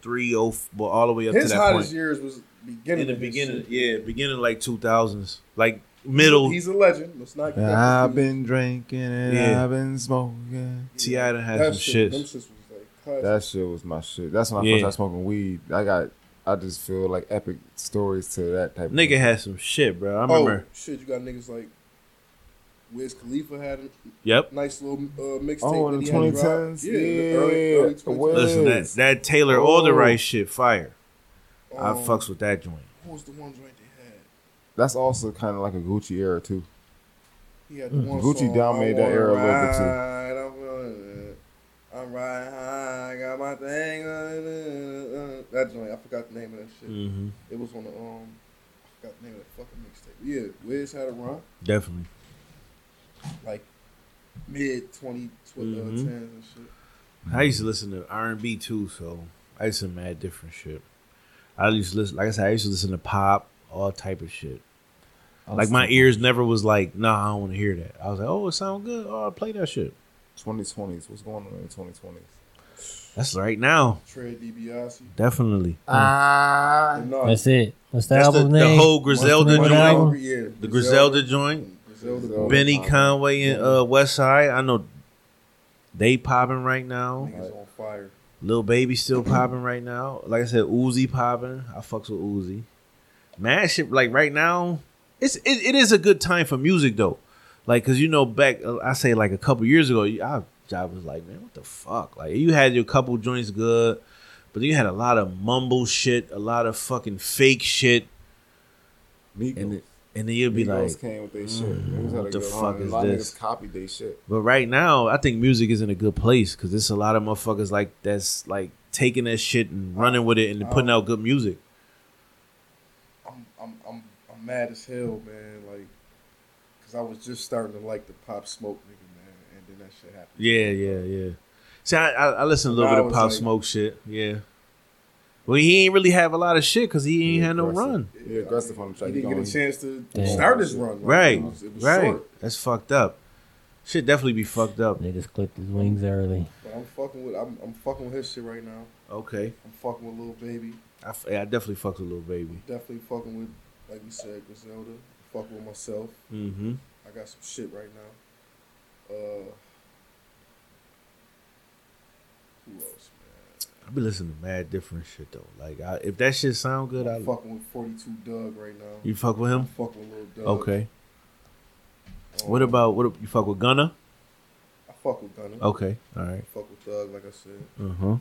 [SPEAKER 1] 03, 04, all the way up
[SPEAKER 3] His
[SPEAKER 1] to that
[SPEAKER 3] hottest
[SPEAKER 1] point.
[SPEAKER 3] years was beginning.
[SPEAKER 1] In the
[SPEAKER 3] of his
[SPEAKER 1] beginning,
[SPEAKER 3] shit.
[SPEAKER 1] yeah, beginning like two thousands, like middle.
[SPEAKER 3] He's a legend. Let's not. get that
[SPEAKER 4] I've
[SPEAKER 3] confused.
[SPEAKER 4] been drinking and
[SPEAKER 1] Yeah.
[SPEAKER 4] I've been smoking.
[SPEAKER 1] Ti done had
[SPEAKER 3] That
[SPEAKER 1] some shits.
[SPEAKER 3] shit- Them shits was like classic.
[SPEAKER 4] That shit was my shit. That's when I
[SPEAKER 1] Yeah.
[SPEAKER 4] first started smoking weed. I got, I just feel like epic stories to that type.
[SPEAKER 1] Nigga
[SPEAKER 4] of
[SPEAKER 1] had some shit, bro. I remember.
[SPEAKER 3] Oh shit! You got niggas like Wiz Khalifa had a
[SPEAKER 1] Yep.
[SPEAKER 3] nice little uh, mixtape.
[SPEAKER 4] Oh, in
[SPEAKER 3] that
[SPEAKER 4] the
[SPEAKER 3] he had dropped.
[SPEAKER 4] 2010s?
[SPEAKER 3] Yeah, in the
[SPEAKER 4] Yeah.
[SPEAKER 3] early, early
[SPEAKER 4] Wiz.
[SPEAKER 3] 2010s.
[SPEAKER 1] Listen, that
[SPEAKER 4] Yes.
[SPEAKER 1] that Taylor
[SPEAKER 4] Oh.
[SPEAKER 1] Alderite shit, fire. I
[SPEAKER 3] Um,
[SPEAKER 1] fucks with that joint.
[SPEAKER 3] What was the one joint they had?
[SPEAKER 4] That's also kind of like a Gucci era too.
[SPEAKER 3] He had the one
[SPEAKER 4] Mm, Gucci
[SPEAKER 3] song,
[SPEAKER 4] Down
[SPEAKER 3] I
[SPEAKER 4] made that
[SPEAKER 3] wanna
[SPEAKER 4] era a little bit, too.
[SPEAKER 3] ride, I'm feeling it. I'm riding high, I got my thing. uh, uh, uh. That joint, I forgot the name of that shit.
[SPEAKER 1] Mm-hmm.
[SPEAKER 3] It was on the um, I forgot the name of that fucking mixtape. Yeah, Wiz had a run
[SPEAKER 1] Definitely.
[SPEAKER 3] like mid 2010s
[SPEAKER 4] Mm-hmm.
[SPEAKER 1] Mhm.
[SPEAKER 3] and shit.
[SPEAKER 1] I used to listen to R and B too, so I used to mad different shit. I used to listen, like I said, I used to listen to pop, all type of shit.
[SPEAKER 4] I was
[SPEAKER 1] Like my ears never was like, nah, I don't want to hear that. I was like, oh, it sound good. Oh, I'll play that shit.
[SPEAKER 4] 2020s. What's going on in the 2020s?
[SPEAKER 1] That's right now,
[SPEAKER 3] Trey DiBiase.
[SPEAKER 1] definitely.
[SPEAKER 4] Ah,
[SPEAKER 3] And, uh,
[SPEAKER 2] That's it. What's the
[SPEAKER 1] That's the,
[SPEAKER 2] album
[SPEAKER 1] the
[SPEAKER 2] name?
[SPEAKER 1] whole Griselda
[SPEAKER 2] the name?
[SPEAKER 1] joint,
[SPEAKER 2] album?
[SPEAKER 3] Yeah,
[SPEAKER 1] the Griselda joint,
[SPEAKER 3] Griselda.
[SPEAKER 4] Griselda.
[SPEAKER 1] Benny
[SPEAKER 4] Conway.
[SPEAKER 1] Conway and uh, Westside. I know they popping right now.
[SPEAKER 3] Niggas on fire.
[SPEAKER 1] Lil Baby still popping right now. Like I said, Uzi popping. I fucks with Uzi. Mad shit. Like right now, it's it, it is a good time for music though. Like cause you know back uh, I say like a couple years ago, I job was like man, what the fuck? Like you had your couple joints good, but you had a lot of mumble shit, a lot of fucking fake shit, and
[SPEAKER 4] Migos.
[SPEAKER 1] and then you'll be
[SPEAKER 4] Migos
[SPEAKER 1] like. "Mm,
[SPEAKER 4] came with their shit. Niggas had
[SPEAKER 1] what
[SPEAKER 4] a
[SPEAKER 1] the
[SPEAKER 4] good
[SPEAKER 1] fuck
[SPEAKER 4] run.
[SPEAKER 1] is
[SPEAKER 4] A lot of
[SPEAKER 1] this?
[SPEAKER 4] niggas copied their shit.
[SPEAKER 1] But right now, I think music is in a good place because it's a lot of motherfuckers like that's like taking that shit and running with it and putting out good music.
[SPEAKER 3] I'm, I'm, I'm, I'm mad as hell, man. Like, cause I was just starting to like the pop smoke nigga, man, and then that shit happened.
[SPEAKER 1] Yeah, yeah, yeah. See, I, I, I listen a little
[SPEAKER 3] Nah,
[SPEAKER 1] bit
[SPEAKER 3] I
[SPEAKER 1] of
[SPEAKER 3] was
[SPEAKER 1] Pop
[SPEAKER 3] like-
[SPEAKER 1] Smoke shit. Yeah. Well, he ain't really have a lot of shit because he ain't
[SPEAKER 4] Yeah,
[SPEAKER 1] had no
[SPEAKER 4] aggressive.
[SPEAKER 1] run.
[SPEAKER 4] Yeah, aggressive on the track.
[SPEAKER 3] He didn't
[SPEAKER 4] He
[SPEAKER 3] get a
[SPEAKER 4] going-
[SPEAKER 3] chance to
[SPEAKER 2] Damn.
[SPEAKER 3] start his run. Like,
[SPEAKER 1] Right,
[SPEAKER 3] it was, it was
[SPEAKER 1] right.
[SPEAKER 3] short.
[SPEAKER 1] That's fucked up. Shit definitely be fucked up.
[SPEAKER 2] Niggas clipped his wings early.
[SPEAKER 3] But I'm fucking with, I'm, I'm fucking with his shit right now.
[SPEAKER 1] Okay,
[SPEAKER 3] I'm fucking with Lil Baby.
[SPEAKER 1] I, f- I definitely fucked with little baby.
[SPEAKER 3] Definitely fucking with, like we said, Griselda. Fucking with myself.
[SPEAKER 1] Mm-hmm.
[SPEAKER 3] I got some shit right now. Uh, who else,
[SPEAKER 1] I be listening to mad different shit though. Like I, if that shit sound good,
[SPEAKER 3] man?
[SPEAKER 1] I
[SPEAKER 3] I'm fucking with 42 Doug right now.
[SPEAKER 1] you fuck with
[SPEAKER 3] I'm
[SPEAKER 1] him.
[SPEAKER 3] fucking with Lil Doug.
[SPEAKER 1] Okay.
[SPEAKER 3] Um,
[SPEAKER 1] What about Oh. what you fuck with Gunna?
[SPEAKER 3] I fuck with Gunna.
[SPEAKER 1] Okay, all right.
[SPEAKER 3] I fuck with Thug, like I said.
[SPEAKER 1] Uh huh.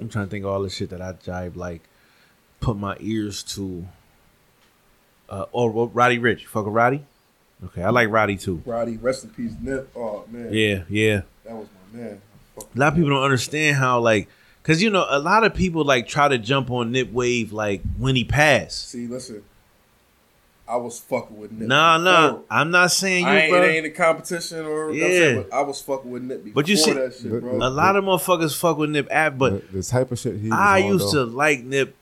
[SPEAKER 1] I'm trying to think of all the shit that I jive like, put my ears to. Uh, or well, Roddy Rich, fuck with Roddy. Okay, I like Roddy too.
[SPEAKER 3] Roddy, rest in peace, Nip. Oh man,
[SPEAKER 1] Yeah, yeah.
[SPEAKER 3] that was my man. I fuck
[SPEAKER 1] A lot of people don't understand how like, cause you know a lot of people like try to jump on Nip Wave like when he passed.
[SPEAKER 3] See, listen, I was fucking with Nip.
[SPEAKER 1] Nah, nah.
[SPEAKER 3] before.
[SPEAKER 1] I'm not saying
[SPEAKER 3] I
[SPEAKER 1] you,
[SPEAKER 3] ain't, it
[SPEAKER 1] bro.
[SPEAKER 3] ain't a competition or
[SPEAKER 1] Yeah.
[SPEAKER 3] I'm saying, but I was fucking with Nip before
[SPEAKER 1] But you see-
[SPEAKER 3] that shit, bro.
[SPEAKER 1] A lot of motherfuckers fuck with Nip app, but
[SPEAKER 4] the, the type of shit he. Was
[SPEAKER 1] I
[SPEAKER 4] on,
[SPEAKER 1] used
[SPEAKER 4] though,
[SPEAKER 1] to like Nip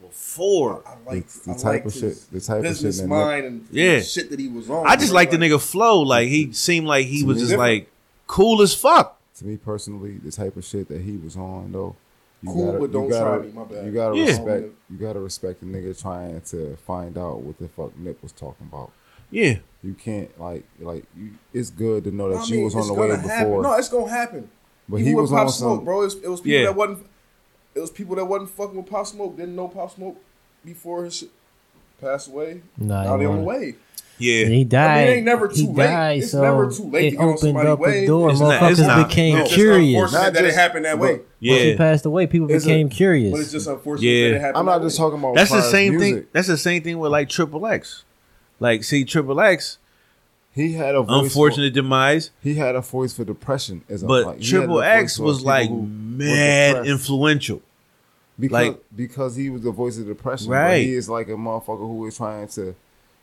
[SPEAKER 1] before.
[SPEAKER 3] I liked,
[SPEAKER 4] the, the
[SPEAKER 3] I
[SPEAKER 4] type
[SPEAKER 3] liked
[SPEAKER 4] of shit.
[SPEAKER 3] his
[SPEAKER 4] The type of shit.
[SPEAKER 3] business
[SPEAKER 4] that
[SPEAKER 3] mind and
[SPEAKER 1] Yeah.
[SPEAKER 3] shit that he was on.
[SPEAKER 1] I just
[SPEAKER 3] bro.
[SPEAKER 1] like the nigga flow. Like he seemed like he was just like cool as fuck.
[SPEAKER 4] to me personally, the type of shit that he was on though. You
[SPEAKER 3] Cool, but don't
[SPEAKER 4] you
[SPEAKER 3] try me, my bad.
[SPEAKER 4] You gotta
[SPEAKER 1] Yeah.
[SPEAKER 4] respect. You gotta respect the nigga trying to find out what the fuck Nip was talking about.
[SPEAKER 1] Yeah,
[SPEAKER 4] You can't like like you. It's good to know that
[SPEAKER 3] I
[SPEAKER 4] you
[SPEAKER 3] mean,
[SPEAKER 4] was on
[SPEAKER 3] it's
[SPEAKER 4] the way
[SPEAKER 3] gonna happen.
[SPEAKER 4] before,
[SPEAKER 3] No, it's gonna happen.
[SPEAKER 4] but
[SPEAKER 3] People
[SPEAKER 4] he
[SPEAKER 3] with
[SPEAKER 4] was
[SPEAKER 3] Pop
[SPEAKER 4] on
[SPEAKER 3] Smoke,
[SPEAKER 4] some.
[SPEAKER 3] bro. It was, it was people
[SPEAKER 1] Yeah.
[SPEAKER 3] that wasn't. It was people that wasn't fucking with Pop Smoke. Didn't know Pop Smoke before his shit passed away.
[SPEAKER 2] Nah, he
[SPEAKER 3] now they on
[SPEAKER 2] wanna-
[SPEAKER 3] the way.
[SPEAKER 1] yeah.
[SPEAKER 2] And He died.
[SPEAKER 3] ain't never
[SPEAKER 2] he
[SPEAKER 3] too late.
[SPEAKER 2] Died,
[SPEAKER 3] It's
[SPEAKER 2] so
[SPEAKER 3] never too late
[SPEAKER 2] It
[SPEAKER 3] to get on
[SPEAKER 2] opened
[SPEAKER 3] somebody's
[SPEAKER 2] up a
[SPEAKER 3] wave.
[SPEAKER 2] door.
[SPEAKER 1] It's not- it's
[SPEAKER 2] Motherfuckers
[SPEAKER 1] not.
[SPEAKER 2] became
[SPEAKER 1] No.
[SPEAKER 3] It's just
[SPEAKER 2] curious.
[SPEAKER 3] unfortunate
[SPEAKER 4] Not
[SPEAKER 3] that
[SPEAKER 4] just-
[SPEAKER 3] it happened that way.
[SPEAKER 2] Once he
[SPEAKER 1] Yeah,
[SPEAKER 2] passed away, people
[SPEAKER 3] It's a-
[SPEAKER 2] became
[SPEAKER 3] But it's
[SPEAKER 2] curious.
[SPEAKER 3] just unfortunate
[SPEAKER 1] Yeah.
[SPEAKER 3] that it happened.
[SPEAKER 4] I'm not
[SPEAKER 3] that
[SPEAKER 4] just
[SPEAKER 3] way.
[SPEAKER 4] talking about.
[SPEAKER 1] that's
[SPEAKER 4] as
[SPEAKER 1] the
[SPEAKER 4] far as
[SPEAKER 1] same
[SPEAKER 4] music.
[SPEAKER 1] thing. That's the same thing with like Triple X. Like, see, Triple X,
[SPEAKER 4] He had a voice
[SPEAKER 1] unfortunate demise,
[SPEAKER 4] For, he had a voice for depression. As a-
[SPEAKER 1] but
[SPEAKER 4] like, he had a
[SPEAKER 1] Triple
[SPEAKER 4] voice
[SPEAKER 1] X
[SPEAKER 4] for
[SPEAKER 1] was
[SPEAKER 4] people
[SPEAKER 1] like
[SPEAKER 4] who were
[SPEAKER 1] mad
[SPEAKER 4] depressed.
[SPEAKER 1] influential.
[SPEAKER 4] because,
[SPEAKER 1] like-
[SPEAKER 4] because he was the voice of depression. Right,
[SPEAKER 1] Right.
[SPEAKER 4] he is like a motherfucker who is trying to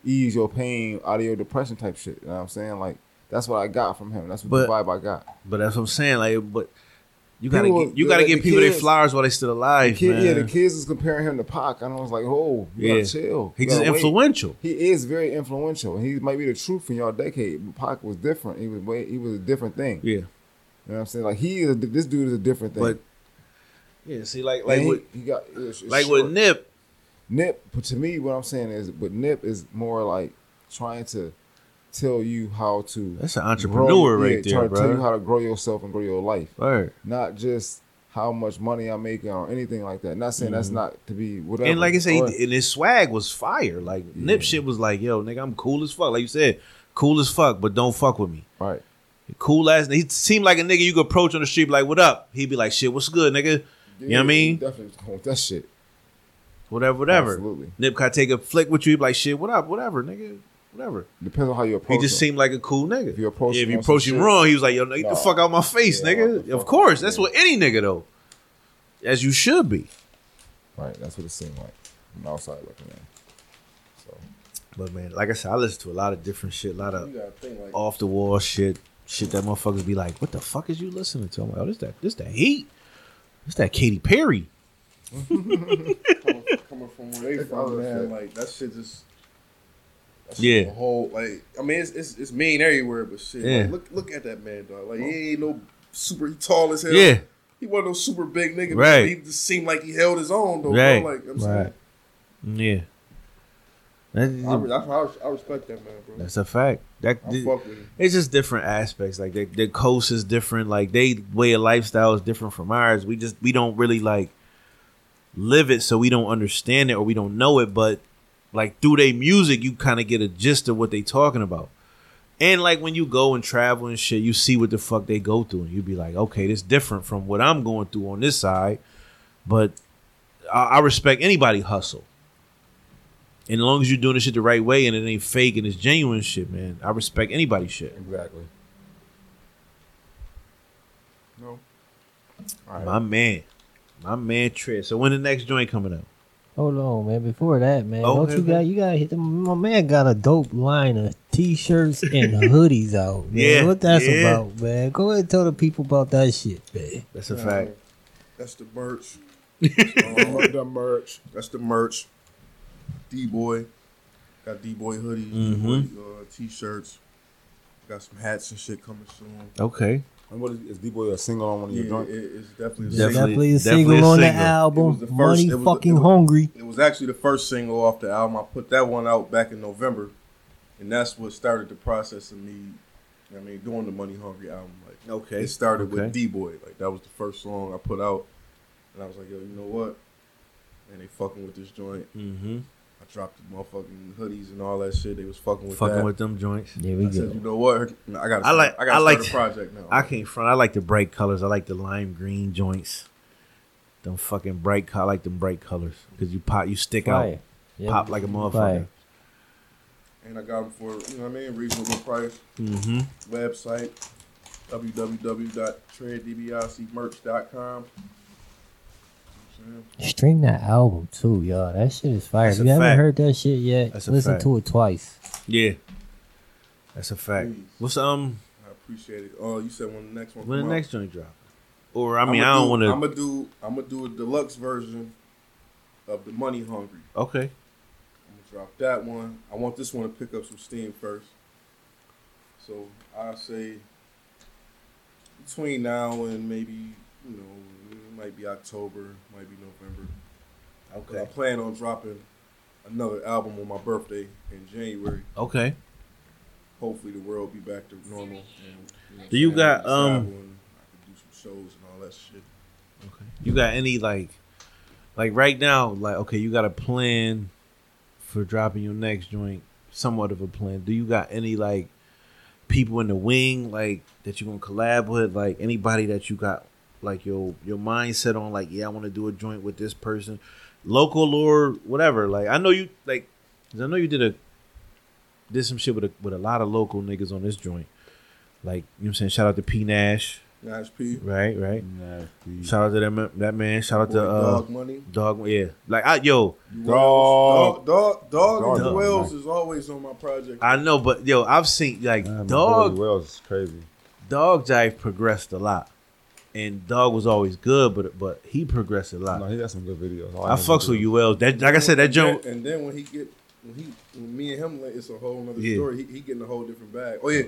[SPEAKER 4] ease your pain out of your depression type shit. You know what I'm saying? Like that's what I got from him. That's what the
[SPEAKER 1] But-
[SPEAKER 4] vibe I got.
[SPEAKER 1] But that's what I'm saying. Like, but you gotta
[SPEAKER 4] People-
[SPEAKER 1] get, you gotta
[SPEAKER 4] the-
[SPEAKER 1] give
[SPEAKER 4] the
[SPEAKER 1] people their
[SPEAKER 4] kids-
[SPEAKER 1] flowers while they still
[SPEAKER 4] The
[SPEAKER 1] alive,
[SPEAKER 4] kid, yeah, the
[SPEAKER 1] man.
[SPEAKER 4] kids is comparing him to Pac, and I was like, oh, you
[SPEAKER 1] Yeah.
[SPEAKER 4] gotta chill.
[SPEAKER 1] He
[SPEAKER 4] You
[SPEAKER 1] just
[SPEAKER 4] gotta wait.
[SPEAKER 1] influential.
[SPEAKER 4] He is very influential, and he might be the truth in your decade. But Pac was different. He was way, he was a different thing.
[SPEAKER 1] Yeah,
[SPEAKER 4] You know what I'm saying? Like he is a, this dude is a different thing.
[SPEAKER 1] but yeah, see, like,
[SPEAKER 4] like
[SPEAKER 1] like
[SPEAKER 4] he,
[SPEAKER 1] with
[SPEAKER 4] he got it's- it's
[SPEAKER 1] like
[SPEAKER 4] short.
[SPEAKER 1] with Nip,
[SPEAKER 4] Nip, but to me, what I'm saying is, but Nip is more like trying to tell you how to.
[SPEAKER 1] That's an
[SPEAKER 4] grow-
[SPEAKER 1] entrepreneur
[SPEAKER 4] yeah,
[SPEAKER 1] right there,
[SPEAKER 4] trying to Tell you
[SPEAKER 1] bro.
[SPEAKER 4] how to grow yourself and grow your life,
[SPEAKER 1] Right.
[SPEAKER 4] not just how much money I'm making or anything like that. Not saying that's not to be whatever.
[SPEAKER 1] Mm-hmm. And like I said,
[SPEAKER 4] or-
[SPEAKER 1] he- and his swag was fire. Like Nip shit was like, yo, nigga, I'm cool as fuck. Like you said, cool as fuck, but don't fuck with me.
[SPEAKER 4] right?
[SPEAKER 1] Cool ass. He seemed like a nigga you could approach on the street, be like, what up? He'd be like, shit, what's good, nigga? You know what I
[SPEAKER 4] Yeah,
[SPEAKER 1] mean?
[SPEAKER 4] Definitely was cool with that shit.
[SPEAKER 1] Whatever, whatever.
[SPEAKER 4] Absolutely.
[SPEAKER 1] Nip could take a flick with you, he'd be like, shit, what up, whatever, nigga, whatever.
[SPEAKER 4] Depends on how you
[SPEAKER 1] He
[SPEAKER 4] approach.
[SPEAKER 1] just
[SPEAKER 4] them.
[SPEAKER 1] seemed like a cool nigga.
[SPEAKER 4] If you approach
[SPEAKER 1] Yeah,
[SPEAKER 4] him
[SPEAKER 1] if you
[SPEAKER 4] on some
[SPEAKER 1] approach him
[SPEAKER 4] shit.
[SPEAKER 1] wrong, he was like, yo, nigga, get the
[SPEAKER 4] Nah.
[SPEAKER 1] fuck out my face,
[SPEAKER 4] Yeah, what
[SPEAKER 1] nigga.
[SPEAKER 4] the
[SPEAKER 1] Of
[SPEAKER 4] fuck,
[SPEAKER 1] course, that's
[SPEAKER 4] yeah.
[SPEAKER 1] what any nigga though. As you should be.
[SPEAKER 4] right. That's what it seemed like. I'm outside looking in. So
[SPEAKER 1] But man, like I said, I listen to a lot of different shit, a lot of
[SPEAKER 3] You gotta think like
[SPEAKER 1] off the wall shit, shit that motherfuckers be like, "What the fuck is you listening to?" I'm like, "Oh, this that this that heat, this that Katy Perry."
[SPEAKER 3] coming, coming from where they
[SPEAKER 4] That's
[SPEAKER 3] from,
[SPEAKER 4] other
[SPEAKER 3] man.
[SPEAKER 4] shit.
[SPEAKER 3] Like that shit just. that shit
[SPEAKER 1] Yeah.
[SPEAKER 3] The whole like I mean it's it's, it's mean everywhere, but shit.
[SPEAKER 1] Yeah.
[SPEAKER 3] Like, look look at that man, dog. Like he ain't no super he tall as hell.
[SPEAKER 1] Yeah,
[SPEAKER 3] He wasn't no super big nigga.
[SPEAKER 1] Right.
[SPEAKER 3] But he just seemed like he held his own though.
[SPEAKER 1] Right.
[SPEAKER 3] Bro. Like I'm
[SPEAKER 1] Right. yeah.
[SPEAKER 3] saying, I,
[SPEAKER 1] That's,
[SPEAKER 3] re- that's how I, res- I respect that man, bro.
[SPEAKER 1] that's a fact. That
[SPEAKER 3] I fuck with him.
[SPEAKER 1] it's just different aspects. Like their, their coast is different. Like they way of lifestyle is different from ours. We just we don't really like live it, so we don't understand it or we don't know it. But like through their music, you kind of get a gist of what they talking about. And like when you go and travel and shit, you see what the fuck they go through, and you be like, okay, this different from what I'm going through on this side. But I, I respect anybody hustle. And as long as you're doing this shit the right way and it ain't fake and it's genuine shit, man, I respect anybody's shit.
[SPEAKER 4] exactly. No. All right.
[SPEAKER 1] My man. My man Trish. So when the next joint coming out?
[SPEAKER 2] Hold on, man. Before that, man,
[SPEAKER 1] Oh,
[SPEAKER 2] don't you
[SPEAKER 1] okay.
[SPEAKER 2] got you gotta hit them. My man got a dope line of t-shirts and hoodies out. Man.
[SPEAKER 1] Yeah,
[SPEAKER 2] what that's
[SPEAKER 1] yeah.
[SPEAKER 2] about, man? Go ahead and tell the people about that shit, man.
[SPEAKER 1] That's a
[SPEAKER 3] Nah,
[SPEAKER 1] fact.
[SPEAKER 3] That's the merch. That's the merch. That's the merch. D boy. Got D boy hoodies,
[SPEAKER 1] Mm-hmm.
[SPEAKER 3] D-boy, uh, t shirts. Got some hats and shit coming soon.
[SPEAKER 1] Okay.
[SPEAKER 4] And what is, is D boy a single on one of
[SPEAKER 3] Yeah,
[SPEAKER 4] your joints?
[SPEAKER 3] it, it's definitely
[SPEAKER 1] Definitely-
[SPEAKER 3] a single.
[SPEAKER 2] Definitely a
[SPEAKER 1] definitely
[SPEAKER 2] single
[SPEAKER 1] a
[SPEAKER 2] on the
[SPEAKER 1] single.
[SPEAKER 3] It
[SPEAKER 2] album.
[SPEAKER 3] was the first-
[SPEAKER 2] Money
[SPEAKER 3] it was the-
[SPEAKER 2] fucking
[SPEAKER 3] it was-
[SPEAKER 2] hungry.
[SPEAKER 3] It was actually the first single off the album. I put that one out back in November, and that's what started the process of me. I mean, doing the Money Hungry album. Like,
[SPEAKER 1] Okay.
[SPEAKER 3] It started
[SPEAKER 1] Okay.
[SPEAKER 3] with D Boy. Like that was the first song I put out, and I was like, yo, you know what? And they fucking with this joint.
[SPEAKER 1] Mm-hmm.
[SPEAKER 3] I dropped the motherfucking hoodies and all that shit. They was fucking with
[SPEAKER 1] Fucking
[SPEAKER 3] that.
[SPEAKER 1] with them joints.
[SPEAKER 2] There we
[SPEAKER 3] I said, you
[SPEAKER 2] go.
[SPEAKER 3] know what? I got.
[SPEAKER 1] I like-
[SPEAKER 3] I got.
[SPEAKER 1] I like-
[SPEAKER 3] a project now.
[SPEAKER 1] I can't front. I like the bright colors. I like the lime green joints. Them fucking bright co- I like them bright colors. Cause you pop you stick out.
[SPEAKER 2] Fire. Yeah.
[SPEAKER 1] Pop like a motherfucker.
[SPEAKER 2] Fire.
[SPEAKER 3] And I got them for you know what I mean, reasonable price.
[SPEAKER 1] Mm-hmm.
[SPEAKER 3] Website www.treaddbiacmerch.com.
[SPEAKER 2] Stream that album too, y'all. That shit is fire.
[SPEAKER 1] That's
[SPEAKER 2] if
[SPEAKER 1] a
[SPEAKER 2] you haven't
[SPEAKER 1] fact.
[SPEAKER 2] heard that shit yet,
[SPEAKER 1] That's a
[SPEAKER 2] listen
[SPEAKER 1] fact.
[SPEAKER 2] to it twice.
[SPEAKER 1] Yeah. That's a fact.
[SPEAKER 3] Please.
[SPEAKER 1] What's um
[SPEAKER 3] I appreciate it. Oh, you said when the next one.
[SPEAKER 1] when the
[SPEAKER 3] come out?
[SPEAKER 1] next joint drop? Or I mean I don't
[SPEAKER 3] I'm
[SPEAKER 1] wanna
[SPEAKER 3] gonna do. I'm gonna do a deluxe version of the Money Hungry.
[SPEAKER 1] Okay.
[SPEAKER 3] I'm gonna drop that one. I want this one to pick up some steam first. So I say between now and maybe you know it might be October, might be November. 'Cause I plan on dropping another album on my birthday in January.
[SPEAKER 1] Okay.
[SPEAKER 3] Hopefully the world be back to normal. And, know,
[SPEAKER 1] Do you
[SPEAKER 3] I
[SPEAKER 1] got,
[SPEAKER 3] can
[SPEAKER 1] um,
[SPEAKER 3] travel and I can do some shows and all that shit.
[SPEAKER 1] Okay. You got any like, like right now, like okay, you got a plan for dropping your next joint, somewhat of a plan. Do you got any like people in the wing like that you gonna collab with, like anybody that you got like your your mindset on, like yeah, I want to do a joint with this person, local or whatever. Like I know you like, 'cause I know you did a did some shit with a with a lot of local niggas on this joint. Like you know what I'm saying, shout out to P Nash,
[SPEAKER 3] Nash P.
[SPEAKER 1] right, right. Shout out to that man, that man. Shout out
[SPEAKER 3] Boy,
[SPEAKER 1] to uh,
[SPEAKER 3] Dog Money.
[SPEAKER 1] dog. Yeah, like I yo,
[SPEAKER 4] Dog.
[SPEAKER 3] Dog, dog, dog,
[SPEAKER 4] Dog.
[SPEAKER 3] and Wells is always on my project.
[SPEAKER 1] I know, but yo, I've seen like
[SPEAKER 4] Man, my boy
[SPEAKER 1] dog.
[SPEAKER 4] Wells is crazy.
[SPEAKER 1] Dog Jive progressed a lot, and dog was always good, but but he progressed a lot.
[SPEAKER 4] No, he got some good videos.
[SPEAKER 1] I fucks with you, Wells. That like I said, that
[SPEAKER 3] And
[SPEAKER 1] joint.
[SPEAKER 3] then- And then when he get when he when me and him, like, it's a whole nother
[SPEAKER 1] Yeah.
[SPEAKER 3] story. He, he getting a whole different bag. Oh yeah,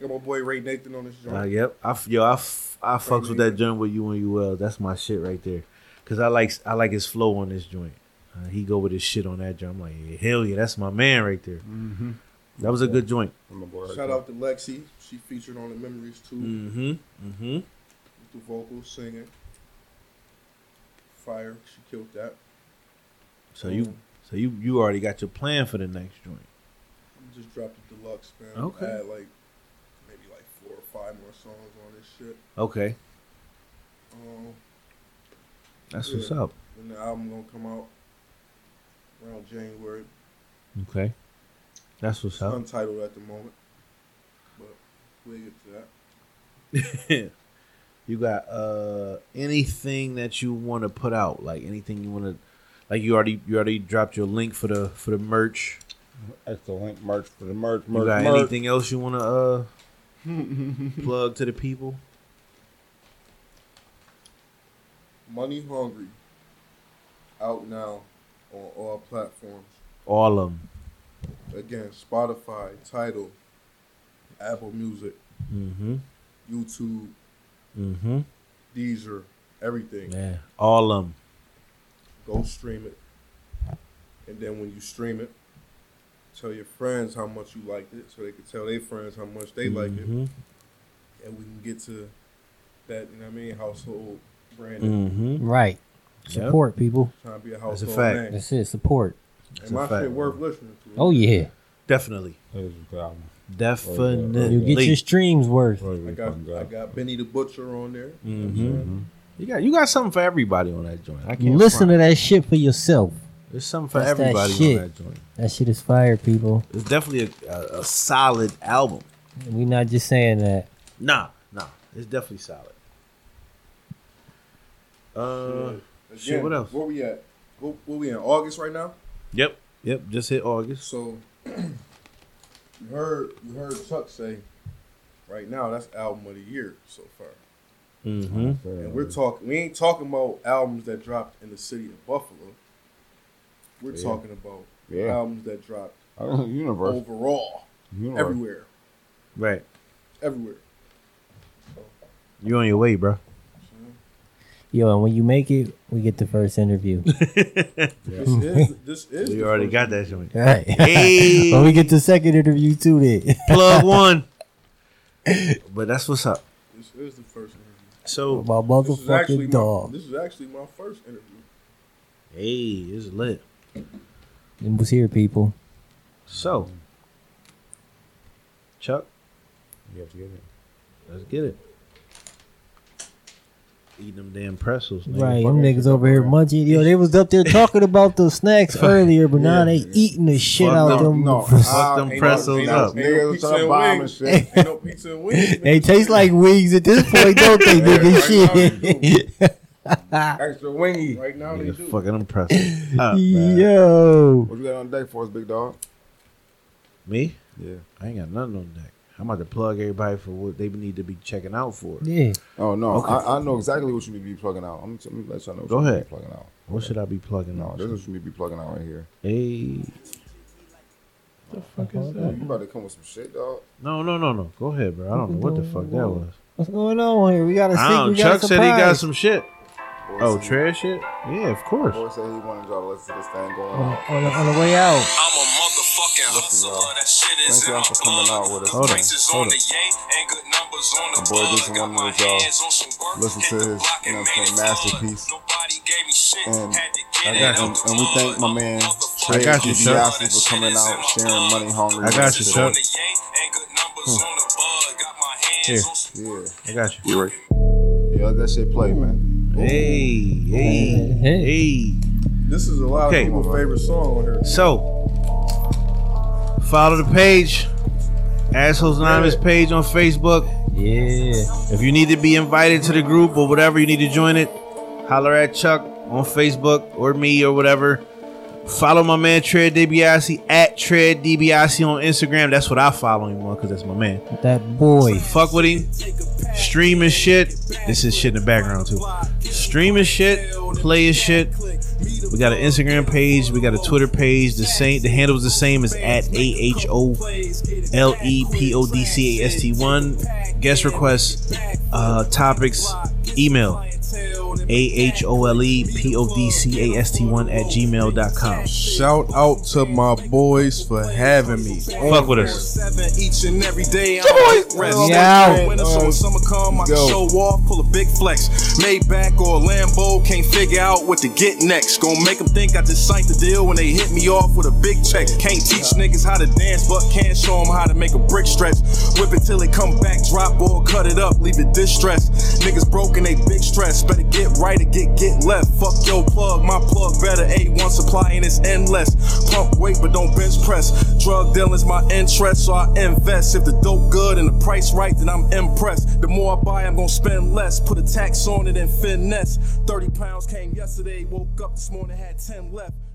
[SPEAKER 3] got my boy Ray Nathan on this joint.
[SPEAKER 1] Uh, yep, I f- yo, I, f- I fucks with that joint with you and you Wells. That's my shit right there, cause I like I like his flow on this joint. Uh, he go with his shit on that joint. I'm like, yeah, hell yeah, that's my man right there.
[SPEAKER 4] Mm-hmm.
[SPEAKER 1] That was a good joint.
[SPEAKER 3] Shout out to Lexi. She featured on the Memories too.
[SPEAKER 1] Mm-hmm. Mm-hmm.
[SPEAKER 3] with The vocals, singing. Fire. She killed that.
[SPEAKER 1] So you, so you, you already got your plan for the next joint.
[SPEAKER 3] We just dropped the deluxe, man.
[SPEAKER 1] Okay.
[SPEAKER 3] I had like maybe like four or five more songs on this shit.
[SPEAKER 1] Okay,
[SPEAKER 3] Um,
[SPEAKER 1] that's what's
[SPEAKER 3] Yeah.
[SPEAKER 1] up.
[SPEAKER 3] and the album gonna come out around January.
[SPEAKER 1] Okay, that's what's
[SPEAKER 3] It's
[SPEAKER 1] up.
[SPEAKER 3] untitled at the moment, but we'll get to that. *laughs*
[SPEAKER 1] you got uh anything that you want to put out like anything you want to like you already you already dropped your link for the for the merch
[SPEAKER 6] That's the link merch for the merch.
[SPEAKER 1] you got
[SPEAKER 6] Merch. merch.
[SPEAKER 1] anything else you want to
[SPEAKER 3] *laughs*
[SPEAKER 1] uh plug to the people
[SPEAKER 3] Money Hungry out now on all platforms.
[SPEAKER 1] all of them
[SPEAKER 3] Again, Spotify, Title, Apple Music,
[SPEAKER 1] mm-hmm
[SPEAKER 3] YouTube,
[SPEAKER 1] mm-hmm
[SPEAKER 3] Deezer, everything.
[SPEAKER 1] yeah all of them
[SPEAKER 3] Go stream it. And then when you stream it, tell your friends how much you liked it so they can tell their friends how much they like
[SPEAKER 1] Mm-hmm.
[SPEAKER 3] it. And we can get to that, you know what I mean, household branding.
[SPEAKER 1] mm-hmm
[SPEAKER 2] Right. Support people.
[SPEAKER 3] Trying to be a
[SPEAKER 1] That's
[SPEAKER 3] household
[SPEAKER 1] a fact.
[SPEAKER 3] name.
[SPEAKER 2] That's it. Support.
[SPEAKER 3] And my
[SPEAKER 1] a fact.
[SPEAKER 3] shit worth listening to.
[SPEAKER 2] Oh yeah.
[SPEAKER 1] definitely
[SPEAKER 6] That's a good album.
[SPEAKER 1] definitely
[SPEAKER 2] You get your streams worth.
[SPEAKER 6] Really, really
[SPEAKER 3] I got
[SPEAKER 6] fucking
[SPEAKER 3] I
[SPEAKER 6] good.
[SPEAKER 3] got Benny the Butcher on there.
[SPEAKER 1] mm-hmm. you got you got something for everybody on that joint i can't listen
[SPEAKER 2] Listen to that shit for yourself.
[SPEAKER 1] there's something for
[SPEAKER 2] That's that
[SPEAKER 1] everybody
[SPEAKER 2] shit.
[SPEAKER 1] on that joint
[SPEAKER 2] That shit is fire, people.
[SPEAKER 1] it's definitely a, a, a solid album
[SPEAKER 2] We not just saying that.
[SPEAKER 1] Nah, nah. It's definitely solid. Uh,
[SPEAKER 3] Again,
[SPEAKER 1] Shit, what else?
[SPEAKER 3] Where we at? Where, where we in August right now?
[SPEAKER 1] yep, yep. Just hit August.
[SPEAKER 3] So *clears throat* you heard you heard Chuck say right now that's album of the year so far.
[SPEAKER 1] Mm-hmm.
[SPEAKER 3] And we're talking we ain't talking about albums that dropped in the city of Buffalo. We're talking about
[SPEAKER 4] Yeah.
[SPEAKER 3] albums that dropped
[SPEAKER 4] Oh, universe.
[SPEAKER 3] overall.
[SPEAKER 4] Universe.
[SPEAKER 3] Everywhere.
[SPEAKER 1] Right.
[SPEAKER 3] Everywhere.
[SPEAKER 1] You on your way, bro.
[SPEAKER 2] Yo, and when you make it, we get the first interview.
[SPEAKER 1] *laughs*
[SPEAKER 3] This is this is
[SPEAKER 1] We
[SPEAKER 3] the
[SPEAKER 1] already
[SPEAKER 3] first-
[SPEAKER 1] got that joint.
[SPEAKER 2] *laughs* Right.
[SPEAKER 1] Hey.
[SPEAKER 2] when we get the second interview too
[SPEAKER 1] *laughs*
[SPEAKER 2] then.
[SPEAKER 1] Plug one. But that's what's up.
[SPEAKER 3] this is the first interview.
[SPEAKER 1] So
[SPEAKER 2] My
[SPEAKER 3] This is
[SPEAKER 2] motherfucking
[SPEAKER 3] actually my,
[SPEAKER 2] dog.
[SPEAKER 3] this is actually my first interview.
[SPEAKER 1] hey, it's lit.
[SPEAKER 2] It was here, people.
[SPEAKER 1] So, Chuck,
[SPEAKER 6] You have to get it.
[SPEAKER 1] let's get it. Eating them damn pretzels, nigga.
[SPEAKER 2] Right, them niggas over here munching. Yo, they was up there talking about the snacks earlier, but now they eating the shit
[SPEAKER 1] Fuck
[SPEAKER 2] out
[SPEAKER 1] no,
[SPEAKER 2] of them. *laughs*
[SPEAKER 4] no.
[SPEAKER 1] Fuck them
[SPEAKER 3] ain't no-
[SPEAKER 1] pretzels
[SPEAKER 3] ain't no-
[SPEAKER 1] up.
[SPEAKER 3] ain't no
[SPEAKER 4] Niggas
[SPEAKER 3] pizza
[SPEAKER 4] trying to
[SPEAKER 3] and
[SPEAKER 4] bomb and
[SPEAKER 3] wings.
[SPEAKER 4] *laughs* shit.
[SPEAKER 3] Ain't no pizza
[SPEAKER 5] *laughs*
[SPEAKER 3] and wings.
[SPEAKER 2] They taste like wings at this point, don't
[SPEAKER 1] *laughs*
[SPEAKER 2] they, nigga? Shit. *laughs*
[SPEAKER 4] Extra wingy.
[SPEAKER 3] Right now they
[SPEAKER 1] Nigga,
[SPEAKER 3] do.
[SPEAKER 1] fucking them pretzels. up,
[SPEAKER 2] *laughs*
[SPEAKER 1] man.
[SPEAKER 2] Yo.
[SPEAKER 4] What you got on deck for us, big dog?
[SPEAKER 1] Me?
[SPEAKER 4] Yeah.
[SPEAKER 1] I ain't got nothing on deck. I'm about to plug everybody for what they need to be checking out for.
[SPEAKER 2] Yeah.
[SPEAKER 4] Oh no,
[SPEAKER 1] Okay.
[SPEAKER 4] I, I know exactly what you need to be plugging out. I'm, I'm let y'all know. What
[SPEAKER 1] Go
[SPEAKER 4] you need to
[SPEAKER 1] ahead.
[SPEAKER 4] Be plugging out.
[SPEAKER 1] What should I be plugging
[SPEAKER 4] No,
[SPEAKER 1] out?
[SPEAKER 4] this is what you need to be plugging out right here.
[SPEAKER 1] Hey. The fuck is
[SPEAKER 4] You
[SPEAKER 1] that?
[SPEAKER 4] about to come with some shit, dog?
[SPEAKER 1] No, no, no, no. Go ahead, bro. I don't know what the fuck that was.
[SPEAKER 2] What's going on here? We got a
[SPEAKER 1] I
[SPEAKER 2] secret.
[SPEAKER 1] don't
[SPEAKER 2] We
[SPEAKER 1] know.
[SPEAKER 2] got
[SPEAKER 1] Chuck
[SPEAKER 2] a
[SPEAKER 1] said he got
[SPEAKER 2] surprise.
[SPEAKER 1] some shit.
[SPEAKER 4] Boy
[SPEAKER 1] Oh,
[SPEAKER 4] said-
[SPEAKER 1] trash shit? Yeah, of course.
[SPEAKER 4] Boy said he wanted y'all to listen to this thing going
[SPEAKER 2] on,
[SPEAKER 4] on.
[SPEAKER 1] Oh,
[SPEAKER 2] on, the, on the way out.
[SPEAKER 7] I'm a motherfucking
[SPEAKER 4] Listen,
[SPEAKER 7] hustler.
[SPEAKER 4] y'all.
[SPEAKER 7] That shit is
[SPEAKER 4] Thank
[SPEAKER 7] in
[SPEAKER 4] y'all
[SPEAKER 7] my
[SPEAKER 4] for coming
[SPEAKER 7] blood.
[SPEAKER 4] out with us.
[SPEAKER 1] Hold on,
[SPEAKER 7] Prices
[SPEAKER 1] hold
[SPEAKER 7] on the yang and good numbers on the
[SPEAKER 4] My boy
[SPEAKER 7] plug.
[SPEAKER 4] did some
[SPEAKER 7] Got
[SPEAKER 4] wondering
[SPEAKER 7] my
[SPEAKER 4] with y'all.
[SPEAKER 7] hands on some work.
[SPEAKER 4] Listen
[SPEAKER 7] Hit
[SPEAKER 4] to
[SPEAKER 7] the
[SPEAKER 4] his,
[SPEAKER 7] block
[SPEAKER 4] you know
[SPEAKER 7] and
[SPEAKER 4] what I'm
[SPEAKER 7] made
[SPEAKER 4] saying,
[SPEAKER 7] it flood.
[SPEAKER 4] masterpiece.
[SPEAKER 7] Nobody gave me shit.
[SPEAKER 4] And
[SPEAKER 7] Had to get
[SPEAKER 1] I
[SPEAKER 7] it
[SPEAKER 1] got
[SPEAKER 7] out
[SPEAKER 1] you.
[SPEAKER 7] the
[SPEAKER 4] And we
[SPEAKER 7] mud.
[SPEAKER 4] thank my man,
[SPEAKER 7] Motherfucking
[SPEAKER 4] Trey
[SPEAKER 1] um, I got you,
[SPEAKER 7] blood.
[SPEAKER 1] Chuck.
[SPEAKER 4] DiBiase,
[SPEAKER 7] That
[SPEAKER 4] for
[SPEAKER 7] shit
[SPEAKER 4] coming
[SPEAKER 7] is in
[SPEAKER 4] out,
[SPEAKER 7] my
[SPEAKER 4] sharing
[SPEAKER 7] blood.
[SPEAKER 4] money hungry.
[SPEAKER 1] I got
[SPEAKER 4] with
[SPEAKER 1] you,
[SPEAKER 4] us
[SPEAKER 1] Chuck.
[SPEAKER 4] today.
[SPEAKER 7] On the yang and good numbers
[SPEAKER 4] Hmm.
[SPEAKER 7] on the plug. Got my
[SPEAKER 1] Here.
[SPEAKER 7] hands on some
[SPEAKER 1] I
[SPEAKER 4] Yeah,
[SPEAKER 1] got you.
[SPEAKER 4] you right. Yeah, let that shit play, man.
[SPEAKER 1] Hey, hey,
[SPEAKER 2] Hey.
[SPEAKER 1] hey.
[SPEAKER 3] This is a lot
[SPEAKER 1] Okay.
[SPEAKER 3] of people's favorite song on here.
[SPEAKER 1] So, follow the page, Assholes Anonymous page on Facebook.
[SPEAKER 2] Yeah.
[SPEAKER 1] If you need to be invited to the group or whatever, you need to join it. Holler at Chuck on Facebook or me or whatever. Follow my man Tread DiBiase at Tread DiBiase on Instagram. That's what I follow him on because that's my man.
[SPEAKER 2] That boy.
[SPEAKER 1] Fuck with him. Stream his shit. This is shit in the background too. Stream his shit. Play his shit. We got an Instagram page. We got a Twitter page. The same. The handle is the same as at a h o l e p o d c a s t one. Guest requests, uh, topics, email A H O L E P O D C A S T 1 at gmail.com.
[SPEAKER 5] Shout out to my boys for having me.
[SPEAKER 1] Fuck with us.
[SPEAKER 7] Seven each and every day. I'm rest.
[SPEAKER 2] Yeah.
[SPEAKER 7] Winter, so when summer come, I can show off, pull a big flex. Maybach or Lambo, can't figure out what to get next. Gonna make them think I just signed the deal when they hit me off with a big check. Can't teach niggas how to dance, but can show them how to make a brick stretch. Whip it till it come back, drop or cut it up, leave it distressed. Niggas broken, they big stress. Better get right or get get left. Fuck your plug, my plug better. A1 supply and it's endless. Pump weight, but don't bench press. Drug dealing's my interest, so I invest. If the dope good and the price right, then I'm impressed. The more I buy, I'm gonna spend less. Put a tax on it and finesse. 30 pounds came yesterday, woke up this morning, had 10 left.